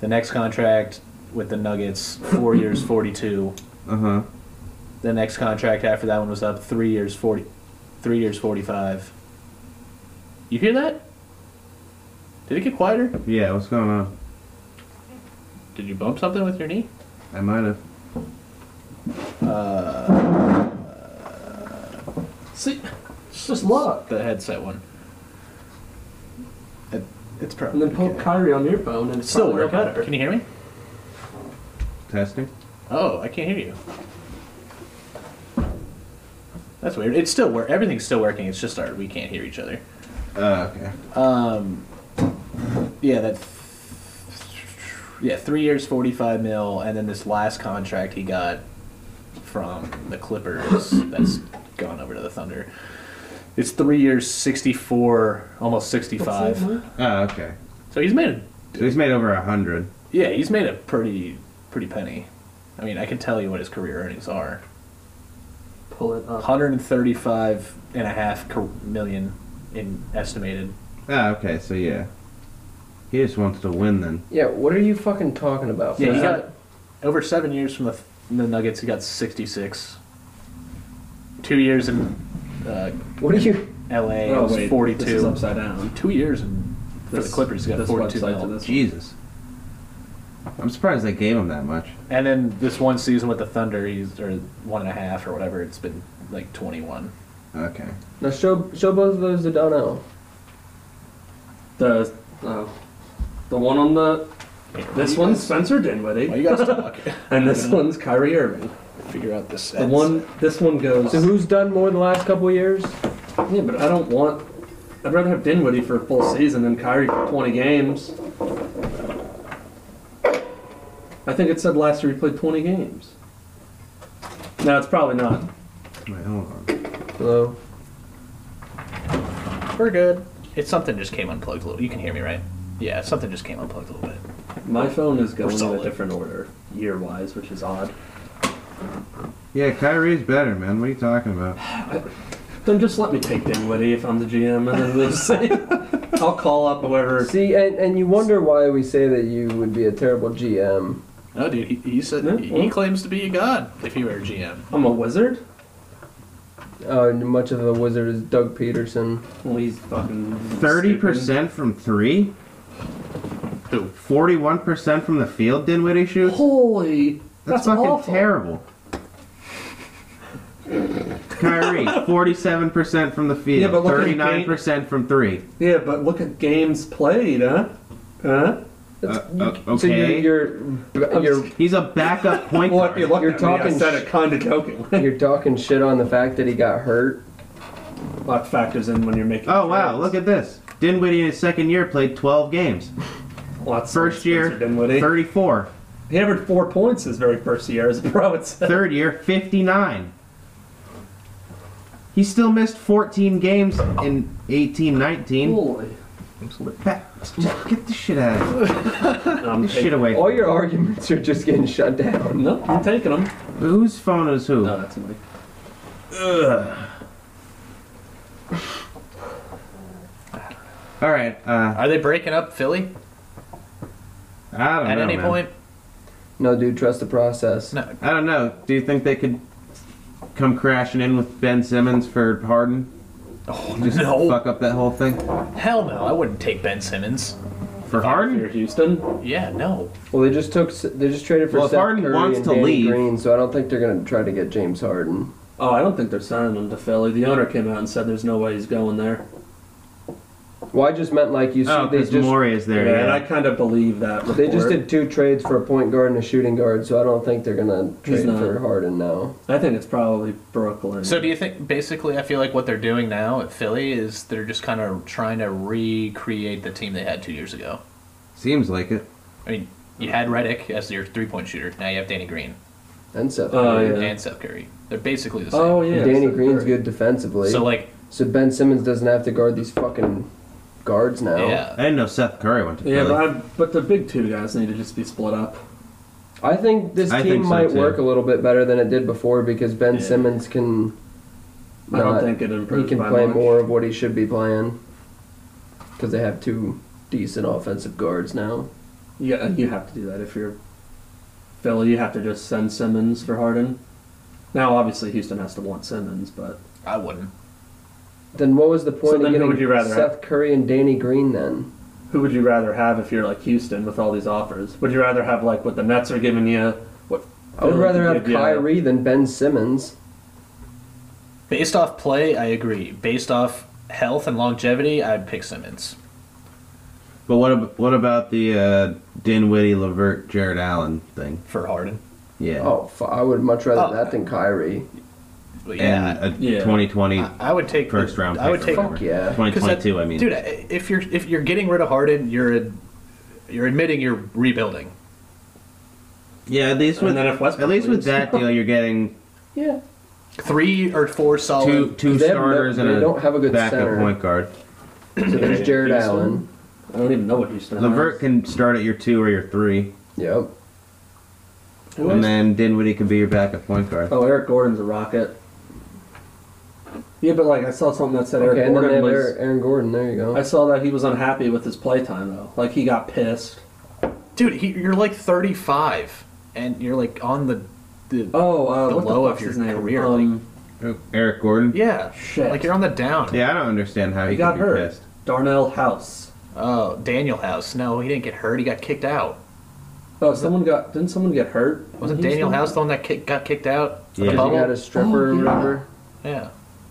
Speaker 1: The next contract with the Nuggets, four years, 42.
Speaker 3: Uh huh.
Speaker 1: The next contract after that one was up, three years, 40, three years, 45. You hear that? Did it get quieter?
Speaker 3: Yeah, what's going on?
Speaker 1: Did you bump something with your knee?
Speaker 3: I might have.
Speaker 1: See,
Speaker 2: It's just luck.
Speaker 1: the headset one. It, it's
Speaker 2: And
Speaker 1: probably
Speaker 2: then poke Kyrie on your phone and
Speaker 1: It's still
Speaker 2: probably
Speaker 1: working.
Speaker 2: no better.
Speaker 1: Can you hear me?
Speaker 3: Testing?
Speaker 1: Oh, I can't hear you. That's weird. It's still work. Everything's still working. It's just our we can't hear each other.
Speaker 3: Oh, Uh, okay.
Speaker 1: Um, yeah, that Yeah, three years, forty-five mil, and then this last contract he got from the Clippers that's gone over to the Thunder. It's three years, sixty-four, almost sixty-five.
Speaker 3: Oh, okay.
Speaker 1: So he's made a
Speaker 3: So he's made over a hundred.
Speaker 1: yeah, he's made a pretty pretty penny. I mean, I can tell you what his career earnings are:
Speaker 2: Pull it up.
Speaker 1: 135 and a half co- million in estimated.
Speaker 3: Oh, okay. So yeah, he just wants to win then.
Speaker 4: Yeah, what are you fucking talking about?
Speaker 1: Yeah, he got over seven years from the, from the Nuggets. He got 66. Two years in uh,
Speaker 4: What are you?
Speaker 1: L.A. it
Speaker 2: Oh,
Speaker 1: was
Speaker 2: wait, This is
Speaker 1: 42.
Speaker 2: upside down.
Speaker 1: Two years in for
Speaker 2: This-
Speaker 1: the Clippers. He got
Speaker 2: this
Speaker 1: 42
Speaker 2: website to
Speaker 1: mil.
Speaker 2: this
Speaker 3: Jesus. I'm surprised they gave him that much.
Speaker 1: And then this one season with the Thunder, he's or one and a half or whatever. It's been like 21.
Speaker 3: Okay.
Speaker 4: Now show show both of those to Donnell.
Speaker 2: The uh, the one on the this one's Spencer Dinwiddie,
Speaker 1: Well, you guys talk.
Speaker 2: and this one's Kyrie Irving.
Speaker 1: Figure out this.
Speaker 2: The one this one goes.
Speaker 4: So who's done more the last couple of years?
Speaker 2: Yeah, but I don't want. I'd rather have Dinwiddie for a full season than Kyrie for 20 games. I think it said last year he played 20 games. No, it's probably not.
Speaker 3: Wait, hold on.
Speaker 4: Hello.
Speaker 1: We're good. It's something just came unplugged a little. You can hear me, right? Yeah, something just came unplugged a little bit.
Speaker 2: My phone is going in
Speaker 1: solid.
Speaker 2: a different order year wise, which is odd.
Speaker 3: Yeah, Kyrie's better, man. What are you talking about?
Speaker 2: Then just let me take Dinwiddie if I'm the GM, and then they just say, I'll call up whoever.
Speaker 4: See, and, and you wonder why we say that you would be a terrible GM.
Speaker 1: No, dude, he, he said
Speaker 2: Yeah,
Speaker 1: he
Speaker 2: well.
Speaker 1: claims to be a god if he were a GM.
Speaker 2: I'm a wizard?
Speaker 4: Uh, much of the wizard is Doug Peterson.
Speaker 2: Well, he's fucking.
Speaker 3: Thirty
Speaker 2: stupid.
Speaker 3: percent from three.
Speaker 1: Who?
Speaker 3: Forty-one percent from the field. Dinwiddie shoots.
Speaker 2: Holy. That's,
Speaker 3: fucking
Speaker 2: awful.
Speaker 3: terrible. Kyrie, forty-seven percent from the field,
Speaker 2: Yeah, but look at the
Speaker 3: thirty-nine percent from three.
Speaker 2: Yeah, but look at games played, huh? Huh?
Speaker 3: Uh, uh,
Speaker 4: So you're
Speaker 3: okay,
Speaker 4: you're you're,
Speaker 3: he's a backup point guard.
Speaker 4: you're talking
Speaker 2: it kind of joking.
Speaker 4: you're talking shit on the fact that he got hurt.
Speaker 2: A lot factors in when you're making.
Speaker 3: Oh wow, look at this. Dinwiddie in his second year played 12 games.
Speaker 2: Lots
Speaker 3: First year,
Speaker 2: Dinwiddie.
Speaker 3: 34.
Speaker 2: He averaged four points his very first year as a pro. It's
Speaker 3: Third year, 59. He still missed 14 games in 18, 19.
Speaker 2: holy.
Speaker 3: That- Just get this shit out of here.
Speaker 2: I'm
Speaker 3: This shit
Speaker 2: taking,
Speaker 3: away.
Speaker 4: All your arguments are just getting shut down.
Speaker 2: no, I'm taking them.
Speaker 3: Whose phone is who?
Speaker 2: No, that's me.
Speaker 3: All right. Uh,
Speaker 1: Are they breaking up Philly
Speaker 3: I don't
Speaker 1: at
Speaker 3: know.
Speaker 1: any
Speaker 3: man.
Speaker 1: point?
Speaker 4: No, dude, trust the process.
Speaker 1: No.
Speaker 3: I don't know. Do you think they could come crashing in with Ben Simmons for Harden?
Speaker 1: Oh,
Speaker 3: Just
Speaker 1: no.
Speaker 3: fuck up that whole thing
Speaker 1: Hell no. I wouldn't take Ben Simmons.
Speaker 3: for
Speaker 2: If
Speaker 3: Harden?
Speaker 2: you're Houston,
Speaker 1: Yeah, no.
Speaker 4: Well, they just took they just traded for
Speaker 3: Well, if
Speaker 4: Seth
Speaker 3: Harden
Speaker 4: Curry
Speaker 3: wants
Speaker 4: and
Speaker 3: to
Speaker 4: Danny
Speaker 3: leave-
Speaker 4: Green, so I don't think they're gonna try to get James Harden.
Speaker 2: oh, I don't think they're signing him to Philly. The owner came out and said there's no way he's going there.
Speaker 4: Well, I just meant like you see,
Speaker 3: Oh,
Speaker 4: they
Speaker 3: because
Speaker 4: just
Speaker 3: Morey is there.
Speaker 2: and
Speaker 3: Yeah,
Speaker 2: I kind of believe that. Report.
Speaker 4: they just did two trades for a point guard and a shooting guard, so I don't think they're gonna trade
Speaker 2: not.
Speaker 4: for Harden now.
Speaker 2: I think it's probably Brooklyn.
Speaker 1: So do you think basically I feel like what they're doing now at Philly is they're just kind of trying to recreate the team they had 2 years ago.
Speaker 3: Seems like it.
Speaker 1: I mean, you had Redick as your three-point shooter. Now you have Danny Green
Speaker 4: And Seth
Speaker 2: Oh,
Speaker 4: Curry.
Speaker 2: yeah.
Speaker 1: and Seth Curry. They're basically the same.
Speaker 2: Oh yeah,
Speaker 4: Danny
Speaker 2: Seth
Speaker 4: Green's
Speaker 2: Curry.
Speaker 4: good defensively,
Speaker 1: So
Speaker 4: so,
Speaker 1: like,
Speaker 4: Ben Simmons doesn't have to guard these fucking guards now.
Speaker 1: yeah.
Speaker 3: I didn't know Seth Curry went to
Speaker 2: Yeah,
Speaker 3: Philly.
Speaker 2: but, I, but the big two guys need to just be split up.
Speaker 4: I think this
Speaker 3: I
Speaker 4: team
Speaker 3: think so,
Speaker 4: might
Speaker 3: too.
Speaker 4: work a little bit better than it did before because Ben
Speaker 2: Yeah.
Speaker 4: Simmons can.
Speaker 2: I don't
Speaker 4: not-
Speaker 2: think it
Speaker 4: he
Speaker 2: improves.
Speaker 4: can
Speaker 2: by
Speaker 4: play
Speaker 2: much.
Speaker 4: more of what he should be playing because they have two decent offensive guards now.
Speaker 2: Yeah, you have to do that if you're Philly. You have to just send Simmons for Harden. Now, obviously, Houston has to want Simmons, but
Speaker 1: I wouldn't.
Speaker 4: Then what was the point
Speaker 2: then
Speaker 4: of
Speaker 2: who
Speaker 4: getting
Speaker 2: would you rather
Speaker 4: Seth Curry and Danny Green then?
Speaker 2: who would you rather have if you're like Houston with all these offers? Would you rather have like what the Nets are giving you? What
Speaker 4: I would
Speaker 2: Philly
Speaker 4: rather
Speaker 2: could
Speaker 4: have
Speaker 2: give you?
Speaker 4: Kyrie than Ben Simmons.
Speaker 1: Based off play, I agree. Based off health and longevity, I'd pick Simmons.
Speaker 3: But what ab- what about the uh, Dinwiddie, Levert, Jared Allen thing?
Speaker 1: for Harden.
Speaker 3: Yeah,
Speaker 4: Oh, fu- I would much rather
Speaker 1: Oh.
Speaker 4: that than Kyrie.
Speaker 1: But
Speaker 3: and
Speaker 1: yeah,
Speaker 3: a
Speaker 2: Yeah.
Speaker 3: 2020,
Speaker 1: I, I would take
Speaker 3: first round
Speaker 1: I would
Speaker 3: pick
Speaker 1: take
Speaker 3: or whatever.
Speaker 4: Fuck yeah.
Speaker 3: 2022.
Speaker 1: I-
Speaker 3: I mean,
Speaker 1: dude, I- if you're if you're getting rid of Harden, you're ad- you're admitting you're rebuilding.
Speaker 3: Yeah, at least
Speaker 2: And
Speaker 3: with
Speaker 2: then if Westbrook
Speaker 3: at least with
Speaker 2: leaves.
Speaker 3: that deal, you're getting
Speaker 4: Yeah.
Speaker 1: Three or four
Speaker 3: two
Speaker 1: solid.
Speaker 3: two
Speaker 4: Oh, They have no-
Speaker 3: starters
Speaker 4: they
Speaker 3: and a
Speaker 4: don't have a good
Speaker 3: backup
Speaker 4: center.
Speaker 3: point guard.
Speaker 4: So there's Jared
Speaker 2: Houston?
Speaker 4: Allen.
Speaker 2: I don't even know what Houston has.
Speaker 3: Levert can start at your two or your three,
Speaker 4: Yep.
Speaker 2: Who
Speaker 3: and
Speaker 2: is-
Speaker 3: then Dinwiddie could be your backup point guard.
Speaker 2: Oh, Eric Gordon's a rocket. Yeah, but like I saw something that said
Speaker 4: okay,
Speaker 2: Eric
Speaker 4: and then they
Speaker 2: Gordon
Speaker 4: have
Speaker 2: was.
Speaker 4: Aaron, Aaron Gordon. There you go.
Speaker 2: I saw that he was unhappy with his playtime though. Like he got pissed.
Speaker 1: Dude, he, you're like 35, and you're like on the. the
Speaker 2: Oh, uh,
Speaker 1: The
Speaker 2: what
Speaker 1: low
Speaker 2: the
Speaker 1: of
Speaker 2: fuck's
Speaker 1: your
Speaker 2: his name?
Speaker 1: career,
Speaker 2: Um,
Speaker 3: Oh, Eric Gordon.
Speaker 1: yeah.
Speaker 2: Shit.
Speaker 1: Like you're on the down.
Speaker 3: Yeah, I don't understand how
Speaker 2: he
Speaker 3: he
Speaker 2: got
Speaker 3: could be
Speaker 2: hurt.
Speaker 3: pissed.
Speaker 2: Darnell House.
Speaker 1: Oh, Daniel House. No, he didn't get hurt. He got kicked out.
Speaker 2: Oh, someone got. Didn't someone get hurt?
Speaker 1: Wasn't
Speaker 2: in Houston?
Speaker 1: Daniel House the one that kick, got kicked out? of
Speaker 3: Yeah.
Speaker 1: The
Speaker 4: Because he
Speaker 1: bubble?
Speaker 4: got a stripper
Speaker 2: Oh, yeah.
Speaker 4: or whatever.
Speaker 1: yeah.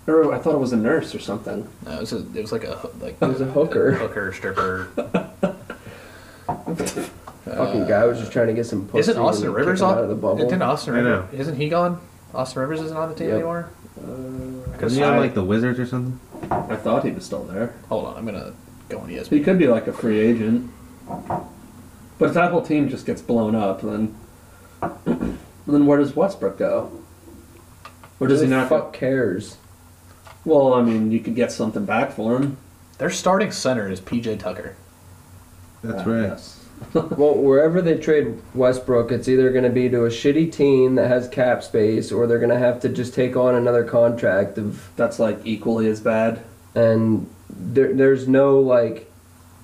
Speaker 2: Or I thought it was a nurse or something.
Speaker 1: No, it was, a, it was like a ho- like
Speaker 4: He was a hooker.
Speaker 1: hooker stripper.
Speaker 4: Fucking guy was just trying to get some pussy.
Speaker 1: Isn't
Speaker 4: and
Speaker 1: Austin
Speaker 4: kick
Speaker 1: Rivers
Speaker 4: him
Speaker 1: on?
Speaker 4: out of the bubble?
Speaker 1: Didn't Austin
Speaker 3: I
Speaker 1: Rivers? Isn't he gone? Austin Rivers isn't on the team
Speaker 4: Yep. Uh,
Speaker 1: anymore.
Speaker 3: Because he
Speaker 2: I-
Speaker 3: on like the Wizards or something.
Speaker 2: I thought he was still there.
Speaker 1: Hold on, I'm gonna go on E ESPN.
Speaker 2: He could be like a free agent. But if that whole team just gets blown up, then then where does Westbrook go? Or does
Speaker 4: Who
Speaker 2: he
Speaker 4: the
Speaker 2: not? Go?
Speaker 4: Fuck cares.
Speaker 2: Well, I mean, you could get something back for him.
Speaker 1: Their starting center is PJ Tucker.
Speaker 3: That's
Speaker 2: Uh,
Speaker 3: right.
Speaker 2: yes.
Speaker 4: Well, wherever they trade Westbrook, it's either going to be to a shitty team that has cap space, or they're going to have to just take on another contract of,
Speaker 2: That's like equally as bad.
Speaker 4: and there, there's no like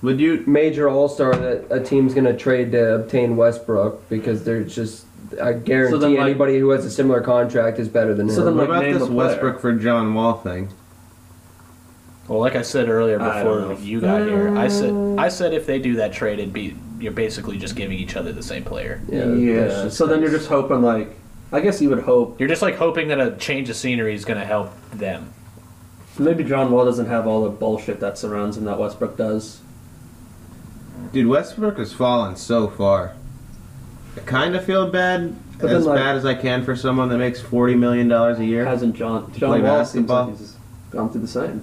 Speaker 3: Would you?
Speaker 4: major all star that a team's going to trade to obtain Westbrook because they're just. I guarantee
Speaker 2: then, like-
Speaker 4: anybody who has a similar contract is better than
Speaker 2: So
Speaker 4: him.
Speaker 2: then, like,
Speaker 3: What about
Speaker 2: name
Speaker 3: this
Speaker 2: a player.
Speaker 3: Westbrook for John Wall thing?
Speaker 1: Well, like I said earlier
Speaker 2: I don't
Speaker 1: before
Speaker 2: know.
Speaker 1: you got here, I said I said if they do that trade, it'd be you're basically just giving each other the same player.
Speaker 4: Yeah, that's just-
Speaker 2: So then you're just hoping, like, I guess you would hope
Speaker 1: You're just like hoping that a change of scenery is gonna help them.
Speaker 2: maybe John Wall doesn't have all the bullshit that surrounds him that Westbrook does.
Speaker 3: Dude, Westbrook has fallen so far. I kind of feel bad,
Speaker 2: But then,
Speaker 3: as
Speaker 2: like-
Speaker 3: bad as I can for someone that makes forty million dollars a year.
Speaker 2: Hasn't John
Speaker 3: play
Speaker 2: John Wall seems
Speaker 3: basketball?
Speaker 2: like he's gone through the same.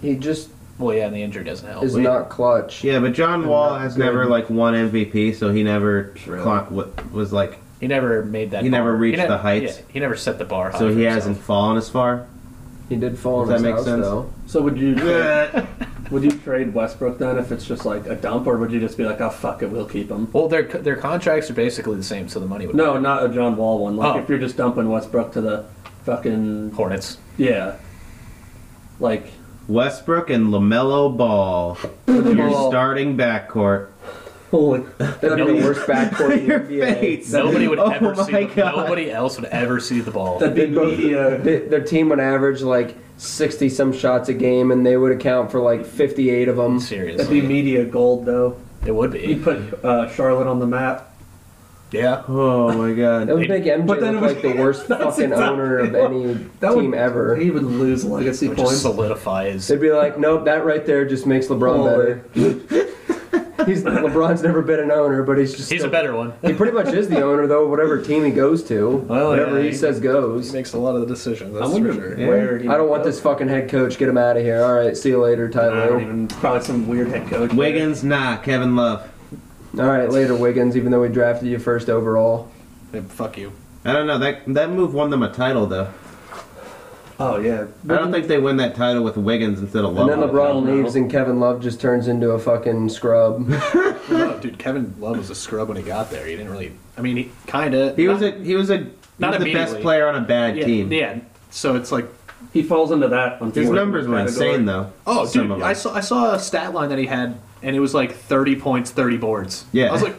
Speaker 4: he just
Speaker 1: Well, yeah, and the injury doesn't
Speaker 2: Oh,
Speaker 1: help.
Speaker 4: is
Speaker 3: Wait.
Speaker 4: not clutch.
Speaker 3: Yeah, but John Wall has
Speaker 2: good.
Speaker 3: never like won MVP, so he never
Speaker 2: True.
Speaker 3: clock what was like.
Speaker 1: He never made that.
Speaker 3: He
Speaker 1: bar.
Speaker 3: never reached
Speaker 1: ne-
Speaker 3: the heights.
Speaker 1: yeah, he never set the bar. high
Speaker 3: So
Speaker 1: for
Speaker 3: he
Speaker 1: himself.
Speaker 3: hasn't fallen as far.
Speaker 4: He did fall
Speaker 3: Does
Speaker 4: in his
Speaker 3: that make
Speaker 4: house
Speaker 3: sense?
Speaker 4: though.
Speaker 2: So would you
Speaker 3: Yeah.
Speaker 2: would you trade Westbrook then if it's just like a dump, or would you just be like, oh fuck it, we'll keep him?
Speaker 1: Well, their their contracts are basically the same, so the money would
Speaker 2: No, not a John Wall one. Like
Speaker 1: Oh.
Speaker 2: if you're just dumping Westbrook to the fucking
Speaker 1: Hornets.
Speaker 2: yeah, like
Speaker 3: Westbrook and Lamelo Ball, your starting backcourt.
Speaker 2: holy
Speaker 4: That'd be the worst backcourt in the
Speaker 3: Your
Speaker 4: NBA.
Speaker 3: face.
Speaker 1: Nobody would
Speaker 3: Oh
Speaker 1: ever see.
Speaker 3: my
Speaker 1: The,
Speaker 3: God.
Speaker 1: nobody else would ever see the ball.
Speaker 2: that'd be media.
Speaker 4: They, their team would average like 60 some shots a game and they would account for like 58 of them.
Speaker 2: That'd be
Speaker 1: Seriously,
Speaker 2: media gold though.
Speaker 1: it would
Speaker 2: You
Speaker 1: be.
Speaker 2: put uh, Charlotte on the map.
Speaker 1: Yeah.
Speaker 3: Oh my
Speaker 4: It
Speaker 3: god.
Speaker 4: would make MJ
Speaker 2: But
Speaker 4: look
Speaker 2: then it
Speaker 4: like
Speaker 2: would-
Speaker 4: the worst
Speaker 2: that's
Speaker 4: fucking
Speaker 2: exactly
Speaker 4: owner of
Speaker 2: what-
Speaker 4: any
Speaker 2: That
Speaker 4: team
Speaker 2: would,
Speaker 4: ever.
Speaker 2: He would lose legacy
Speaker 1: Which
Speaker 2: points.
Speaker 1: just solidifies.
Speaker 4: They'd be like, nope, that right there just makes LeBron better. he's LeBron's never been an owner, but he's just
Speaker 1: He's
Speaker 4: still-
Speaker 1: a better one.
Speaker 4: He pretty much is the owner though. Whatever team he goes to,
Speaker 1: Well,
Speaker 4: whatever
Speaker 1: yeah,
Speaker 4: he,
Speaker 1: he-
Speaker 4: says goes.
Speaker 1: makes a lot of the decisions.
Speaker 2: I wonder where. He
Speaker 4: I don't
Speaker 2: would
Speaker 4: want
Speaker 2: go.
Speaker 4: this fucking head coach. Get him out of here. All right, see you later,
Speaker 2: I don't
Speaker 4: Tyler.
Speaker 2: even. Probably some weird head coach.
Speaker 3: Wiggins, nah. Kevin Love.
Speaker 4: All right, later, Wiggins. Even though we drafted you first overall,
Speaker 1: Fuck you.
Speaker 3: I don't know. That that move won them a title though.
Speaker 2: Oh yeah.
Speaker 3: I don't think they win that title with Wiggins instead of Love.
Speaker 4: and then LeBron
Speaker 2: no.
Speaker 4: leaves, and Kevin Love just turns into a fucking scrub.
Speaker 1: No, dude, Kevin Love was a scrub when he got there. He didn't really. I mean, he kind of.
Speaker 3: He was a he was a he
Speaker 1: Not
Speaker 3: was the best
Speaker 1: immediately.
Speaker 3: player on a bad
Speaker 1: yeah,
Speaker 3: team.
Speaker 1: Yeah. So it's like,
Speaker 2: He falls into that.
Speaker 3: His numbers were
Speaker 2: category.
Speaker 3: insane though.
Speaker 1: oh,
Speaker 3: Some
Speaker 1: dude,
Speaker 3: of them.
Speaker 1: I saw I saw a stat line that he had, and it was like 30 points, 30 boards.
Speaker 3: Yeah.
Speaker 1: I was like,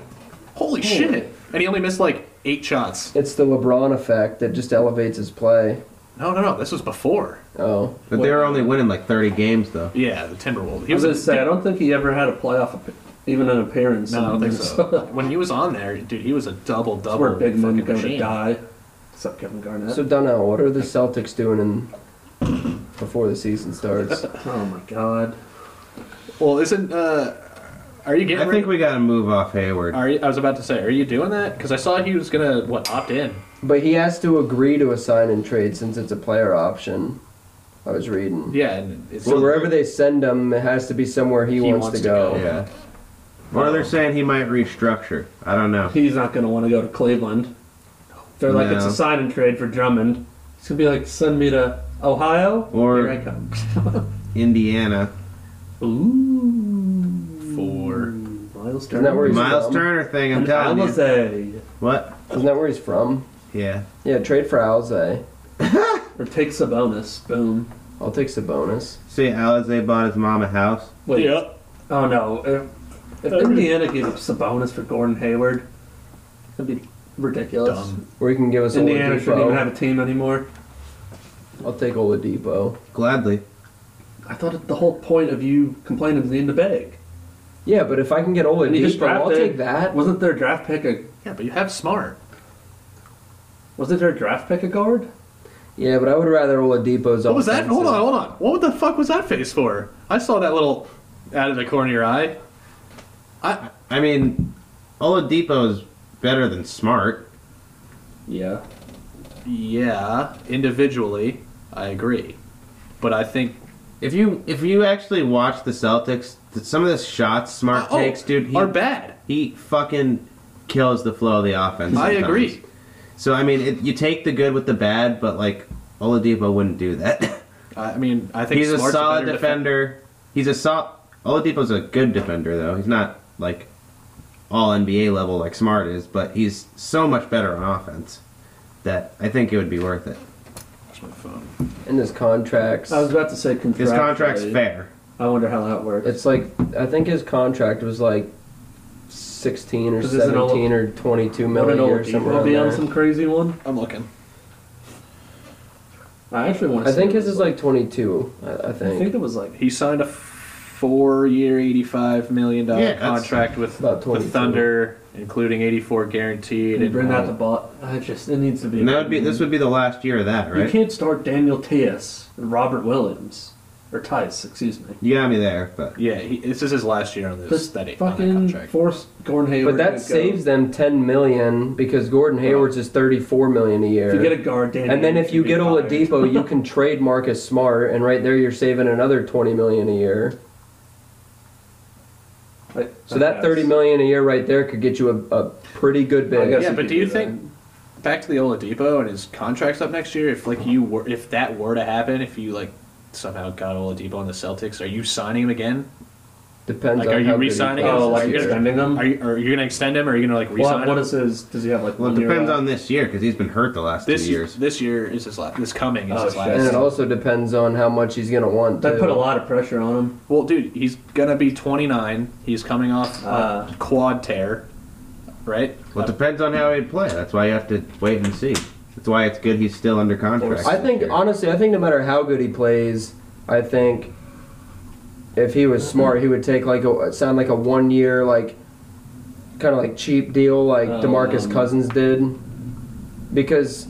Speaker 1: holy shit! And he only missed like eight shots.
Speaker 4: It's the LeBron effect that just elevates his play.
Speaker 1: No, no, no. This was before.
Speaker 4: Oh,
Speaker 3: But they were only winning like 30 games though.
Speaker 1: Yeah, the Timberwolves. He
Speaker 2: I
Speaker 1: was
Speaker 2: was gonna say I don't think he ever had a playoff, app- even an appearance.
Speaker 1: No, I don't
Speaker 2: in
Speaker 1: think
Speaker 2: this.
Speaker 1: so. when he was on there, dude, he was a double
Speaker 2: That's
Speaker 1: double.
Speaker 2: where big men go to
Speaker 1: machine.
Speaker 2: die. Except Kevin Garnett.
Speaker 4: so Donnell, what are the Celtics doing in before the season starts?
Speaker 2: oh my God.
Speaker 1: Well, isn't uh, are you getting?
Speaker 3: I think
Speaker 1: ready-
Speaker 3: we got to move off Hayward.
Speaker 1: Are you, I was about to say, are you doing that? Because I saw he was gonna what opt in.
Speaker 4: But he has to agree to a sign and trade since it's a player option. I was reading.
Speaker 1: Yeah, and it's
Speaker 4: So wherever they send him, it has to be somewhere he, wants, to go.
Speaker 1: yeah.
Speaker 3: Yeah. Or they're saying he might restructure. I don't know.
Speaker 2: He's not going to want to go to Cleveland. They're like, it's
Speaker 3: No.
Speaker 2: a sign and trade for Drummond. It's going to be like, send me to Ohio.
Speaker 3: Or-
Speaker 2: Here I come.
Speaker 3: Indiana.
Speaker 2: Ooh.
Speaker 1: For-
Speaker 2: Miles
Speaker 4: Isn't that
Speaker 2: Turner.
Speaker 4: where he's
Speaker 3: Miles
Speaker 4: from?
Speaker 3: Turner thing, I'm
Speaker 2: And
Speaker 3: telling you.
Speaker 2: Alize.
Speaker 3: What?
Speaker 4: Isn't that where he's from?
Speaker 3: Yeah.
Speaker 4: Yeah, trade for Alze.
Speaker 2: Or take Sabonis. Boom.
Speaker 4: I'll take Sabonis.
Speaker 3: See, Alize bought his mom a house.
Speaker 2: Wait.
Speaker 6: Yeah.
Speaker 2: Oh, no. If, if
Speaker 4: Uh,
Speaker 2: Indiana gave up Sabonis for Gordon Hayward, that'd be ridiculous.
Speaker 1: Dumb.
Speaker 4: Or you can give us
Speaker 2: Indiana shouldn't even
Speaker 4: Oladipo.
Speaker 2: have a team anymore.
Speaker 4: I'll take Oladipo.
Speaker 3: Gladly.
Speaker 2: I thought that the whole point of you complaining was in the bag.
Speaker 4: Yeah, but if I can get
Speaker 2: And you just
Speaker 4: Oladipo, I'll
Speaker 2: drafted.
Speaker 4: take that.
Speaker 2: Wasn't their draft pick a
Speaker 1: Yeah, but you have Smart.
Speaker 2: wasn't their draft pick a guard?
Speaker 4: Yeah, but I would rather Oladipo's.
Speaker 1: What was that? Hold on, hold on. What the fuck was that face for? I saw that little out of the corner of your eye.
Speaker 3: I mean, Oladipo is better than Smart.
Speaker 2: Yeah.
Speaker 1: Yeah, individually, I agree. But I think
Speaker 3: If you if you actually watch the Celtics, th- some of the shots Smart
Speaker 1: Oh,
Speaker 3: takes, dude, he,
Speaker 1: are bad.
Speaker 3: he fucking kills the flow of the offense.
Speaker 1: I
Speaker 3: sometimes.
Speaker 1: agree.
Speaker 3: So I mean, it, you take the good with the bad, but like Oladipo wouldn't do that.
Speaker 1: I I mean, I think
Speaker 3: He's a
Speaker 1: Smart's
Speaker 3: solid
Speaker 1: better
Speaker 3: defender. He's a solid. Oladipo's a good defender, though. He's not like all NBA level like Smart is, but he's so much better on offense that I think it would be worth it.
Speaker 1: Where's my phone?
Speaker 4: And his contracts.
Speaker 2: I was about to say contract.
Speaker 3: His contract's fair.
Speaker 2: I wonder how that works.
Speaker 4: It's like I think his contract was like sixteen or
Speaker 2: 'Cause isn't Ola-
Speaker 4: seventeen or twenty-two
Speaker 2: Wouldn't
Speaker 4: million or
Speaker 2: Oladipo
Speaker 4: somewhere. around
Speaker 2: be on
Speaker 4: there.
Speaker 2: some crazy one.
Speaker 1: I'm looking.
Speaker 2: I actually want to.
Speaker 4: I
Speaker 2: see
Speaker 4: think
Speaker 2: what
Speaker 4: his is
Speaker 2: it was
Speaker 4: like twenty-two. I, I
Speaker 2: like. I
Speaker 4: think.
Speaker 2: think it was like
Speaker 1: He signed a four-year, eighty-five million dollar
Speaker 3: Yeah, that's-
Speaker 1: contract with
Speaker 4: About
Speaker 1: the
Speaker 4: 22.
Speaker 1: Thunder, including eighty-four guaranteed.
Speaker 2: you
Speaker 1: And
Speaker 2: bring that to ball. I just it needs to be.
Speaker 3: And that would be this would be the last year of that,
Speaker 2: You
Speaker 3: right? You,
Speaker 2: can't start Daniel Tice and Robert Williams or Tice, excuse me.
Speaker 3: got me there, but
Speaker 1: yeah, he, this is his last year on this.
Speaker 2: Just
Speaker 1: That eight, on that
Speaker 2: fucking
Speaker 1: contract.
Speaker 2: force Gordon Hayward.
Speaker 4: But that
Speaker 2: to go.
Speaker 4: saves them ten million because Gordon Hayward's is thirty-four million a year.
Speaker 2: If you get a guard, Daniel
Speaker 4: and then if you get
Speaker 2: a deep.
Speaker 4: Oladipo, you can trade Marcus Smart, and right there you're saving another twenty million a year. So that thirty million a year right there could get you a, a pretty good
Speaker 2: I guess
Speaker 4: bid.
Speaker 1: yeah,
Speaker 2: you
Speaker 1: but
Speaker 2: could
Speaker 1: do you
Speaker 2: do
Speaker 1: think back to the Oladipo and his contracts up next year? If like you were, if that were to happen, if you like somehow got Oladipo on the Celtics, are you signing him again?
Speaker 4: Depends
Speaker 1: Like,
Speaker 4: on
Speaker 1: are you
Speaker 4: how good he
Speaker 1: re-signing
Speaker 4: plays
Speaker 1: him?
Speaker 2: Oh, like
Speaker 4: this
Speaker 1: You're
Speaker 4: year.
Speaker 1: gonna-
Speaker 2: extending them.
Speaker 1: Are you are you gonna extend him? Or are you gonna like resign
Speaker 2: Well,
Speaker 1: him?
Speaker 2: what is his? Does he have like?
Speaker 3: well, it
Speaker 2: one year
Speaker 3: depends
Speaker 2: left?
Speaker 3: on this year because he's been hurt the last
Speaker 1: uh, this
Speaker 3: two
Speaker 1: year,
Speaker 3: years.
Speaker 1: this year is his last. This coming is
Speaker 2: Oh,
Speaker 1: his
Speaker 2: shit.
Speaker 1: last.
Speaker 4: And it also depends on how much he's gonna want.
Speaker 2: That
Speaker 4: too.
Speaker 2: put a lot of pressure on him.
Speaker 1: Well, dude, he's gonna be 29. He's coming off a
Speaker 2: Uh.
Speaker 1: quad tear, right?
Speaker 3: Well, it depends on how he'd play. That's why you have to wait and see. That's why it's good he's still under contract.
Speaker 4: I think honestly, I think no matter how good he plays, I think if he was smart, he would take like a sound like a one year like kind of like cheap deal like
Speaker 2: Oh,
Speaker 4: DeMarcus
Speaker 2: um,
Speaker 4: Cousins did because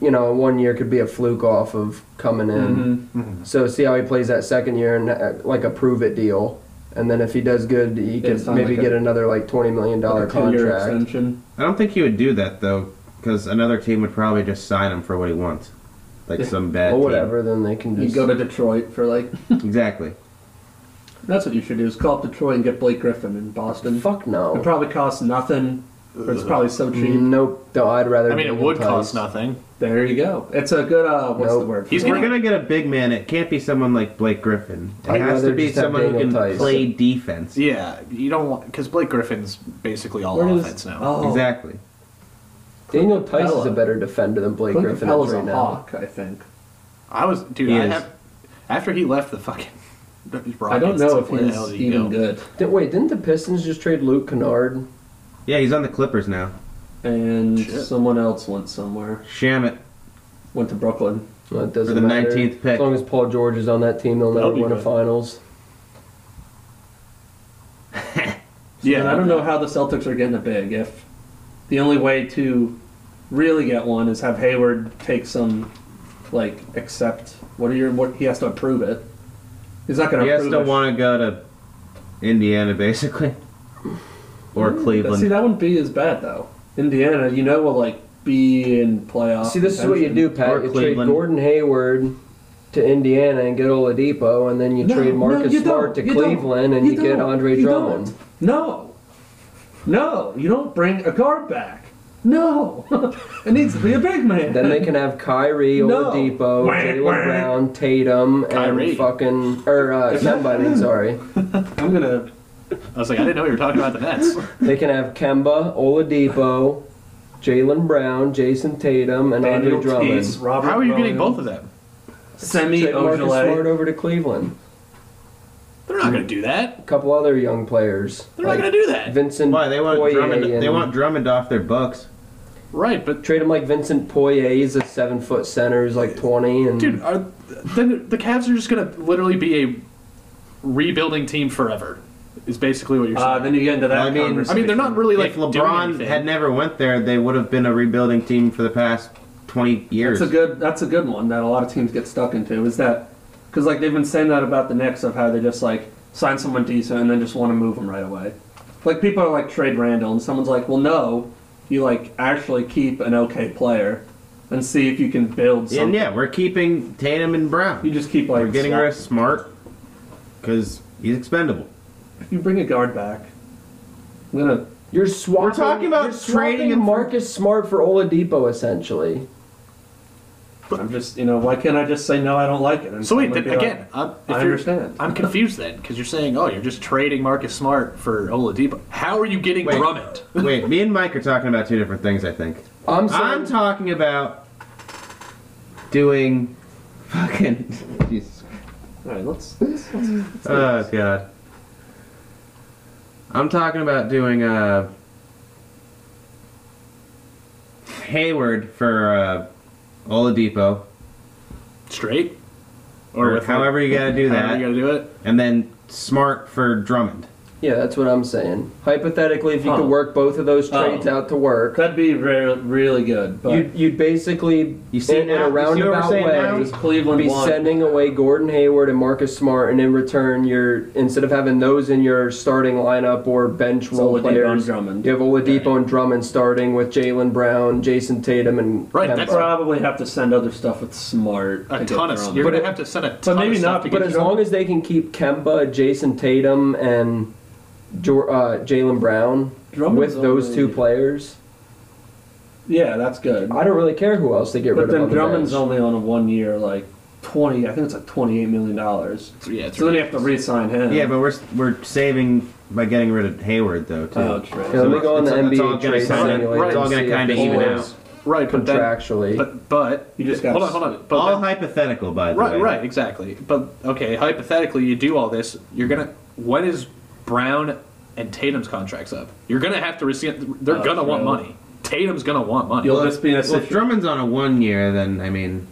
Speaker 4: you know, one year could be a fluke off of coming
Speaker 2: Mm-hmm.
Speaker 4: in.
Speaker 2: mhm.
Speaker 4: So see how he plays that second year and uh, like a prove it deal. And then if he does good, he could
Speaker 2: it's not
Speaker 4: maybe
Speaker 2: like a-
Speaker 4: get another like twenty million dollar
Speaker 2: Like a two-year
Speaker 4: contract.
Speaker 2: extension.
Speaker 3: I don't think he would do that though, because another team would probably just sign him for what he wants, like some bad.
Speaker 4: Well,
Speaker 3: team.
Speaker 4: whatever. Then they can
Speaker 2: You
Speaker 4: just
Speaker 2: go to Detroit for like.
Speaker 3: Exactly.
Speaker 2: That's what you should do. Is call up Detroit and get Blake Griffin in Boston.
Speaker 4: fuck
Speaker 2: It
Speaker 4: no.
Speaker 2: probably costs nothing. But it's probably so cheap.
Speaker 4: Nope. No, I'd rather.
Speaker 1: I mean, it
Speaker 4: Daniel
Speaker 1: would cost
Speaker 4: Tice.
Speaker 1: nothing.
Speaker 2: There you go. It's a good. uh What's the
Speaker 4: Nope.
Speaker 2: word? for
Speaker 1: He's
Speaker 2: it?
Speaker 3: If We're gonna get a big man. It can't be someone like Blake Griffin. It
Speaker 4: I'd
Speaker 3: has to
Speaker 4: rather
Speaker 3: be
Speaker 4: just have
Speaker 3: someone who
Speaker 4: Daniel
Speaker 3: can
Speaker 4: Tice.
Speaker 3: play defense.
Speaker 1: Yeah, you don't want because Blake Griffin's basically all
Speaker 2: Where does-
Speaker 1: offense now.
Speaker 2: Oh,
Speaker 3: Exactly.
Speaker 4: Daniel Tice is
Speaker 2: Capella.
Speaker 4: a better defender than Blake
Speaker 2: Clint
Speaker 4: Griffin is
Speaker 2: Capella's
Speaker 4: right
Speaker 2: a
Speaker 4: now.
Speaker 2: hawk, I think.
Speaker 1: I was, dude.
Speaker 3: He
Speaker 1: I
Speaker 3: is.
Speaker 1: have after he left the fucking. the Rockets,
Speaker 2: I don't know
Speaker 1: it's like,
Speaker 2: if
Speaker 1: where the hell
Speaker 2: he's
Speaker 1: did he
Speaker 2: even
Speaker 1: go?
Speaker 2: good.
Speaker 4: Di- wait, didn't the Pistons just trade Luke Kennard?
Speaker 3: Yeah, he's on the Clippers now.
Speaker 2: And
Speaker 1: Shit.
Speaker 2: someone else went somewhere.
Speaker 3: Shamit.
Speaker 2: Went to Brooklyn.
Speaker 4: Well, it doesn't
Speaker 3: the
Speaker 4: matter.
Speaker 3: 19th pick.
Speaker 4: As long as Paul George is on that team, they'll never
Speaker 1: That'll be
Speaker 4: win a
Speaker 1: good.
Speaker 4: finals.
Speaker 2: And
Speaker 1: Yeah,
Speaker 2: I don't know how the Celtics are getting a big. If the only way to really get one is have Hayward take some, like, accept what are your what he has to approve it. He's not going
Speaker 3: He
Speaker 2: to
Speaker 3: has
Speaker 2: approve.
Speaker 3: to
Speaker 2: it.
Speaker 3: want to go to Indiana, basically, or
Speaker 4: Mm,
Speaker 2: But See,
Speaker 3: Cleveland.
Speaker 2: that wouldn't be as bad though. Indiana, you know, will like be in playoffs.
Speaker 4: See, this is what you do, Pat.
Speaker 3: Or
Speaker 4: You trade
Speaker 3: Cleveland.
Speaker 4: Gordon Hayward to Indiana and get Oladipo, and then you
Speaker 2: No,
Speaker 4: trade
Speaker 2: no,
Speaker 4: Marcus
Speaker 2: you don't.
Speaker 4: Smart to
Speaker 2: You don't.
Speaker 4: Cleveland, and you, get
Speaker 2: don't.
Speaker 4: Andre
Speaker 2: You
Speaker 4: Drummond.
Speaker 2: don't. No. No, you don't bring a guard back. No. it needs to be a big man.
Speaker 4: Then they can have Kyrie,
Speaker 2: No.
Speaker 4: Oladipo, Jalen Brown, Tatum, and
Speaker 5: Kyrie.
Speaker 4: fucking or uh, somebody. Sorry,
Speaker 2: I'm going to.
Speaker 1: I was like, I didn't know you were talking about the Nets.
Speaker 4: they can have Kemba, Oladipo, Jalen Brown, Jason Tatum, and
Speaker 5: Daniel
Speaker 4: Andre Drummond.
Speaker 5: Tease, Robert
Speaker 1: How are you getting
Speaker 5: Williams.
Speaker 1: both of them?
Speaker 5: Semi
Speaker 4: Take Marcus Smart
Speaker 5: Ojale.
Speaker 4: over to Cleveland.
Speaker 1: They're not going to do that.
Speaker 4: A couple other young players.
Speaker 1: They're not going to do that.
Speaker 4: Vincent
Speaker 3: Why they want
Speaker 4: Poirier.
Speaker 3: Drummond?
Speaker 4: and
Speaker 3: They want Drummond off their bucks.
Speaker 1: Right, but
Speaker 4: trade him like Vincent Poirier. He's a seven foot center. He's like twenty. And
Speaker 1: dude, are then the Cavs are just going to literally be a rebuilding team forever. Is basically what you're saying.
Speaker 5: Uh, then you get into that
Speaker 3: I mean- I mean,
Speaker 1: I mean, they're not really like
Speaker 3: if
Speaker 1: doing
Speaker 3: LeBron
Speaker 1: anything.
Speaker 3: had never went there, they would have been a rebuilding team for the past twenty years.
Speaker 2: That's a good. That's a good one that a lot of teams get stuck into. Is that because like they've been saying that about the Knicks of how they just like sign someone decent and then just want to move them right away. Like people are like trade Randall and someone's like, well, no, you like actually keep an okay player and see if you can build. Something.
Speaker 3: and yeah, we're keeping Tatum and Brown.
Speaker 2: you just keep like
Speaker 3: we're getting
Speaker 2: slot-
Speaker 3: rid of Smart because he's expendable.
Speaker 2: You bring a guard back. I'm gonna.
Speaker 4: you're swapping.
Speaker 3: We're talking about
Speaker 4: you're swapping
Speaker 3: trading him for-
Speaker 4: Marcus Smart for Oladipo essentially.
Speaker 2: I'm just you know why can't I just say no? I don't like it. And
Speaker 1: So wait,
Speaker 2: someone
Speaker 1: then,
Speaker 2: be like,
Speaker 1: again, I'm, if
Speaker 2: I
Speaker 1: you're-
Speaker 2: understand.
Speaker 1: I'm confused then because you're saying, oh, you're just trading Marcus Smart for Oladipo. How are you getting
Speaker 3: Wait.
Speaker 1: Drummond?
Speaker 3: Wait, me and Mike are talking about two different things. I think
Speaker 4: I'm saying
Speaker 3: I'm talking about doing fucking Jesus.
Speaker 2: All right, let's. let's, let's
Speaker 3: Oh god. I'm talking about doing uh Hayward for uh Oladipo
Speaker 1: Straight,
Speaker 3: or,
Speaker 1: with
Speaker 3: however you gotta do
Speaker 1: however
Speaker 3: that,
Speaker 1: you got to do it.
Speaker 3: and then Smart for Drummond.
Speaker 4: yeah, that's what I'm saying. Hypothetically, if you
Speaker 2: Huh.
Speaker 4: could work both of those
Speaker 2: Oh.
Speaker 4: trades out to work,
Speaker 2: that'd be re- really good. But
Speaker 4: you'd, you'd basically
Speaker 3: You see
Speaker 4: in, in
Speaker 3: now- you
Speaker 4: a
Speaker 3: see what we're
Speaker 4: roundabout
Speaker 3: saying now?
Speaker 4: way
Speaker 2: Does Cleveland
Speaker 4: be
Speaker 2: want-
Speaker 4: sending away Gordon Hayward and Marcus Smart, and in return, you're instead of having those in your starting lineup or bench
Speaker 2: Oladipo
Speaker 4: role
Speaker 2: and
Speaker 4: players,
Speaker 2: Drummond.
Speaker 4: you have Oladipo and Drummond starting with Jalen Brown, Jason Tatum, and
Speaker 1: Right,
Speaker 4: Kemba.
Speaker 1: that's right.
Speaker 2: probably have to send other stuff with smart.
Speaker 1: A
Speaker 2: to get
Speaker 1: ton of.
Speaker 2: Drummond.
Speaker 1: You're
Speaker 4: But
Speaker 1: gonna
Speaker 4: it-
Speaker 1: have to send a ton
Speaker 2: maybe
Speaker 1: of stuff
Speaker 2: not,
Speaker 1: to
Speaker 4: But
Speaker 1: get
Speaker 4: as
Speaker 1: Drummond.
Speaker 4: long as they can keep Kemba, Jason Tatum, and Jo- uh, Jalen Brown
Speaker 2: Drummond's
Speaker 4: with those two
Speaker 2: only-
Speaker 4: players,
Speaker 2: yeah, that's good.
Speaker 4: I don't really care who else they get
Speaker 2: But
Speaker 4: rid of.
Speaker 2: then
Speaker 4: on the
Speaker 2: Drummond's
Speaker 4: bench.
Speaker 2: only on a one year like twenty. I think it's like twenty eight million dollars.
Speaker 1: So, yeah, it's
Speaker 2: So then you have to re-sign him.
Speaker 3: Yeah, but we're we're saving by getting rid of Hayward though too.
Speaker 2: Oh, true.
Speaker 4: Yeah, let me go on the
Speaker 3: it's- it's all gonna
Speaker 4: NBA trade
Speaker 3: kinda-
Speaker 4: simulator
Speaker 3: it's all gonna
Speaker 4: and see if
Speaker 3: kinda
Speaker 4: this
Speaker 3: even
Speaker 4: works
Speaker 3: out.
Speaker 1: right, but then,
Speaker 4: contractually.
Speaker 1: but but
Speaker 2: You just got-
Speaker 1: hold on, hold on. But
Speaker 3: all
Speaker 1: then-
Speaker 3: hypothetical by the
Speaker 1: right,
Speaker 3: way.
Speaker 1: right, exactly. But okay, hypothetically, you do all this. You're gonna. When is Brown and Tatum's contracts up? You're gonna have to receive. They're
Speaker 2: Oh,
Speaker 1: gonna want
Speaker 2: true.
Speaker 1: money. Tatum's gonna want money.
Speaker 2: You'll just be in a
Speaker 3: Well, if
Speaker 2: situation.
Speaker 3: Drummond's on a one year, then I mean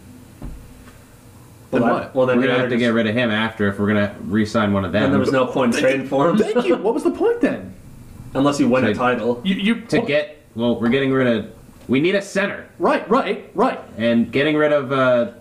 Speaker 1: then
Speaker 2: well,
Speaker 1: what?
Speaker 2: well, then
Speaker 3: we're
Speaker 2: you're
Speaker 3: gonna have to
Speaker 2: just-
Speaker 3: get rid of him after if we're gonna re-sign one of them.
Speaker 2: And there was no point in trading for him
Speaker 1: Thank you. What was the point then?
Speaker 2: unless you win a
Speaker 3: Trade.
Speaker 2: title.
Speaker 1: You, you
Speaker 3: to get well we're getting rid of we need a center
Speaker 1: right, right, right.
Speaker 3: and getting rid of uh,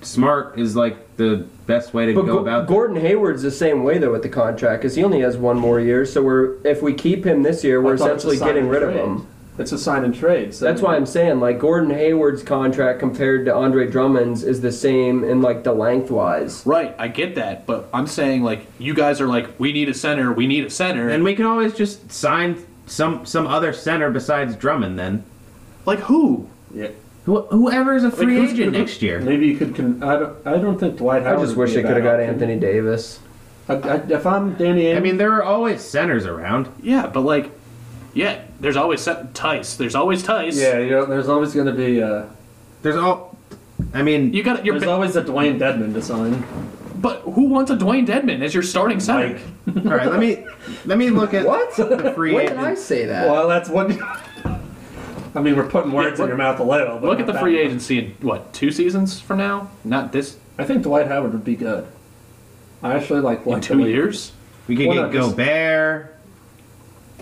Speaker 3: smart is like the best way to
Speaker 4: But
Speaker 3: go
Speaker 4: Go-
Speaker 3: about
Speaker 4: Gordon Hayward's the same way though with the contract because he only has one more year. So we're if we keep him this year, we're
Speaker 2: I thought it's a
Speaker 4: essentially
Speaker 2: sign
Speaker 4: getting
Speaker 2: and
Speaker 4: rid of
Speaker 2: trade.
Speaker 4: him.
Speaker 2: It's a sign and trade. So
Speaker 4: That's why I'm saying like Gordon Hayward's contract compared to Andre Drummond's is the same in like the lengthwise.
Speaker 1: Right, I get that, but I'm saying like you guys are like, we need a center, we need a center,
Speaker 3: and
Speaker 1: and
Speaker 3: we can always just sign some some other center besides Drummond then
Speaker 1: like who?
Speaker 2: Yeah.
Speaker 3: Who whoever is a free
Speaker 1: who's-
Speaker 3: agent
Speaker 1: who-
Speaker 3: next year
Speaker 2: Maybe you could. Con- I don't. I don't think Dwight
Speaker 4: I
Speaker 2: Howard.
Speaker 4: just
Speaker 2: would
Speaker 4: wish
Speaker 2: be
Speaker 4: it
Speaker 2: a
Speaker 4: could have
Speaker 2: bad
Speaker 4: got Anthony Davis.
Speaker 2: option. I, I, if I'm Danny, Ainge,
Speaker 3: I mean there are always centers around
Speaker 1: Yeah, but like, yeah, there's always set- Tice. There's always Tice.
Speaker 2: yeah, you know, there's always going to be. Uh,
Speaker 3: there's all I mean
Speaker 1: you got your.
Speaker 2: there's
Speaker 1: Ba-
Speaker 2: always a Dwayne Dedman to sign.
Speaker 1: but who wants a Dwayne Dedman as your starting center?
Speaker 2: Like,
Speaker 3: all right let me let me look at
Speaker 4: What?
Speaker 3: the free
Speaker 4: When did
Speaker 3: agent
Speaker 4: I say that?
Speaker 2: Well, that's what. I mean, we're putting words
Speaker 1: Yeah, look-
Speaker 2: in your mouth a little. But
Speaker 1: Look at
Speaker 2: not
Speaker 1: the
Speaker 2: that
Speaker 1: free
Speaker 2: much.
Speaker 1: agency in what two seasons from now? Not this
Speaker 2: I think Dwight Howard would be good. I actually like
Speaker 1: in
Speaker 2: like
Speaker 1: two years.
Speaker 3: we could
Speaker 2: Why
Speaker 3: get
Speaker 2: not just-
Speaker 3: Gobert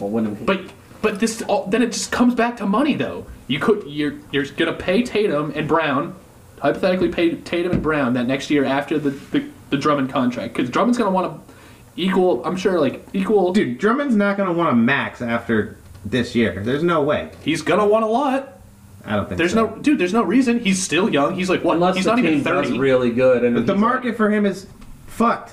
Speaker 2: Well, when he,
Speaker 1: But but this all, then it just comes back to money though. You could you're you're gonna pay Tatum and Brown, hypothetically pay Tatum and Brown that next year after the the, the Drummond contract because Drummond's gonna want to equal. I'm sure like equal. Dude,
Speaker 3: dude Drummond's not gonna want a max after this year there's no way
Speaker 1: he's gonna want a lot.
Speaker 3: I don't think
Speaker 1: There's
Speaker 3: so.
Speaker 1: no dude. There's no reason. He's still young. He's like what?
Speaker 2: Unless
Speaker 1: he's
Speaker 2: the
Speaker 1: not
Speaker 2: team
Speaker 1: even
Speaker 2: does
Speaker 1: thirty.
Speaker 2: really good, and
Speaker 3: But the
Speaker 2: he's like-
Speaker 3: market for him is fucked.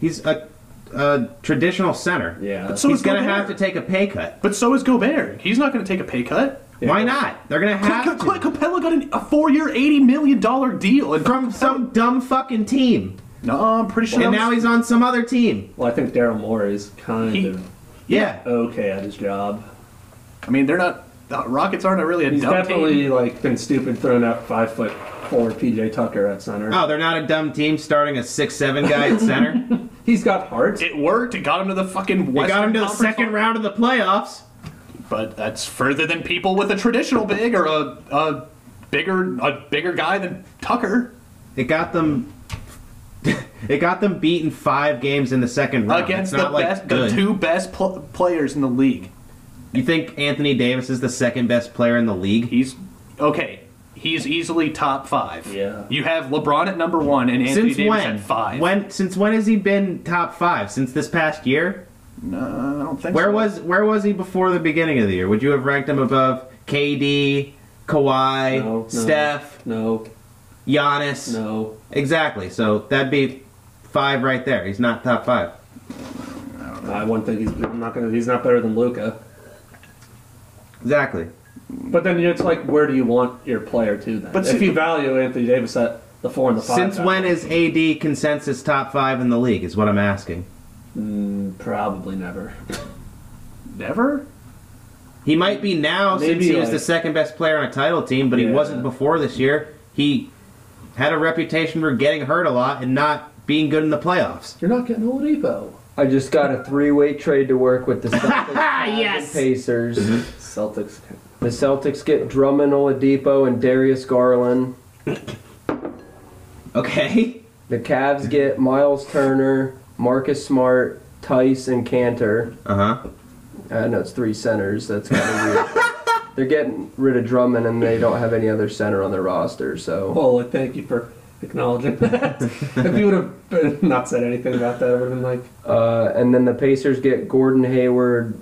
Speaker 3: He's a, a traditional center.
Speaker 2: yeah,
Speaker 1: But so
Speaker 3: he's
Speaker 1: is
Speaker 3: gonna
Speaker 1: Gobert.
Speaker 3: have to take a pay cut.
Speaker 1: But so is Gobert. He's not going to take a pay cut.
Speaker 3: Why not? They're gonna have
Speaker 1: Clint,
Speaker 3: to.
Speaker 1: Clint Capella got an, a four-year, eighty million dollar deal, and
Speaker 3: from some dumb fucking team,
Speaker 1: no, I'm pretty sure.
Speaker 3: and
Speaker 1: that
Speaker 3: now
Speaker 1: was-
Speaker 3: he's on some other team.
Speaker 2: well, I think Daryl Morey's kind
Speaker 1: He-
Speaker 2: of
Speaker 3: Yeah,
Speaker 2: okay at his job.
Speaker 1: I mean, they're not. The Rockets aren't a really a
Speaker 2: He's
Speaker 1: dumb
Speaker 2: definitely
Speaker 1: team.
Speaker 2: like been stupid throwing out five foot four PJ Tucker at center.
Speaker 3: Oh, they're not a dumb team starting a six-seven guy at center.
Speaker 2: He's got heart.
Speaker 1: It worked. It got him to the fucking.
Speaker 3: they got him to the
Speaker 1: Western
Speaker 3: second
Speaker 1: Conference
Speaker 3: round of the playoffs.
Speaker 1: Final- but that's further than people with a traditional big or a, a bigger a bigger guy than Tucker
Speaker 3: It got them. It got them beaten five games in the second round.
Speaker 1: against
Speaker 3: it's
Speaker 1: the
Speaker 3: not like
Speaker 1: best,
Speaker 3: good.
Speaker 1: the two best pl- players in the league.
Speaker 3: You think Anthony Davis is the second best player in the league?
Speaker 1: He's okay. He's easily top five.
Speaker 2: Yeah.
Speaker 1: You have LeBron at number one and Anthony
Speaker 3: since
Speaker 1: Davis
Speaker 3: when?
Speaker 1: at five.
Speaker 3: When since when has he been top five? Since this past year?
Speaker 1: No, I don't think.
Speaker 3: Where
Speaker 1: so.
Speaker 3: was where was he before the beginning of the year? Would you have ranked him above KD, Kawhi,
Speaker 2: No, no.
Speaker 3: Steph,
Speaker 2: No,
Speaker 3: Giannis?
Speaker 2: no.
Speaker 3: Exactly. So that'd be five right there. He's not top five.
Speaker 2: I wouldn't think he's. I'm not gonna. He's not better than Luca.
Speaker 3: Exactly.
Speaker 2: But then it's like, where do you want your player to then?
Speaker 1: But
Speaker 2: if
Speaker 1: si-
Speaker 2: you value Anthony Davis at the four and the five,
Speaker 3: Since
Speaker 2: that
Speaker 3: when
Speaker 2: way.
Speaker 3: is AD consensus top five in the league? Is what I'm asking.
Speaker 2: Mm, probably never.
Speaker 1: never?
Speaker 3: He might be now since
Speaker 2: Maybe,
Speaker 3: he was
Speaker 2: like-
Speaker 3: the second best player on a title team, but he
Speaker 2: Yeah.
Speaker 3: wasn't before this year. He had a reputation for getting hurt a lot and not being good in the playoffs.
Speaker 2: You're not getting old Depot.
Speaker 4: I just got a three-way trade to work with the Celtics Cavs,
Speaker 3: Yes.
Speaker 4: and Pacers.
Speaker 2: Celtics.
Speaker 4: The Celtics get Drummond, Oladipo, and Darius Garland.
Speaker 3: Okay.
Speaker 4: The Cavs get Miles Turner, Marcus Smart, Tice, and Cantor.
Speaker 3: Uh huh.
Speaker 4: I know it's three centers. That's kind of weird. They're getting rid of Drummond, and they don't have any other center on their roster. So
Speaker 2: Well, like, thank you for acknowledging that. if you would have been- not said anything about that, I would have been like,
Speaker 4: Uh, and then the Pacers get Gordon Hayward,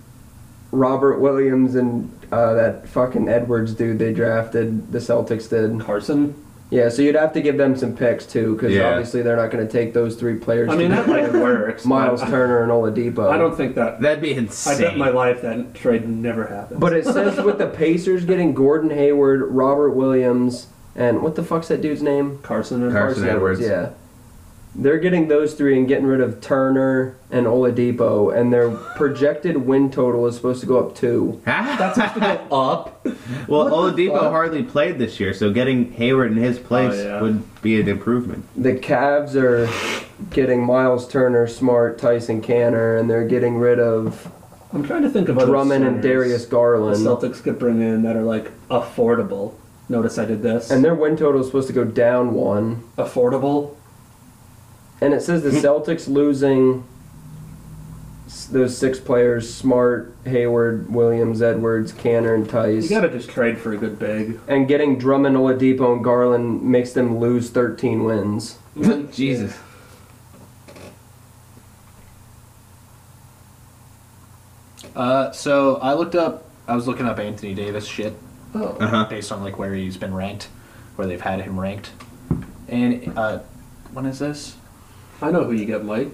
Speaker 4: Robert Williams, and uh, that fucking Edwards dude they drafted. The Celtics did.
Speaker 2: Carson.
Speaker 4: Yeah, so you'd have to give them some picks too, because
Speaker 3: Yeah.
Speaker 4: obviously they're not going to take those three players.
Speaker 2: I mean,
Speaker 4: to
Speaker 2: that like works.
Speaker 4: Miles
Speaker 2: I,
Speaker 4: Turner and Oladipo.
Speaker 2: I don't think that.
Speaker 3: That'd be
Speaker 2: I bet
Speaker 3: insane.
Speaker 2: my life that trade never happened.
Speaker 4: But it says with the Pacers getting Gordon Hayward, Robert Williams, and what the fuck's that dude's name?
Speaker 2: Carson and
Speaker 3: Carson
Speaker 2: Carson.
Speaker 3: Edwards.
Speaker 4: Yeah. They're getting those three and getting rid of Turner and Oladipo, and their projected win total is supposed to go up two.
Speaker 2: That's supposed to go up.
Speaker 3: well,
Speaker 4: What the
Speaker 3: Oladipo
Speaker 4: fuck?
Speaker 3: hardly played this year, so getting Hayward in his place
Speaker 2: Oh, yeah.
Speaker 3: would be an improvement.
Speaker 4: The Cavs are getting Miles Turner, Smart, Tyson Canner, and they're getting rid of
Speaker 2: I'm trying to think of other
Speaker 4: Drummond and
Speaker 2: centers
Speaker 4: Darius
Speaker 2: the
Speaker 4: Garland.
Speaker 2: Celtics could bring in that are like affordable. Notice I did this.
Speaker 4: And their win total is supposed to go down one.
Speaker 2: affordable.
Speaker 4: And it says
Speaker 2: Hmm.
Speaker 4: the Celtics losing s- those six players: Smart, Hayward, Williams, Edwards, Canner, and
Speaker 2: You
Speaker 4: Tice.
Speaker 2: gotta just trade for a good big.
Speaker 4: and getting Drummond, Oladipo, and Garland makes them lose 13 wins.
Speaker 3: Jesus.
Speaker 1: Uh, so I looked up. I was looking up Anthony Davis shit
Speaker 2: Oh.
Speaker 3: Uh huh.
Speaker 1: based on like where he's been ranked, where they've had him ranked. And uh, when is this?
Speaker 2: I know who you get, Mike.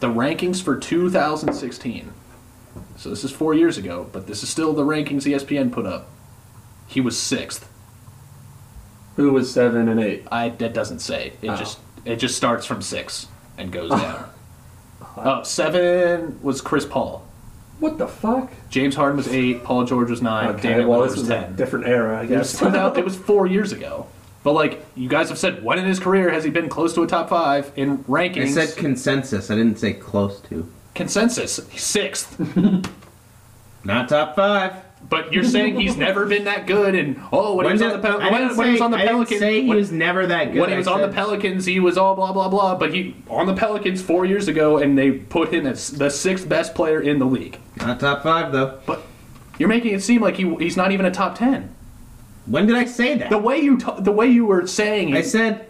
Speaker 1: The rankings for 2016. So this is four years ago, but this is still the rankings E ESPN put up. He was sixth.
Speaker 2: Who was seven and eight?
Speaker 1: I that doesn't say. It
Speaker 2: Oh.
Speaker 1: just it just starts from six and goes down. Oh, seven was Chris Paul.
Speaker 2: What the fuck? Oh,
Speaker 1: James Harden was eight. Paul George was nine. David
Speaker 2: well,
Speaker 1: Lillard
Speaker 2: this
Speaker 1: was
Speaker 2: was
Speaker 1: ten.
Speaker 2: a different era, I
Speaker 1: It was,
Speaker 2: guess.
Speaker 1: 2000 it was four years ago. But like you guys have said, when in his career has he been close to a top five in
Speaker 3: I
Speaker 1: rankings?
Speaker 3: said consensus. I didn't say close to.
Speaker 1: consensus sixth.
Speaker 3: Not top five.
Speaker 1: But you're saying he's never been that good. And oh, when, he was
Speaker 3: did-
Speaker 1: on the Pel-
Speaker 3: I
Speaker 1: when,
Speaker 3: didn't
Speaker 1: when he was
Speaker 3: say-
Speaker 1: on the
Speaker 3: I didn't
Speaker 1: Pelicans,
Speaker 3: say he
Speaker 1: when,
Speaker 3: was never that good.
Speaker 1: when he
Speaker 3: I
Speaker 1: was on the
Speaker 3: said-
Speaker 1: Pelicans, he was all blah blah blah. But he on the Pelicans four years ago, and they put him as the sixth best player in the league.
Speaker 3: Not top five though.
Speaker 1: But you're making it seem like he, he's not even a top ten.
Speaker 3: When did I say that?
Speaker 1: The way you t- the way you were saying
Speaker 3: I
Speaker 1: it,
Speaker 3: said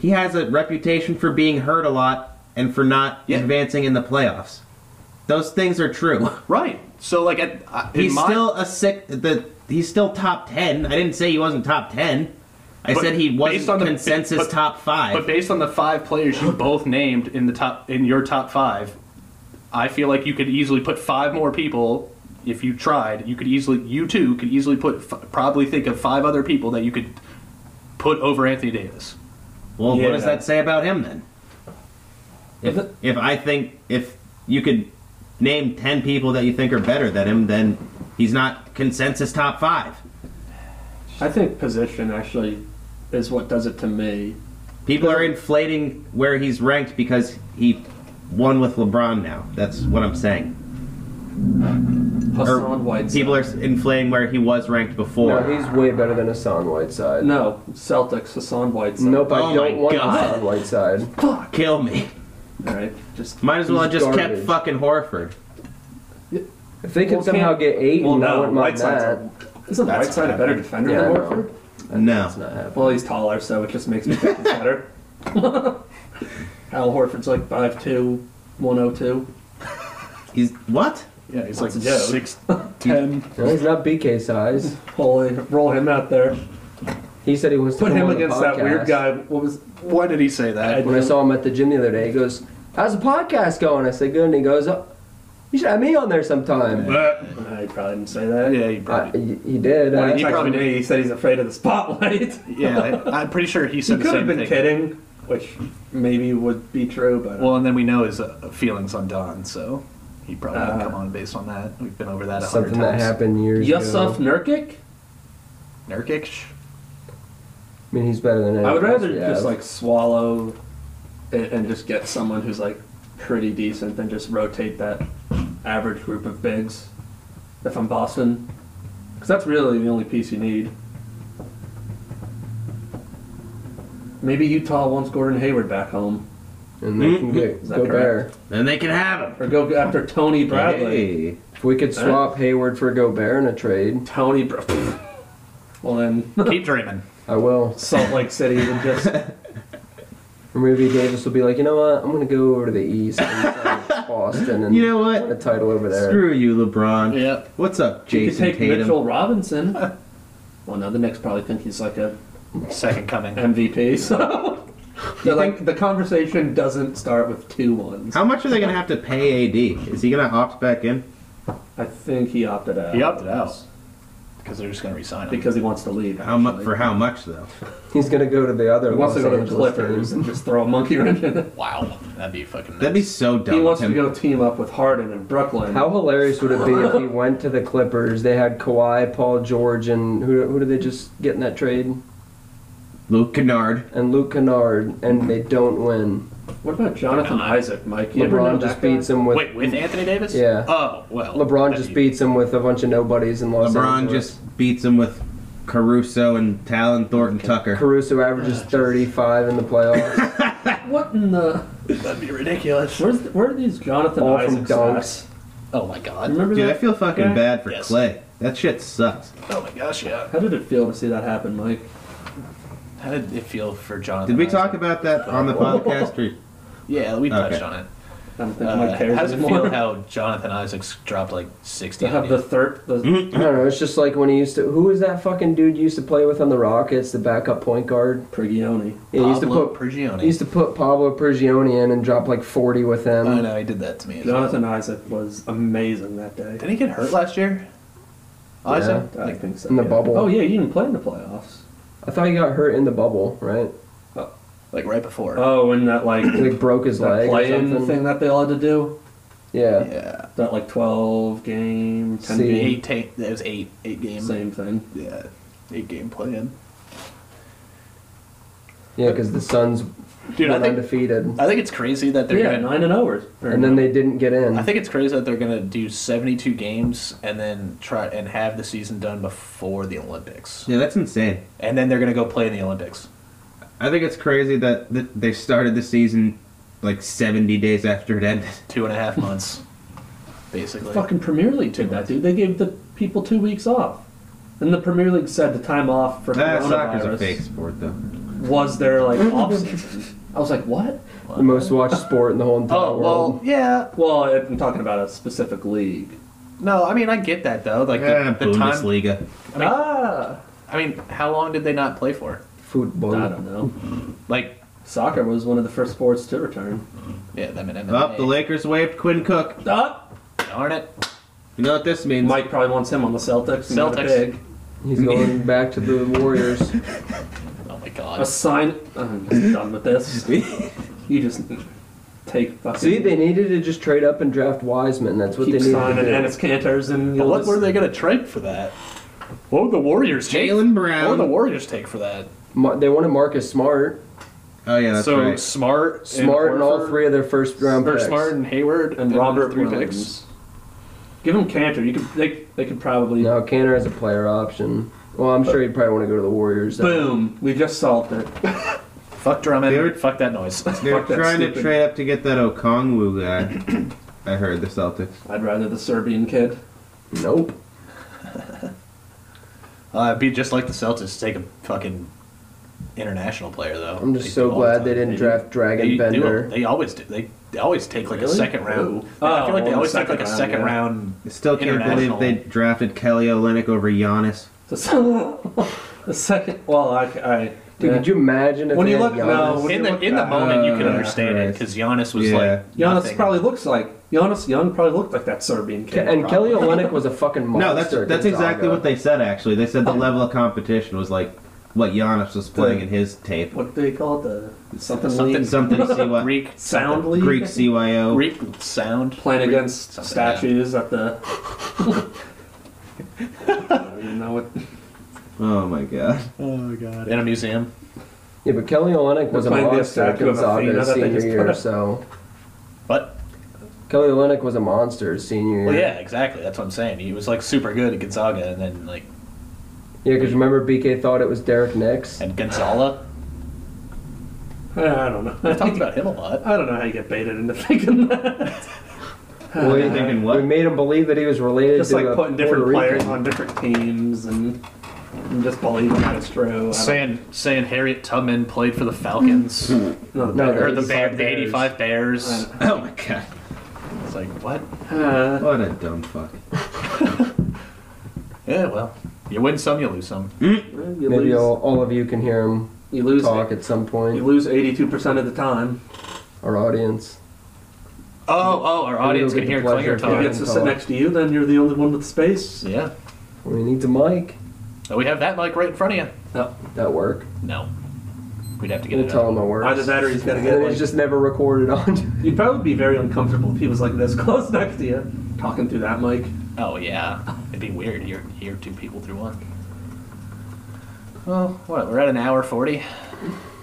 Speaker 3: he has a reputation for being hurt a lot and for not
Speaker 1: Yeah.
Speaker 3: advancing in the playoffs. Those things are true.
Speaker 1: right? So like at, uh, in
Speaker 3: He's
Speaker 1: my,
Speaker 3: still a sick. The he's still top ten. I didn't say he wasn't top ten. I
Speaker 1: But
Speaker 3: said he wasn't
Speaker 1: based on the-
Speaker 3: consensus
Speaker 1: but-
Speaker 3: top five.
Speaker 1: But based on the five players you both named in the top in your top five, I feel like you could easily put five more people if you tried. You could easily, you two could easily put f- probably think of five other people that you could put over Anthony Davis.
Speaker 3: well,
Speaker 7: Yeah.
Speaker 3: what does that say about him then? If, if I think if you could name ten people that you think are better than him, then he's not consensus top five.
Speaker 2: I think position actually is what does it to me.
Speaker 3: People are inflating where he's ranked because he won with LeBron now. That's what I'm saying. Or
Speaker 2: Hassan Whiteside.
Speaker 3: People are inflating where he was ranked before.
Speaker 4: No, he's way better than Hassan Whiteside.
Speaker 2: no Celtics. Hassan Whiteside.
Speaker 4: Nope, I
Speaker 3: Oh
Speaker 4: don't
Speaker 3: my
Speaker 4: want
Speaker 3: God.
Speaker 4: Hassan Whiteside.
Speaker 3: Kill me.
Speaker 2: All right, just
Speaker 3: Might as well have
Speaker 4: He's
Speaker 3: just
Speaker 4: garbage.
Speaker 3: kept fucking Horford.
Speaker 4: If they could
Speaker 2: Well,
Speaker 4: somehow
Speaker 2: can't-
Speaker 4: get eight,
Speaker 1: well,
Speaker 4: and I
Speaker 1: no,
Speaker 4: wouldn't mind
Speaker 1: Whiteside's
Speaker 4: that.
Speaker 1: a-
Speaker 2: isn't
Speaker 1: That's
Speaker 2: Whiteside a better defender
Speaker 4: Yeah,
Speaker 2: than
Speaker 4: no.
Speaker 2: Horford?
Speaker 4: It's
Speaker 3: No.
Speaker 4: not happening.
Speaker 2: Well, he's taller, so it just makes me think he's better. Al Horford's like 5'2", 102.
Speaker 3: He's what?
Speaker 1: Yeah, he's
Speaker 2: That's
Speaker 1: like
Speaker 2: a joke.
Speaker 1: six, ten.
Speaker 4: Well, he's not BK size.
Speaker 2: Holy, roll him out there.
Speaker 4: He said he wants to
Speaker 2: Put
Speaker 4: come
Speaker 2: him
Speaker 4: on the
Speaker 2: against that weird
Speaker 4: podcast.
Speaker 2: guy. What was?
Speaker 1: Why did he say that?
Speaker 4: When I saw him at the gym the other day, he goes, "How's the podcast going?" I said, "Good." And he goes, oh, "You should have me on there sometime."
Speaker 1: But
Speaker 2: No, he probably didn't say that.
Speaker 1: yeah, he
Speaker 4: Uh,
Speaker 1: probably.
Speaker 4: he, he did.
Speaker 2: When
Speaker 4: I,
Speaker 2: he
Speaker 1: You
Speaker 2: texted
Speaker 1: probably
Speaker 2: me,
Speaker 1: did.
Speaker 2: he said he's afraid of the spotlight.
Speaker 1: yeah, I, I'm pretty sure he
Speaker 2: he
Speaker 1: said the
Speaker 2: could
Speaker 1: same
Speaker 2: have been
Speaker 1: thing.
Speaker 2: kidding, which maybe would be true, but
Speaker 1: Well, and then we know his uh, feelings on Don, so he probably wouldn't
Speaker 2: Uh,
Speaker 1: come on based on that. We've been over that a hundred
Speaker 4: something that
Speaker 1: times.
Speaker 4: happened years
Speaker 2: Yusuf
Speaker 4: ago.
Speaker 2: Nurkic.
Speaker 1: Nurkic.
Speaker 4: I mean, he's better than.
Speaker 2: I would
Speaker 4: anyone else
Speaker 2: rather
Speaker 4: we
Speaker 2: just
Speaker 4: have.
Speaker 2: like swallow and, and just get someone who's like pretty decent than just rotate that average group of bigs. If I'm Boston, because that's really the only piece you need. Maybe Utah wants Gordon Hayward back home,
Speaker 4: and they can
Speaker 2: Is
Speaker 4: get
Speaker 2: that
Speaker 4: go
Speaker 2: correct?
Speaker 4: Bear.
Speaker 3: Then they can have him.
Speaker 2: or go after Tony Bradley.
Speaker 3: Hey.
Speaker 4: If we could
Speaker 2: Huh?
Speaker 4: swap Hayward for Gobert in a trade,
Speaker 2: Tony, Br- well then,
Speaker 1: Keep dreaming.
Speaker 4: I will.
Speaker 2: Salt Lake City would just
Speaker 4: Or maybe Davis will be like, you know what? I'm gonna go over to the East, and sell Boston, and
Speaker 3: You know what?
Speaker 4: win a title over there.
Speaker 3: Screw you, LeBron.
Speaker 1: Yep.
Speaker 3: What's up,
Speaker 2: you
Speaker 3: Jason
Speaker 2: could take
Speaker 3: Tatum?
Speaker 2: Mitchell Robinson. well, no, the Knicks probably think he's like a
Speaker 1: Second coming.
Speaker 2: MVP. So
Speaker 3: You
Speaker 2: They're like the conversation doesn't start with two ones.
Speaker 3: How much are they gonna have to pay AD? Is he gonna opt back in?
Speaker 2: I think he opted out.
Speaker 1: He opted out because they're just going to resign him.
Speaker 2: because he wants to leave.
Speaker 3: How much
Speaker 2: actually.
Speaker 3: for how much though?
Speaker 4: He's gonna go to the other.
Speaker 2: He wants to
Speaker 4: Los
Speaker 2: go to the
Speaker 4: Angeles
Speaker 2: Clippers
Speaker 4: team.
Speaker 2: and just throw a monkey wrench in it.
Speaker 1: wow, that'd be fucking.
Speaker 3: That'd be so dumb.
Speaker 2: He
Speaker 3: of
Speaker 2: wants to
Speaker 3: him.
Speaker 2: go team up with Harden in Brooklyn.
Speaker 4: How hilarious would it be if he went to the Clippers? They had Kawhi, Paul George, and who, who did they just get in that trade?
Speaker 3: Luke Kennard.
Speaker 4: And Luke Kennard, and they don't win.
Speaker 2: What about Jonathan Isaac, Mike? You ever know
Speaker 4: LeBron just
Speaker 2: that guy?
Speaker 4: beats him with.
Speaker 1: Wait, with Anthony Davis?
Speaker 4: Yeah.
Speaker 1: Oh well.
Speaker 4: LeBron
Speaker 1: that'd
Speaker 4: just
Speaker 1: be-
Speaker 4: beats him with a bunch of nobodies in Los
Speaker 3: LeBron
Speaker 4: Angeles.
Speaker 3: just beats him with Caruso and Talon Thornton Tucker.
Speaker 4: Caruso
Speaker 2: Ah,
Speaker 4: averages 35 in the playoffs.
Speaker 2: What in the?
Speaker 1: That'd be ridiculous.
Speaker 2: Where's the, where are these Jonathan
Speaker 4: All from
Speaker 2: Isaacs?
Speaker 4: dunks.
Speaker 2: at?
Speaker 1: Oh my god.
Speaker 2: Remember
Speaker 3: Dude, I
Speaker 2: that?
Speaker 3: feel fucking
Speaker 2: guy?
Speaker 3: bad for
Speaker 1: Yes.
Speaker 3: Clay. That shit sucks.
Speaker 1: Oh my gosh. Yeah.
Speaker 2: How did it feel to see that happen, Mike?
Speaker 1: How did it feel for Jonathan?
Speaker 3: Did we
Speaker 1: Isaac?
Speaker 3: talk about that on the podcast? Or
Speaker 1: Yeah, we touched
Speaker 3: Okay.
Speaker 1: on it.
Speaker 2: I don't think Mike
Speaker 1: Uh,
Speaker 2: cares
Speaker 1: how does it
Speaker 2: anymore.
Speaker 1: feel how Jonathan Isaacs dropped like sixty?
Speaker 2: to have the third, the
Speaker 4: I don't know. It's just like when he used to. Who was that fucking dude you used to play with on the Rockets, the backup point guard?
Speaker 2: Prigioni.
Speaker 4: Yeah, he used to put.
Speaker 1: Prigioni.
Speaker 4: He used to put Pablo Prigioni in and drop like 40 with him.
Speaker 1: I know Oh, he did that to me. as well.
Speaker 2: Jonathan Isaac was amazing that day.
Speaker 1: Did he get hurt last year? Isaac.
Speaker 2: I think so.
Speaker 4: In the
Speaker 2: yeah.
Speaker 4: bubble.
Speaker 2: Oh yeah, you didn't play in the playoffs.
Speaker 4: I thought he got hurt in the bubble, right?
Speaker 1: Like right before.
Speaker 2: Oh, and that like
Speaker 4: He, like broke his
Speaker 2: that
Speaker 4: leg. Or
Speaker 2: play-in
Speaker 4: something.
Speaker 2: thing that they all had to do.
Speaker 4: Yeah.
Speaker 1: yeah.
Speaker 2: That like twelve game, ten
Speaker 4: See.
Speaker 2: game,
Speaker 1: Eight. ta- That was eight. Eight games.
Speaker 2: same thing.
Speaker 1: Yeah, eight game plan.
Speaker 4: Yeah, because the Suns
Speaker 1: Dude, I
Speaker 4: went
Speaker 1: think
Speaker 4: undefeated,
Speaker 1: I think it's crazy that they're
Speaker 2: yeah,
Speaker 1: gonna.
Speaker 2: nine and overs.
Speaker 4: and then they didn't get in.
Speaker 1: I think it's crazy that they're gonna do seventy two games and then try and have the season done before the Olympics,
Speaker 3: yeah, that's insane.
Speaker 1: and then they're gonna go play in the Olympics.
Speaker 3: I think it's crazy that th- they started the season like 70 days after it ended.
Speaker 1: Two and a half months, basically.
Speaker 2: fucking Premier League
Speaker 1: Two
Speaker 2: did that,
Speaker 1: months.
Speaker 2: dude. They gave the people two weeks off, and the Premier League said the time off for
Speaker 3: Ah, soccer's a fake
Speaker 2: coronavirus
Speaker 3: sport, though.
Speaker 2: was their like off season. I was like, what?
Speaker 4: the most watched sport in the whole entire
Speaker 1: oh well,
Speaker 4: world.
Speaker 1: yeah.
Speaker 2: Well, I'm talking about a specific league.
Speaker 8: No, I mean I get that though. Like
Speaker 3: Eh,
Speaker 8: the, the time.
Speaker 3: Bundesliga.
Speaker 8: I mean,
Speaker 2: ah,
Speaker 8: I mean, how long did they not play for?
Speaker 2: football. I don't know.
Speaker 8: Like,
Speaker 2: Soccer was one of the first sports to return.
Speaker 8: yeah, that meant
Speaker 3: Up, Oh, the
Speaker 8: lake.
Speaker 3: Lakers waived Quinn Cook.
Speaker 2: Ah,
Speaker 8: Darn it.
Speaker 3: You know what this means?
Speaker 2: Mike probably wants him on the Celtics. and not a
Speaker 8: Celtics.
Speaker 2: Big.
Speaker 4: He's going back to the Warriors.
Speaker 8: Oh my god.
Speaker 2: Assign. Oh, I'm just done with this. you just take fucking.
Speaker 4: See, they needed to just trade up and draft Wiseman. That's what
Speaker 2: keep
Speaker 4: they needed
Speaker 2: signing
Speaker 4: to do.
Speaker 2: Ennis Cantors and
Speaker 8: But
Speaker 2: you'll
Speaker 8: what
Speaker 2: just-
Speaker 8: were they gonna trade for that? What would the Warriors take?
Speaker 3: Jalen
Speaker 8: What would the
Speaker 3: Brown.
Speaker 8: Warriors take for that?
Speaker 4: Ma- They wanted Marcus Smart,
Speaker 3: Oh yeah, that's
Speaker 1: so
Speaker 3: right.
Speaker 1: smart,
Speaker 4: Smart, and, all
Speaker 1: Horford-
Speaker 4: three of their first round
Speaker 1: or
Speaker 4: picks.
Speaker 1: smart and Hayward
Speaker 2: and
Speaker 1: then
Speaker 2: Robert
Speaker 1: three picks.
Speaker 2: Williams. Give him Cantor. You could they they could probably
Speaker 4: No, Cantor has a player option. Well, I'm sure he'd probably want to go to the Warriors. though.
Speaker 2: boom. We just solved it.
Speaker 1: Fuck Drummond.
Speaker 3: They were-
Speaker 1: Fuck that noise.
Speaker 3: They're
Speaker 2: Fuck that
Speaker 3: trying to
Speaker 2: stupid-
Speaker 3: trade up to get that Okongwu guy. I heard the Celtics.
Speaker 2: I'd rather the Serbian kid.
Speaker 4: Nope.
Speaker 8: Uh, it'd be just like the Celtics to take a fucking international player though.
Speaker 4: I'm
Speaker 8: They
Speaker 4: just so
Speaker 8: do all the
Speaker 4: glad
Speaker 8: time.
Speaker 4: they didn't
Speaker 8: do.
Speaker 4: draft Dragon
Speaker 8: They, do.
Speaker 4: Bender.
Speaker 8: they always do. They, they always take like
Speaker 2: Really?
Speaker 8: a second round.
Speaker 2: Oh,
Speaker 8: I feel like
Speaker 2: well,
Speaker 8: they
Speaker 2: the
Speaker 8: always take
Speaker 2: second
Speaker 8: like a
Speaker 2: round,
Speaker 8: second
Speaker 2: yeah.
Speaker 8: round.
Speaker 3: I still can't believe
Speaker 8: International.
Speaker 3: they drafted Kelly Olynyk over Giannis.
Speaker 2: The, s- the second. Well, I, I
Speaker 4: Dude, could you imagine if
Speaker 2: When
Speaker 4: they
Speaker 2: you
Speaker 4: had
Speaker 2: look- no,
Speaker 4: Giannis?
Speaker 2: when-
Speaker 1: in
Speaker 2: you
Speaker 1: the
Speaker 2: look Oh,
Speaker 1: in the
Speaker 2: at-
Speaker 1: moment, you can
Speaker 3: Uh,
Speaker 1: understand it
Speaker 3: Christ.
Speaker 1: because Giannis was
Speaker 3: Yeah.
Speaker 1: like
Speaker 2: Giannis
Speaker 1: nothing.
Speaker 2: probably looks like Giannis. Giannis probably looked like that Serbian kid.
Speaker 4: and Kelly
Speaker 2: probably.
Speaker 4: Olynyk was a fucking monster.
Speaker 3: No, that's
Speaker 4: at
Speaker 3: that's
Speaker 4: Gonzaga.
Speaker 3: exactly what they said. Actually, they said the level of competition was like what Giannis was playing in his tape.
Speaker 2: What do they call it? The something
Speaker 1: Something-
Speaker 2: league?
Speaker 3: Something CY,
Speaker 1: Greek
Speaker 2: sound league.
Speaker 3: Greek CYO.
Speaker 1: Greek sound.
Speaker 2: playing
Speaker 1: Greek
Speaker 2: against
Speaker 1: something,
Speaker 2: statues at the. I don't even know what.
Speaker 3: Oh my god.
Speaker 8: Oh god. In a museum.
Speaker 4: Yeah, but Kelly Olynyk was a
Speaker 2: Playing the
Speaker 4: monster at
Speaker 2: statue of Athena
Speaker 4: Gonzaga
Speaker 2: that they
Speaker 4: senior
Speaker 2: just put
Speaker 4: year,
Speaker 2: up.
Speaker 4: so
Speaker 8: But
Speaker 4: Kelly Olynyk was a monster his senior year.
Speaker 8: well, yeah, exactly. That's what I'm saying. He was like super good at Gonzaga, and then like
Speaker 4: yeah, because remember BK thought it was Derek Nix.
Speaker 8: and Gonzala.
Speaker 2: I don't know.
Speaker 8: I talked about him a lot.
Speaker 2: I don't know how you get baited into thinking that.
Speaker 4: Well, he-
Speaker 3: Thinking what?
Speaker 4: We made him believe that he was related
Speaker 2: just
Speaker 4: to
Speaker 2: like
Speaker 4: a
Speaker 2: putting different
Speaker 4: Puerto
Speaker 2: players
Speaker 4: Rican.
Speaker 2: on different teams and, and just believing that it's true. I don't-
Speaker 1: Saying saying Harriet Tubman played for the Falcons
Speaker 2: No, the
Speaker 4: No,
Speaker 2: Bears.
Speaker 1: or the,
Speaker 4: 85
Speaker 1: Bear, the
Speaker 2: Bears.
Speaker 1: 85 Bears.
Speaker 3: Oh my god.
Speaker 1: It's like what?
Speaker 2: Uh,
Speaker 3: What a dumb fuck.
Speaker 1: Yeah, well, you win some, you lose some.
Speaker 2: you
Speaker 4: Maybe
Speaker 2: lose,
Speaker 4: all, all of you can hear him
Speaker 2: you lose
Speaker 4: talk at some
Speaker 2: You
Speaker 4: point.
Speaker 2: lose 82% of the time.
Speaker 4: Our audience.
Speaker 1: Oh, oh, our
Speaker 4: don't
Speaker 1: audience
Speaker 4: get
Speaker 1: can
Speaker 4: the
Speaker 1: hear
Speaker 4: pleasure
Speaker 1: Klinger
Speaker 4: of
Speaker 2: If
Speaker 1: talk.
Speaker 2: it
Speaker 4: hearing
Speaker 2: gets to
Speaker 4: Colin.
Speaker 2: sit next to you, then you're the only one with space.
Speaker 1: Yeah,
Speaker 4: We need the mic.
Speaker 1: Oh, we have that mic right in front of you.
Speaker 2: No,
Speaker 4: That work.
Speaker 1: No, we'd have to get
Speaker 4: We'll
Speaker 1: it.
Speaker 4: tell
Speaker 1: Out.
Speaker 4: him it works.
Speaker 2: either that or he's got to
Speaker 4: and
Speaker 2: get
Speaker 4: then it's
Speaker 2: like,
Speaker 4: just never recorded on.
Speaker 2: You'd probably be very uncomfortable if he was like this close next to you, talking through that mic.
Speaker 1: Oh yeah, it'd be weird. Hear hear two people through one. Well, what? We're at an hour forty.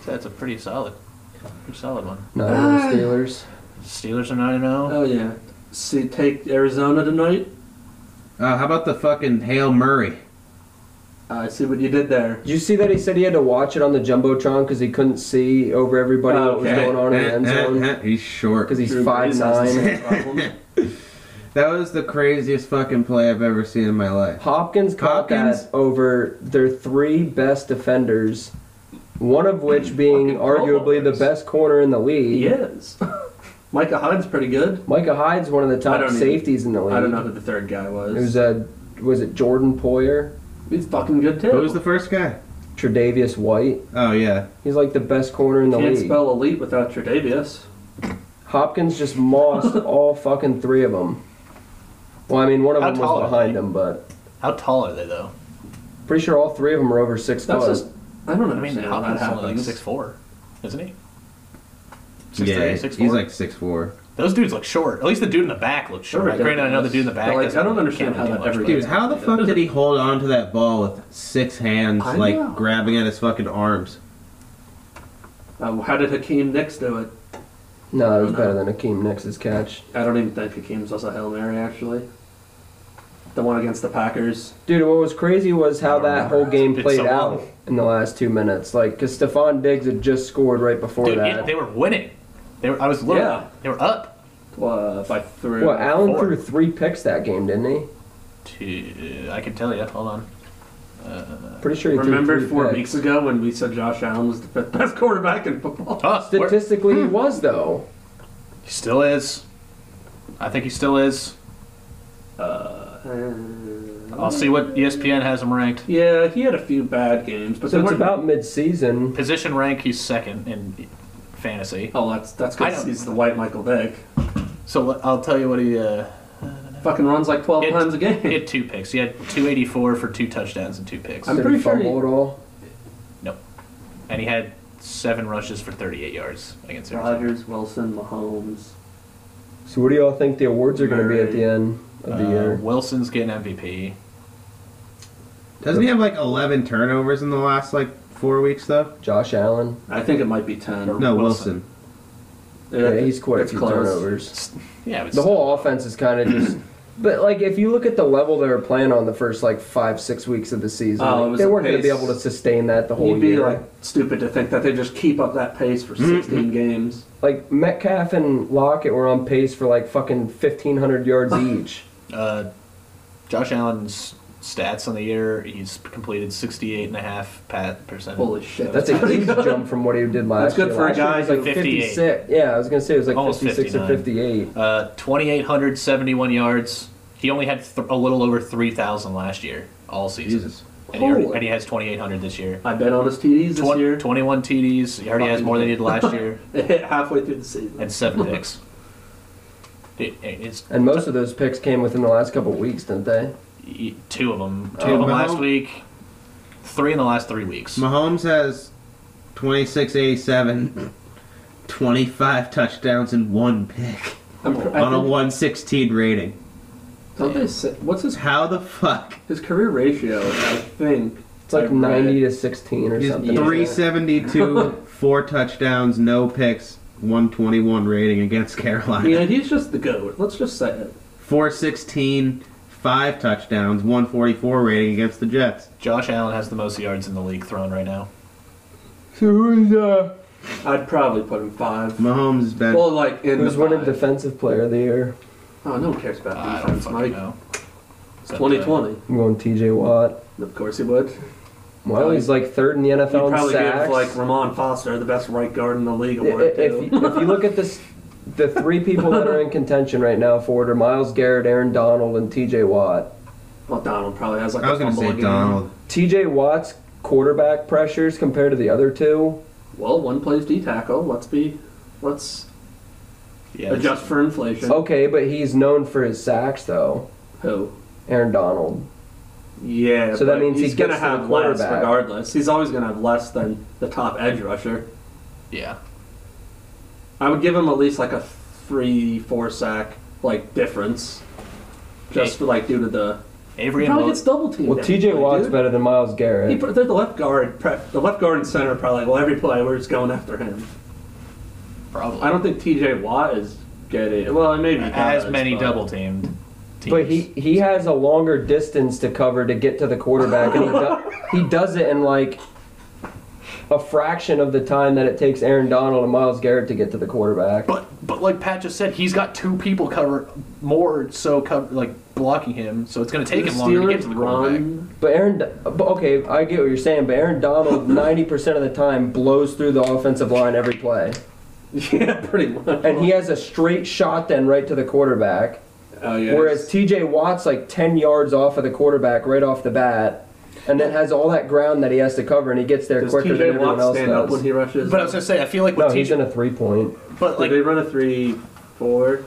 Speaker 1: So that's a pretty solid, pretty solid one.
Speaker 4: Not even the Steelers.
Speaker 1: Steelers are nine and zero.
Speaker 2: Oh yeah. See, take Arizona tonight.
Speaker 3: Uh, how about the fucking Hale Murray?
Speaker 2: Uh, I see what you did there.
Speaker 4: Did you see that he said he had to watch it on the jumbotron because he couldn't see over everybody what was
Speaker 2: Okay.
Speaker 4: going on in the end zone
Speaker 3: He's short.
Speaker 4: because he's
Speaker 2: Drew
Speaker 4: five
Speaker 2: Brees has the
Speaker 4: nine.
Speaker 2: same problem.
Speaker 3: That was the craziest fucking play I've ever seen in my life.
Speaker 4: Hopkins caught
Speaker 3: Hopkins?
Speaker 4: that over their three best defenders, one of which being
Speaker 2: Fucking Paul
Speaker 4: arguably the
Speaker 2: Hopkins.
Speaker 4: best corner in the league.
Speaker 2: he is. Micah Hyde's pretty good.
Speaker 4: Micah Hyde's one of the
Speaker 2: I
Speaker 4: top
Speaker 2: don't
Speaker 4: safeties in the league.
Speaker 2: I don't know who the third guy was.
Speaker 4: It was a was it Jordan Poyer,
Speaker 2: he's fucking good too.
Speaker 3: Who was the first guy?
Speaker 4: Tre'Davious White.
Speaker 3: Oh yeah.
Speaker 4: He's like the best corner in the
Speaker 2: Can't
Speaker 4: league.
Speaker 2: spell elite without Tre'Davious.
Speaker 4: Hopkins just mossed all fucking three of them. Well, I mean, one of
Speaker 1: How
Speaker 4: them
Speaker 1: tall
Speaker 4: was
Speaker 1: are
Speaker 4: behind
Speaker 1: they?
Speaker 4: him, but
Speaker 1: How tall are they though?
Speaker 4: pretty sure all three of them are over six
Speaker 2: That's
Speaker 4: foot.
Speaker 2: just. I don't know.
Speaker 1: I mean,
Speaker 2: how that
Speaker 1: Hopkins is only like
Speaker 2: happens.
Speaker 1: six four, isn't he? Six
Speaker 3: yeah,
Speaker 1: three, six four.
Speaker 3: he's like six four.
Speaker 1: Those dudes look short. At least the dude in the back looks
Speaker 2: They're
Speaker 1: short. Granted, I know the dude in the
Speaker 2: ridiculous.
Speaker 1: back.
Speaker 2: But, like,
Speaker 1: doesn't-
Speaker 2: I don't
Speaker 1: can't
Speaker 2: understand how
Speaker 1: do
Speaker 2: that
Speaker 1: much,
Speaker 2: ever
Speaker 1: but-
Speaker 3: Dude, how the fuck did he hold on to that ball with six hands,
Speaker 2: I
Speaker 3: like
Speaker 2: know.
Speaker 3: grabbing at his fucking arms?
Speaker 2: Uh, how did Hakeem Nicks do it?
Speaker 4: no, it was better than Akeem Nix's catch.
Speaker 2: I don't even think Hakeem's was a hail mary actually. The one against the Packers.
Speaker 4: Dude, what was crazy was how that whole game
Speaker 1: It's
Speaker 4: played
Speaker 1: so
Speaker 4: out
Speaker 1: long.
Speaker 4: in the last two minutes. Like, because Stephon Diggs had just scored right before
Speaker 1: Dude,
Speaker 4: that.
Speaker 1: it- they were winning. They were. I was looking.
Speaker 2: Yeah.
Speaker 1: They were up.
Speaker 2: Uh, by three.
Speaker 4: what, Allen
Speaker 1: Four.
Speaker 4: threw three picks that game, didn't he?
Speaker 1: Two, I can tell you. Hold on. Uh,
Speaker 4: Pretty sure he
Speaker 2: Remember
Speaker 4: threw three
Speaker 2: four
Speaker 4: picks.
Speaker 2: weeks ago when we said Josh Allen was the fifth best quarterback in football?
Speaker 1: oh, we're-
Speaker 4: Statistically,
Speaker 2: Hmm.
Speaker 4: he was, though.
Speaker 1: he still is. I think he still is.
Speaker 2: Uh,
Speaker 4: Uh,
Speaker 1: I'll see what E ESPN has him ranked.
Speaker 2: Yeah, he had a few bad games, but
Speaker 4: So
Speaker 2: then
Speaker 4: it's
Speaker 2: what about?
Speaker 4: about mid-season.
Speaker 1: Position rank, he's second in fantasy.
Speaker 2: Oh, that's that's
Speaker 1: I
Speaker 2: because
Speaker 1: don't-
Speaker 2: he's the white Michael Vick.
Speaker 1: So let- I'll tell you what he uh,
Speaker 2: Fucking runs like twelve
Speaker 1: It-
Speaker 2: times a game.
Speaker 1: he had two picks. He had 284 for two touchdowns and two picks,
Speaker 2: I'm
Speaker 4: Did
Speaker 2: pretty
Speaker 4: he
Speaker 2: sure he-
Speaker 4: fumble at all.
Speaker 1: and he had seven rushes for 38 yards against Arizona.
Speaker 2: Rodgers, Wilson, Mahomes.
Speaker 4: So what do y'all think the awards are going to be at the end of the
Speaker 1: Uh,
Speaker 2: um,
Speaker 4: year?
Speaker 1: Wilson's getting MVP.
Speaker 3: Doesn't he have like 11 turnovers in the last like four weeks though?
Speaker 4: Josh Allen.
Speaker 2: I think it might be ten.
Speaker 3: No,
Speaker 1: Wilson.
Speaker 3: Wilson.
Speaker 4: Yeah, he's quite a
Speaker 2: it's
Speaker 4: few
Speaker 2: close.
Speaker 4: turnovers.
Speaker 1: Yeah, but
Speaker 4: The whole offense is kind of just. But like, if you look at the level they were playing on the first like five, six weeks of the season,
Speaker 2: Oh, it
Speaker 4: like,
Speaker 2: was
Speaker 4: they
Speaker 2: the
Speaker 4: weren't going to be
Speaker 2: pace.
Speaker 4: able to sustain that the whole
Speaker 2: You'd be
Speaker 4: year.
Speaker 2: like stupid to think that they just keep up that pace for
Speaker 1: Mm-hmm.
Speaker 2: 16 games.
Speaker 4: Like, Metcalf and Lockett were on pace for like fucking fifteen hundred yards each.
Speaker 1: Uh, Josh Allen's stats on the year, he's completed 68.5 pat percent.
Speaker 2: Holy shit!
Speaker 4: That's a huge jump from what he did
Speaker 2: That's
Speaker 4: last.
Speaker 2: good
Speaker 4: year.
Speaker 2: for a
Speaker 4: Last year
Speaker 2: guy
Speaker 4: was, like
Speaker 1: who's 58.
Speaker 4: fifty-six. Yeah, I was going to say it was like
Speaker 1: Almost
Speaker 4: fifty-six
Speaker 1: 59.
Speaker 4: or fifty-eight.
Speaker 1: Uh, 2,871 yards. He only had th- a little over 3,000 last year, all season.
Speaker 3: Jesus.
Speaker 1: And, he already-
Speaker 2: Holy.
Speaker 1: and he has 2,800 this year.
Speaker 2: I bet on his TDs this
Speaker 1: Twen-
Speaker 2: year.
Speaker 1: 21 TDs. He already has more than he did last year.
Speaker 2: It hit halfway through the season.
Speaker 1: And seven picks. Dude, it's
Speaker 4: And most of those picks came within the last couple of weeks, didn't they?
Speaker 1: e- two of them. Two
Speaker 3: Oh,
Speaker 1: of them
Speaker 3: Mahomes-
Speaker 1: last week. Three in the last three weeks.
Speaker 3: Mahomes has 26, 87, 25 touchdowns and one pick
Speaker 2: I'm pr- I
Speaker 3: on a
Speaker 2: think,
Speaker 3: 116 rating.
Speaker 2: don't they say, what's his
Speaker 3: How the fuck?
Speaker 2: his career ratio? I think
Speaker 4: It's like
Speaker 2: I read
Speaker 4: ninety
Speaker 2: it.
Speaker 4: to sixteen or
Speaker 3: He's
Speaker 4: something.
Speaker 3: 372, four touchdowns, no picks, 121 rating against
Speaker 2: You know,
Speaker 3: Carolina.
Speaker 2: he's just the goat. Let's just say it.
Speaker 3: 416, five touchdowns, 144 rating against the Jets.
Speaker 1: Josh Allen has the most yards in the league thrown right now.
Speaker 4: So who's uh,
Speaker 2: I'd probably put him five.
Speaker 3: Mahomes has been.
Speaker 2: Well, like in
Speaker 4: who's
Speaker 2: the
Speaker 4: winning
Speaker 2: five.
Speaker 4: defensive player of the year?
Speaker 2: Oh, no one cares about
Speaker 1: I don't
Speaker 2: defense,
Speaker 1: fucking
Speaker 2: Mike.
Speaker 1: know.
Speaker 2: It's 2020.
Speaker 4: I'm going T.J. Watt.
Speaker 2: Of course he would.
Speaker 4: Well, he's like third in the
Speaker 2: He'd
Speaker 4: NFL in
Speaker 2: probably
Speaker 4: sacks.
Speaker 2: give like Ramon Foster the best right guard in the league
Speaker 4: I- I-
Speaker 2: award.
Speaker 4: if,
Speaker 2: too.
Speaker 4: you, if you look at this, the three people that are in contention right now for it are Miles Garrett, Aaron Donald, and T.J. Watt.
Speaker 2: Well, Donald probably has like
Speaker 3: I was
Speaker 2: a
Speaker 3: going to
Speaker 2: fumble
Speaker 3: say
Speaker 2: a game.
Speaker 3: Donald.
Speaker 4: T.J. Watt's quarterback pressures compared to the other two.
Speaker 2: Well, one plays D tackle. Let's be, let's
Speaker 1: Yeah,
Speaker 2: adjust for inflation.
Speaker 4: Okay, but he's known for his sacks though.
Speaker 2: Who?
Speaker 4: Aaron Donald.
Speaker 2: Yeah.
Speaker 4: So that
Speaker 2: but
Speaker 4: means he
Speaker 2: he's gonna
Speaker 4: gets to the
Speaker 2: have less
Speaker 4: quarterback.
Speaker 2: regardless. He's always gonna have less than the top edge rusher.
Speaker 1: Yeah.
Speaker 2: I would give him at least like a three, four sack like difference, just for, like due to the.
Speaker 1: Avery
Speaker 2: He
Speaker 1: and
Speaker 2: probably
Speaker 1: Mo-
Speaker 2: gets double teamed.
Speaker 4: Well,
Speaker 2: every
Speaker 4: T.J.
Speaker 2: play,
Speaker 4: Watt's
Speaker 2: dude.
Speaker 4: better than Miles Garrett.
Speaker 2: He, put- they're the left guard, prep, the left guard and center are probably like, well, every play we're just going after him.
Speaker 1: probably
Speaker 2: I don't think T.J. Watt is getting well, maybe he
Speaker 1: as
Speaker 2: does,
Speaker 1: many
Speaker 2: but-
Speaker 1: double teamed.
Speaker 4: But he, he has a longer distance to cover to get to the quarterback, and he, do, he does it in like a fraction of the time that it takes Aaron Donald and Miles Garrett to get to the quarterback.
Speaker 1: But but like Pat just said, he's got two people cover more so cover like blocking him, so it's going to take him longer to get to the quarterback.
Speaker 4: But Aaron, Do- but okay, I get what you're saying. But Aaron Donald, ninety percent of the time, blows through the offensive line every play,
Speaker 2: Yeah, pretty much.
Speaker 4: and he has a straight shot then right to the quarterback.
Speaker 2: oh, yeah.
Speaker 4: Whereas T.J. Watt's like ten yards off of the quarterback right off the bat, and then has all that ground that he has to cover, and he gets there
Speaker 2: does
Speaker 4: quicker than
Speaker 2: T.J.
Speaker 4: everyone
Speaker 2: Watt
Speaker 4: else
Speaker 2: stand
Speaker 4: does.
Speaker 2: up when he rushes?
Speaker 1: But I was going to say, I feel like
Speaker 4: No,
Speaker 1: with
Speaker 4: he's
Speaker 1: TJ,
Speaker 4: in a three point.
Speaker 1: but
Speaker 2: Did
Speaker 1: like
Speaker 2: they run a three four?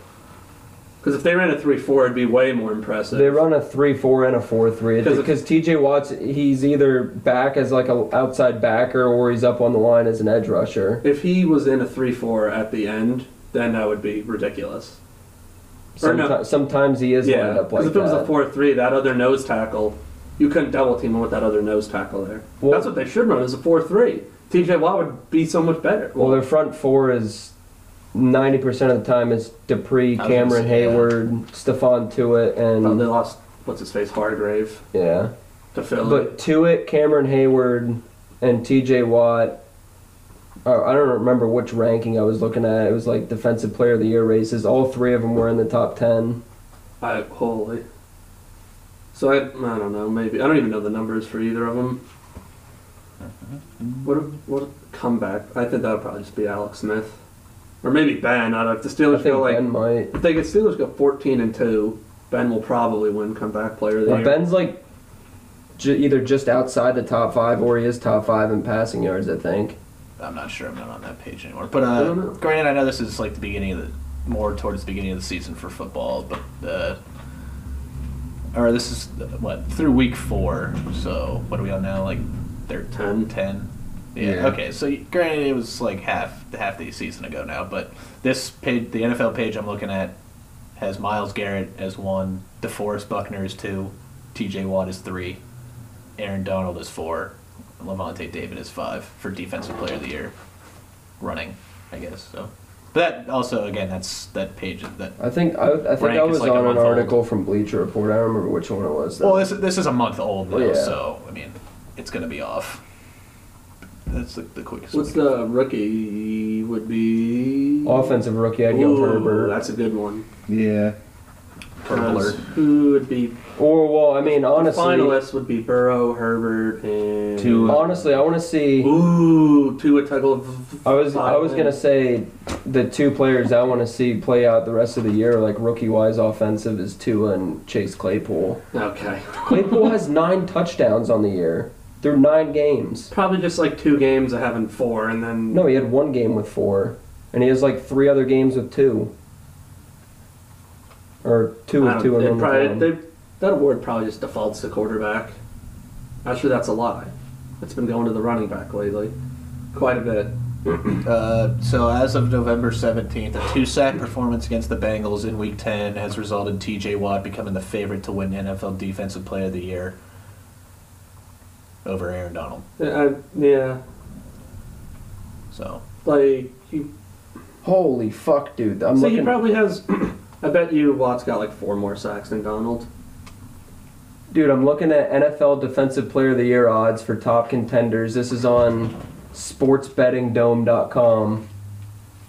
Speaker 2: Because if they ran a three four, it'd be way more impressive.
Speaker 4: They run a three four and a four three.
Speaker 2: Because if-
Speaker 4: Because TJ Watts, he's either back as like a outside backer or he's up on the line as an edge rusher.
Speaker 2: if he was in a three four at the end, then that would be ridiculous. Or no.
Speaker 4: Someti- Sometimes he is lined
Speaker 2: yeah,
Speaker 4: up like
Speaker 2: because if it was a
Speaker 4: that.
Speaker 2: four three, that other nose tackle, you couldn't double team him with that other nose tackle there.
Speaker 4: Well-
Speaker 2: That's what they should run is a four three. T.J. Watt would be so much better.
Speaker 4: Well, their front four is ninety percent of the time is
Speaker 1: I
Speaker 4: Dupree,
Speaker 1: was gonna
Speaker 4: Cameron
Speaker 1: say, yeah.
Speaker 4: Hayward, Stephon Tuitt,
Speaker 2: Oh,
Speaker 4: and
Speaker 2: they lost what's his face Hargrave
Speaker 4: yeah.
Speaker 2: to Philly.
Speaker 4: But Tuitt, Cameron Hayward, and TJ Watt. uh, I don't remember which ranking I was looking at. It was like defensive player of the year races. All three of them were in the top ten.
Speaker 2: I holy. So I, I don't know. Maybe I don't even know the numbers for either of them.
Speaker 4: Mm-hmm.
Speaker 2: What a, what a comeback! I think that'll probably just be Alex Smith, or maybe Ben. I don't. If the
Speaker 4: I
Speaker 2: Steelers
Speaker 4: think
Speaker 2: go like
Speaker 4: Ben might.
Speaker 2: if they get Steelers go fourteen and two, Ben will probably win comeback player of the
Speaker 4: Well,
Speaker 2: year.
Speaker 4: Ben's like j- either just outside the top five or he is top five in passing yards, I think.
Speaker 1: I'm not sure. I'm not on that page anymore. But
Speaker 2: I
Speaker 1: uh,
Speaker 2: don't know.
Speaker 1: granted, I know this is like the beginning of the more towards the beginning of the season for football, but uh, or this is uh, what through week four. So what are we on now? Like 13,
Speaker 2: Ten.
Speaker 1: 10? Yeah.
Speaker 3: Yeah.
Speaker 1: Okay. So granted, it was like half half the season ago now, but this page, the NFL page I'm looking at, has Miles Garrett as one, DeForest Buckner is two, T.J. Watt is three, Aaron Donald is four, and Levante David is five for Defensive Player of the Year, running, I guess. So, but that also again, that's that page that.
Speaker 4: I think I, I think
Speaker 1: Rank
Speaker 4: I
Speaker 1: is
Speaker 4: was
Speaker 1: like a
Speaker 4: on an
Speaker 1: month old.
Speaker 4: article from Bleacher Report. I don't remember which one it was. though.
Speaker 1: Well, this this is a month old now,
Speaker 4: Yeah.
Speaker 1: so I mean, it's gonna be off. That's the, the quickest.
Speaker 2: What's the rookie would be?
Speaker 4: Offensive rookie, I'd go
Speaker 2: Ooh,
Speaker 4: Herbert.
Speaker 2: That's a good one.
Speaker 3: Yeah.
Speaker 1: Perler.
Speaker 2: Who would be
Speaker 4: Or well, I mean, honestly,
Speaker 2: finalists would be Burrow, Herbert, and
Speaker 3: Tua.
Speaker 4: honestly, I want to see.
Speaker 2: Ooh, Tua Tagovailoa.
Speaker 4: I was I was gonna say the two players I want to see play out the rest of the year, like rookie wise offensive, is Tua and Chase Claypool.
Speaker 2: Okay,
Speaker 4: Claypool has nine touchdowns on the year through nine games.
Speaker 2: probably just like two games of having four, and then
Speaker 4: No, he had one game with four, and he has like three other games with two, or two
Speaker 2: I
Speaker 4: with
Speaker 2: don't-
Speaker 4: two and
Speaker 2: they
Speaker 4: one with one.
Speaker 2: probably, they, that award probably just defaults to quarterback. Actually, that's a lie. It's been going to the running back lately, quite a bit.
Speaker 1: Uh, so as of November 17th, a two-sack performance against the Bengals in Week 10 has resulted in T.J. Watt becoming the favorite to win NFL Defensive Player of the Year over Aaron Donald.
Speaker 2: I, Uh, yeah,
Speaker 1: So
Speaker 2: like he,
Speaker 4: Holy fuck, dude! I'm
Speaker 2: so he
Speaker 4: looking,
Speaker 2: probably has. I bet you Watt's got like four more sacks than Donald.
Speaker 4: dude. I'm looking at NFL Defensive Player of the Year odds for top contenders. This is on SportsBettingDome.com.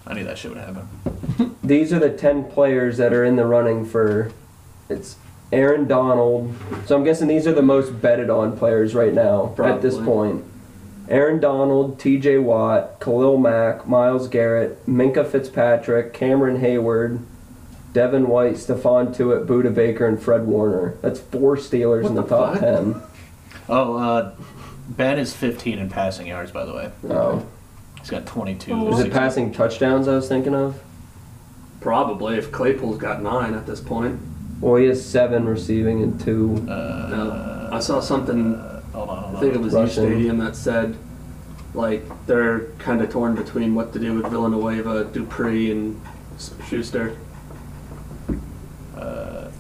Speaker 1: I knew that shit would happen.
Speaker 4: These are the ten players that are in the running for. It's Aaron Donald. So I'm guessing these are the most betted on players right now at this
Speaker 2: Probably.
Speaker 4: point. Aaron Donald, T.J. Watt, Khalil Mack, Miles Garrett, Minka Fitzpatrick, Cameron Hayward, Devin White, Stephon Tuitt, Buda Baker, and Fred Warner. That's four Steelers in the, top
Speaker 2: fuck?
Speaker 4: ten.
Speaker 1: Oh, uh, Ben is 15 in passing yards, by the way.
Speaker 4: Oh,
Speaker 1: He's got 22.
Speaker 4: is it
Speaker 1: 16.
Speaker 4: passing touchdowns? I was thinking of.
Speaker 2: Probably if Claypool's got nine at this point.
Speaker 4: Well, he has seven receiving and two.
Speaker 2: Uh, I saw something.
Speaker 1: Hold on, hold
Speaker 2: I
Speaker 1: on.
Speaker 2: think it was U
Speaker 4: Russian.
Speaker 2: Stadium that said, like they're kind of torn between what to do with Villanueva, Dupree, and S- Schuster.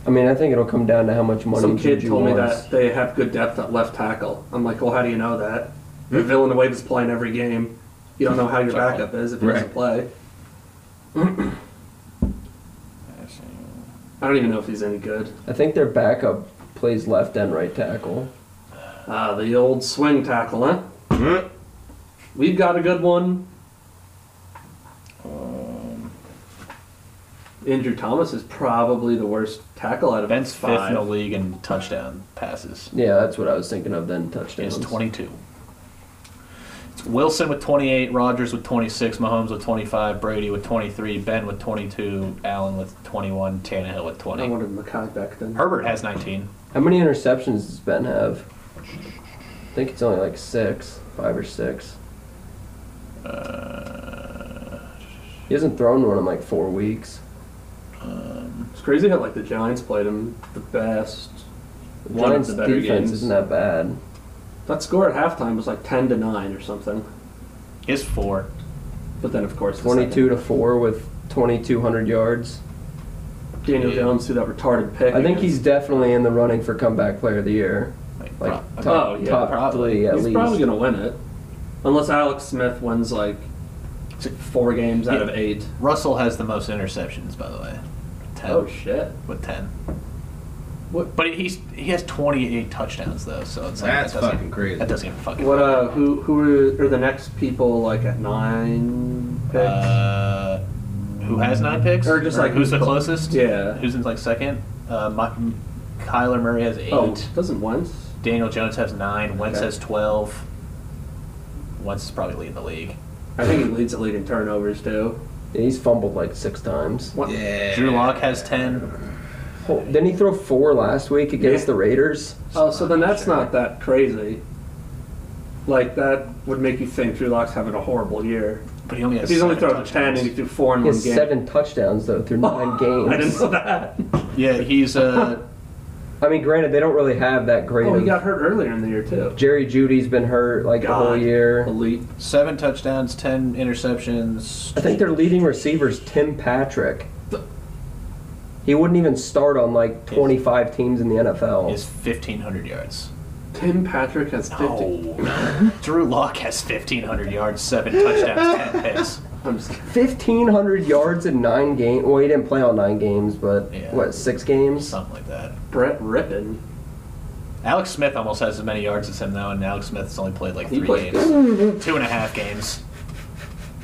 Speaker 4: I mean, I think it'll come down to how much money
Speaker 2: Some kid
Speaker 4: Juju
Speaker 2: told me
Speaker 4: wants.
Speaker 2: that they have good depth at left tackle. I'm like, well, how do you know that?
Speaker 4: Hmm?
Speaker 2: If Villanueva's playing every game, you don't know how your backup is if he doesn't
Speaker 3: Right.
Speaker 2: play. I don't even know if he's any good.
Speaker 4: I think their backup plays left and right tackle.
Speaker 2: Ah, the old swing tackle, huh? We've got a good one. Andrew Thomas is probably the worst tackle out of
Speaker 1: Ben's fifth in
Speaker 2: five.
Speaker 1: the league in touchdown passes.
Speaker 4: Yeah, that's what I was thinking of then.
Speaker 1: He
Speaker 4: Touchdowns.
Speaker 1: has 22. It's Wilson with 28, Rogers with 26, Mahomes with 25, Brady with 23, Ben with 22, Allen with 21, Tannehill with
Speaker 2: I
Speaker 1: 20.
Speaker 2: wanted Makai Becton.
Speaker 1: Herbert has 19.
Speaker 4: How many interceptions does Ben have? I think it's only like six, five or six.
Speaker 2: Uh,
Speaker 4: He hasn't thrown one in like four weeks.
Speaker 2: It's crazy how like the Giants played him the best.
Speaker 4: The
Speaker 2: One of
Speaker 4: Giants'
Speaker 2: the better
Speaker 4: defense
Speaker 2: games.
Speaker 4: isn't that bad.
Speaker 2: That score at halftime was like ten to nine or something.
Speaker 1: He has four.
Speaker 2: But then of course the
Speaker 4: Twenty-two to four with twenty-two hundred yards.
Speaker 2: second- Daniel Jones threw that retarded pick.
Speaker 4: I think
Speaker 2: against-
Speaker 4: he's definitely in the running for comeback player of the year. Like
Speaker 1: pro-
Speaker 4: top,
Speaker 2: oh, yeah,
Speaker 4: top
Speaker 1: probably.
Speaker 4: three at
Speaker 2: he's
Speaker 4: least.
Speaker 2: probably gonna win it, unless Alex Smith wins like four games out
Speaker 1: Yeah.
Speaker 2: of eight.
Speaker 1: Russell has the most interceptions, by the way. 10.
Speaker 2: Oh shit!
Speaker 1: with 10.
Speaker 2: What-
Speaker 1: But he's he has 28 touchdowns, though, so it's like
Speaker 3: That's
Speaker 1: that doesn't,
Speaker 3: fucking crazy.
Speaker 1: That doesn't even fucking
Speaker 2: What uh? Who who are, are the next people like at nine picks?
Speaker 1: Uh, who has nine picks?
Speaker 2: Or just, like,
Speaker 1: who's
Speaker 2: who's
Speaker 1: the
Speaker 2: cl-
Speaker 1: closest?
Speaker 2: yeah.
Speaker 1: Who's in like second? Uh, my, Kyler Murray has eight.
Speaker 2: oh, doesn't Wentz?
Speaker 1: Daniel Jones has nine. Wentz
Speaker 2: Okay.
Speaker 1: has twelve. Wentz is probably leading the league.
Speaker 2: I think he leads the league in turnovers too.
Speaker 4: He's fumbled like six times.
Speaker 2: What?
Speaker 3: Yeah.
Speaker 1: Drew Lock has ten.
Speaker 4: Hol- Didn't he throw four last week against
Speaker 2: Yeah.
Speaker 4: the Raiders?
Speaker 2: Oh, so then that's not that crazy. Like that would make you think Drew Locke's having a horrible year.
Speaker 1: But he only has
Speaker 2: He's only
Speaker 1: seven
Speaker 2: thrown ten
Speaker 1: touchdowns.
Speaker 2: and he threw four in
Speaker 4: He
Speaker 2: one
Speaker 4: has
Speaker 2: game.
Speaker 4: seven touchdowns though through nine games.
Speaker 2: I didn't know that.
Speaker 1: Yeah, he's uh,
Speaker 4: I mean, granted, they don't really have that great.
Speaker 2: Oh, he
Speaker 4: of-
Speaker 2: got hurt earlier in the year too.
Speaker 4: Jerry Judy's been hurt like the whole
Speaker 2: God.
Speaker 4: year.
Speaker 2: Elite.
Speaker 1: seven touchdowns, ten interceptions.
Speaker 4: I think their leading receiver's Tim Patrick. He wouldn't even start on like 25 teams in the NFL.
Speaker 1: is fifteen hundred yards.
Speaker 2: Tim Patrick has fifty.
Speaker 1: No, Drew Lock has fifteen hundred yards, seven touchdowns, ten picks.
Speaker 2: I'm just kidding.
Speaker 4: 1,500 yards in nine games. Well, he didn't play all nine games, but
Speaker 1: Yeah.
Speaker 4: what, six games?
Speaker 1: something like that.
Speaker 2: Brett Rippin.
Speaker 1: Alex Smith almost has as many yards as him now, and Alex Smith's only played like
Speaker 2: He
Speaker 1: three
Speaker 2: plays
Speaker 1: games, two and a half games.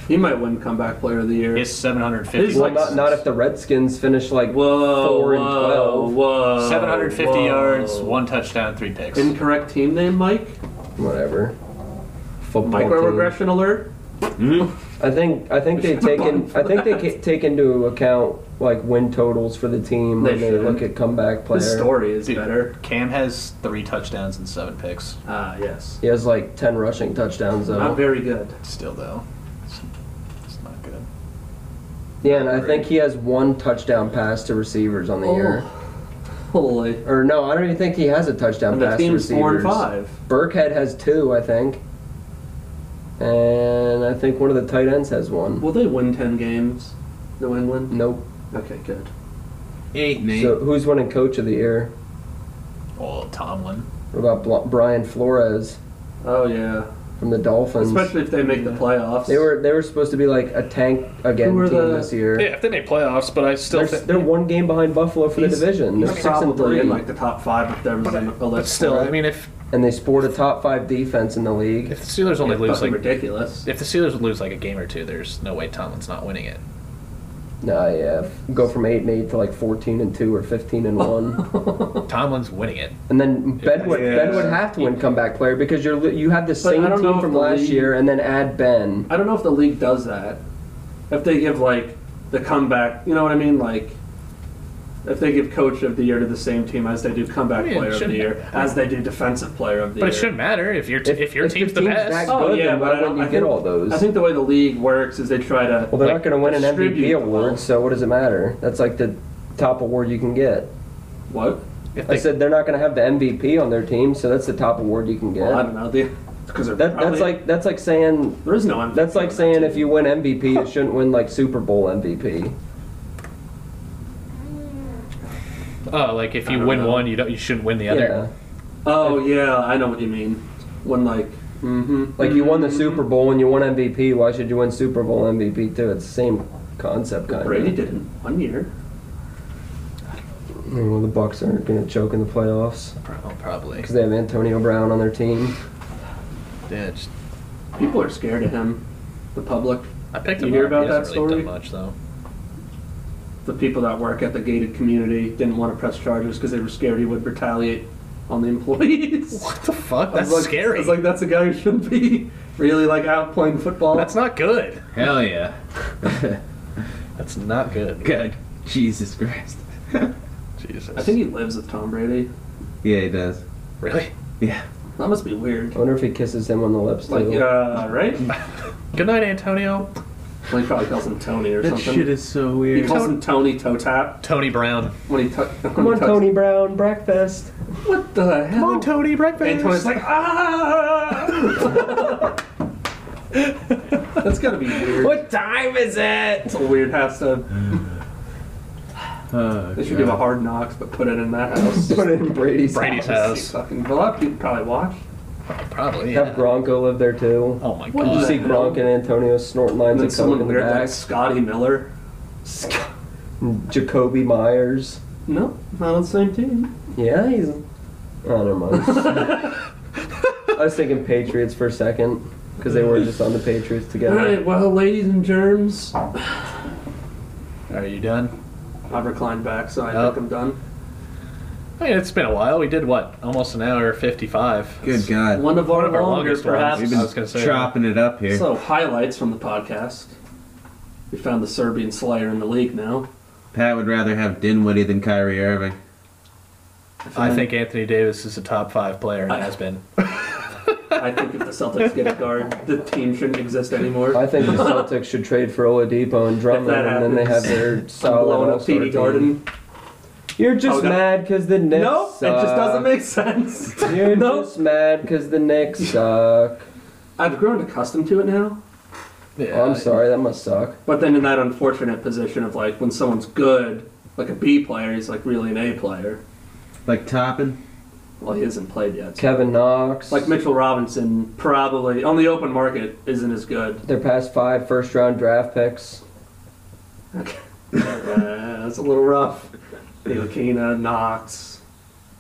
Speaker 2: He might win comeback player of the year.
Speaker 1: He has seven hundred fifty.
Speaker 2: He's
Speaker 4: Well,
Speaker 2: like-
Speaker 4: not, not if the Redskins finish like
Speaker 2: Whoa,
Speaker 4: four and
Speaker 2: whoa,
Speaker 4: 12.
Speaker 1: Oh,
Speaker 2: Whoa.
Speaker 1: 750
Speaker 2: whoa.
Speaker 1: yards, one touchdown, three picks.
Speaker 2: Incorrect team name, Mike.
Speaker 4: Whatever. Football team.
Speaker 2: Microregression alert.
Speaker 4: I think I think they take in, I think they ca- take into account like win totals for the team
Speaker 2: They
Speaker 4: when they
Speaker 2: should.
Speaker 4: look at comeback player.
Speaker 2: This story is
Speaker 1: Dude.
Speaker 2: better.
Speaker 1: Cam has three touchdowns and seven picks.
Speaker 2: Ah, yes.
Speaker 4: He has like 10 rushing touchdowns though.
Speaker 2: Not very good.
Speaker 1: Still, though, it's, it's not good.
Speaker 4: Yeah, and I think he has one touchdown pass to receivers on the
Speaker 2: Oh.
Speaker 4: year.
Speaker 2: Holy.
Speaker 4: Or no, I don't even think he has a touchdown
Speaker 2: And the
Speaker 4: pass to
Speaker 2: team's four
Speaker 4: receivers.
Speaker 2: and five.
Speaker 4: Burkhead has two, I think. And I think one of the tight ends has one.
Speaker 2: Will they win ten games? New England.
Speaker 4: Nope.
Speaker 2: Okay, good.
Speaker 3: Eight, Nate.
Speaker 4: So who's winning coach of the year?
Speaker 1: Well, Tomlin.
Speaker 4: What about Bl- Brian Flores
Speaker 2: Oh yeah.
Speaker 4: from the Dolphins?
Speaker 2: Especially if they make the playoffs.
Speaker 4: they were they were supposed to be like a tank again
Speaker 2: Who
Speaker 4: team
Speaker 2: are the-
Speaker 4: this year.
Speaker 1: if they made playoffs, but I
Speaker 4: They're,
Speaker 1: still
Speaker 4: they're one game behind Buffalo for the
Speaker 2: He's-
Speaker 4: division.
Speaker 2: he's
Speaker 4: They're six and
Speaker 2: probably
Speaker 4: three,
Speaker 2: in like the top five if there was an a
Speaker 9: But
Speaker 2: list.
Speaker 9: still,
Speaker 2: for it.
Speaker 9: I mean, if
Speaker 4: and they sport a top five defense in the league.
Speaker 9: if the Steelers only
Speaker 2: It's
Speaker 9: lose
Speaker 2: fucking
Speaker 9: like
Speaker 2: ridiculous.
Speaker 9: if the Steelers lose like a game or two, there's no way Tomlin's not winning it.
Speaker 4: Nah, yeah, go from eight and eight to like fourteen and two or fifteen and one.
Speaker 9: Tomlin's winning it.
Speaker 4: And then Ben would
Speaker 3: Yeah.
Speaker 4: Ben would have to win comeback player because you're li- you have the
Speaker 2: I
Speaker 4: same
Speaker 2: don't know
Speaker 4: team
Speaker 2: if
Speaker 4: from
Speaker 2: the
Speaker 4: last
Speaker 2: league-
Speaker 4: year and then add Ben.
Speaker 2: I don't know if the league does that. If they give like the comeback, you know what I mean? Like if they give coach of the year to the same team as they do comeback
Speaker 9: I mean, it
Speaker 2: player of the
Speaker 9: shouldn't-
Speaker 2: year, as they do defensive player of the
Speaker 9: But it
Speaker 2: year.
Speaker 9: shouldn't matter if your t- if, your
Speaker 4: the
Speaker 9: team's the best.
Speaker 4: that
Speaker 2: Oh,
Speaker 4: good,
Speaker 2: yeah,
Speaker 4: then
Speaker 2: but I
Speaker 4: why
Speaker 2: don't-
Speaker 4: wouldn't you
Speaker 2: I
Speaker 4: get
Speaker 2: think-
Speaker 4: all those?
Speaker 2: I think the way the league works is they try to.
Speaker 4: well, they're
Speaker 2: like,
Speaker 4: not going to win an MVP
Speaker 2: distribute the
Speaker 4: award,
Speaker 2: ball.
Speaker 4: so what does it matter? That's like the top award you can get.
Speaker 2: What?
Speaker 9: If
Speaker 4: I
Speaker 9: they-
Speaker 4: said they're not going to have the MVP on their team, so that's the top award you can get.
Speaker 2: Well, I don't know. The, because
Speaker 4: that, that's like that's like saying
Speaker 2: there is no. MVP
Speaker 4: That's
Speaker 2: on
Speaker 4: like
Speaker 2: that
Speaker 4: saying
Speaker 2: team.
Speaker 4: if you win MVP, you shouldn't win like Super Bowl MVP.
Speaker 9: oh, like if
Speaker 2: I
Speaker 9: you
Speaker 2: don't
Speaker 9: win
Speaker 2: know.
Speaker 9: one, you don't you shouldn't win the
Speaker 4: Yeah,
Speaker 9: other.
Speaker 2: Oh yeah, I know what you mean. When like. Mm-hmm.
Speaker 4: like you won the Super Bowl and you won MVP. Why should you win Super Bowl MVP too? It's the same concept, kind
Speaker 2: Brady
Speaker 4: of.
Speaker 2: didn't one year.
Speaker 4: Well, the Bucks aren't going to choke in the playoffs
Speaker 9: Pro- probably.
Speaker 4: because they have Antonio Brown on their team.
Speaker 9: Yeah, just,
Speaker 2: People are scared of him. The public,
Speaker 9: I picked
Speaker 2: You
Speaker 9: him
Speaker 2: hear
Speaker 9: up.
Speaker 2: about
Speaker 9: he
Speaker 2: that
Speaker 9: hasn't really
Speaker 2: story?
Speaker 9: done much though.
Speaker 2: the people that work at the gated community didn't want to press charges because they were scared he would retaliate on the employees.
Speaker 9: What the fuck?
Speaker 2: I was
Speaker 9: That's
Speaker 2: like, I
Speaker 9: scary.
Speaker 2: was like, that's a guy who shouldn't be really like out playing football.
Speaker 9: That's not good.
Speaker 3: Hell yeah.
Speaker 9: That's not good.
Speaker 3: God, Jesus Christ.
Speaker 9: Jesus.
Speaker 2: I think he lives with Tom Brady.
Speaker 3: Yeah, he does.
Speaker 9: really.
Speaker 3: Yeah.
Speaker 2: That must be weird.
Speaker 4: I wonder if he kisses him on the lips too.
Speaker 2: Like, uh, right?
Speaker 9: Good night, Antonio.
Speaker 2: Well, he probably calls him Tony or something.
Speaker 3: is so
Speaker 2: he
Speaker 3: weird.
Speaker 2: calls him Tony Toe Tap
Speaker 9: Tony Brown.
Speaker 2: when he tu-
Speaker 4: Come on, Tony Brown, breakfast.
Speaker 2: What the hell?
Speaker 9: Come on, Tony. Breakfast.
Speaker 2: And Tony's like, ah! That's gotta be weird.
Speaker 4: What time is it?
Speaker 2: It's a weird house to.
Speaker 3: Oh,
Speaker 2: They should
Speaker 3: God.
Speaker 2: give a hard knocks, but put it in that house.
Speaker 4: Put it in Brady's.
Speaker 9: Brady's
Speaker 2: Let's
Speaker 9: house.
Speaker 2: see, Fucking, a lot of people probably watch.
Speaker 9: Probably.
Speaker 4: Have
Speaker 9: Yeah.
Speaker 4: Gronko live there too.
Speaker 9: Oh my
Speaker 2: What
Speaker 4: Did you
Speaker 9: god.
Speaker 4: see Gronk and Antonio snorting
Speaker 2: And
Speaker 4: lines
Speaker 2: then
Speaker 4: of coke
Speaker 2: someone
Speaker 4: in the
Speaker 2: weird like
Speaker 4: back?
Speaker 2: Scotty Miller.
Speaker 4: Jacoby Myers.
Speaker 2: No, not on the same team.
Speaker 4: Yeah, he's. Oh, never mind. I was thinking Patriots for a second because they were just on the Patriots
Speaker 2: All
Speaker 4: together.
Speaker 2: right, well, ladies and germs,
Speaker 9: Are you done?
Speaker 2: I've reclined back, so I
Speaker 9: Yep.
Speaker 2: think I'm done.
Speaker 9: I mean, it's been a while. We did what? Almost an hour fifty-five.
Speaker 3: Good God.
Speaker 2: One of our,
Speaker 9: One of our
Speaker 2: longer,
Speaker 9: longest ones.
Speaker 2: perhaps.
Speaker 3: We've
Speaker 9: I was gonna
Speaker 3: been
Speaker 9: say-
Speaker 3: chopping it up here.
Speaker 2: So highlights from the podcast. We found the Serbian Slayer in the league now.
Speaker 3: Pat would rather have Dinwiddie than Kyrie Irving.
Speaker 1: I think Anthony Davis is a top five player and has been.
Speaker 2: I think if the Celtics get a guard, the team shouldn't exist anymore.
Speaker 4: I think the Celtics should trade for Oladipo and Drummond,
Speaker 2: that
Speaker 4: and then they have
Speaker 2: happens,
Speaker 4: their
Speaker 2: I'm
Speaker 4: solid
Speaker 2: blowing up
Speaker 4: all-star
Speaker 2: TD
Speaker 4: team.
Speaker 2: Garden.
Speaker 4: You're just
Speaker 2: Oh, no.
Speaker 4: mad because the Knicks.
Speaker 2: No, it just
Speaker 4: suck.
Speaker 2: doesn't make sense.
Speaker 4: You're
Speaker 2: No.
Speaker 4: just mad because the Knicks suck.
Speaker 2: I've grown accustomed to it now, Oh,
Speaker 1: Yeah,
Speaker 4: I'm sorry, that must suck.
Speaker 2: but then in that unfortunate position of like when someone's good, like a B player, he's like really an A player.
Speaker 3: Like Toppin.
Speaker 2: Well, he hasn't played yet.
Speaker 4: Kevin Knox.
Speaker 2: Like Mitchell Robinson, probably on the open market isn't as good.
Speaker 4: their past five first round draft picks.
Speaker 2: Uh, that's a little rough. Nilakina, Knox,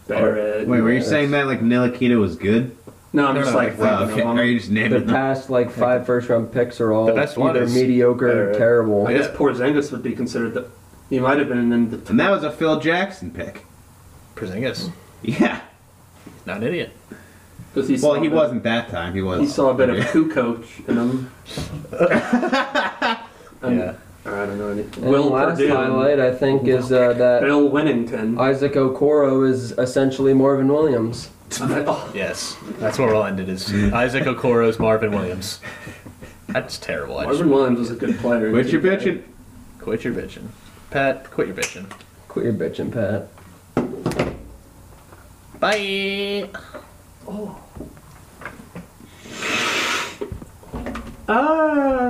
Speaker 2: Barrett.
Speaker 3: Wait, were you
Speaker 4: Yes.
Speaker 3: saying that like Nilakina was good?
Speaker 2: No, I'm
Speaker 1: No,
Speaker 2: just
Speaker 1: no,
Speaker 2: like
Speaker 1: like,
Speaker 3: Oh,
Speaker 2: thinking
Speaker 3: okay.
Speaker 2: of
Speaker 3: Are
Speaker 2: them.
Speaker 3: you just naming
Speaker 4: Their
Speaker 3: them?
Speaker 4: past like five first round picks are all
Speaker 1: The best one
Speaker 4: either
Speaker 1: is-
Speaker 4: mediocre or
Speaker 2: Barrett.
Speaker 4: terrible.
Speaker 2: I guess Porzingis would be considered the. He might have been in the.
Speaker 3: And that was a Phil Jackson pick.
Speaker 1: Porzingis,
Speaker 3: Yeah.
Speaker 1: not an idiot.
Speaker 2: 'cause he
Speaker 3: Well,
Speaker 2: saw
Speaker 3: he
Speaker 2: a bit-
Speaker 3: wasn't that time. He was.
Speaker 2: He saw a bit of coup coach in him. And-
Speaker 1: Yeah.
Speaker 2: Or I don't know anything.
Speaker 4: And
Speaker 2: Will
Speaker 4: last
Speaker 2: Purdue.
Speaker 4: highlight I think is uh, that
Speaker 2: Bill Winnington.
Speaker 4: Isaac Okoro is essentially Marvin Williams.
Speaker 2: oh,
Speaker 1: Yes, that's where we'll end it. Is Isaac Okoro's Marvin Williams? That's terrible. I just,
Speaker 2: Marvin Williams was a good player.
Speaker 3: What's your bitchin'?
Speaker 1: quit your bitching, Pat. Quit your bitching.
Speaker 4: Quit your bitching, Pat.
Speaker 1: Bye.
Speaker 2: Ah!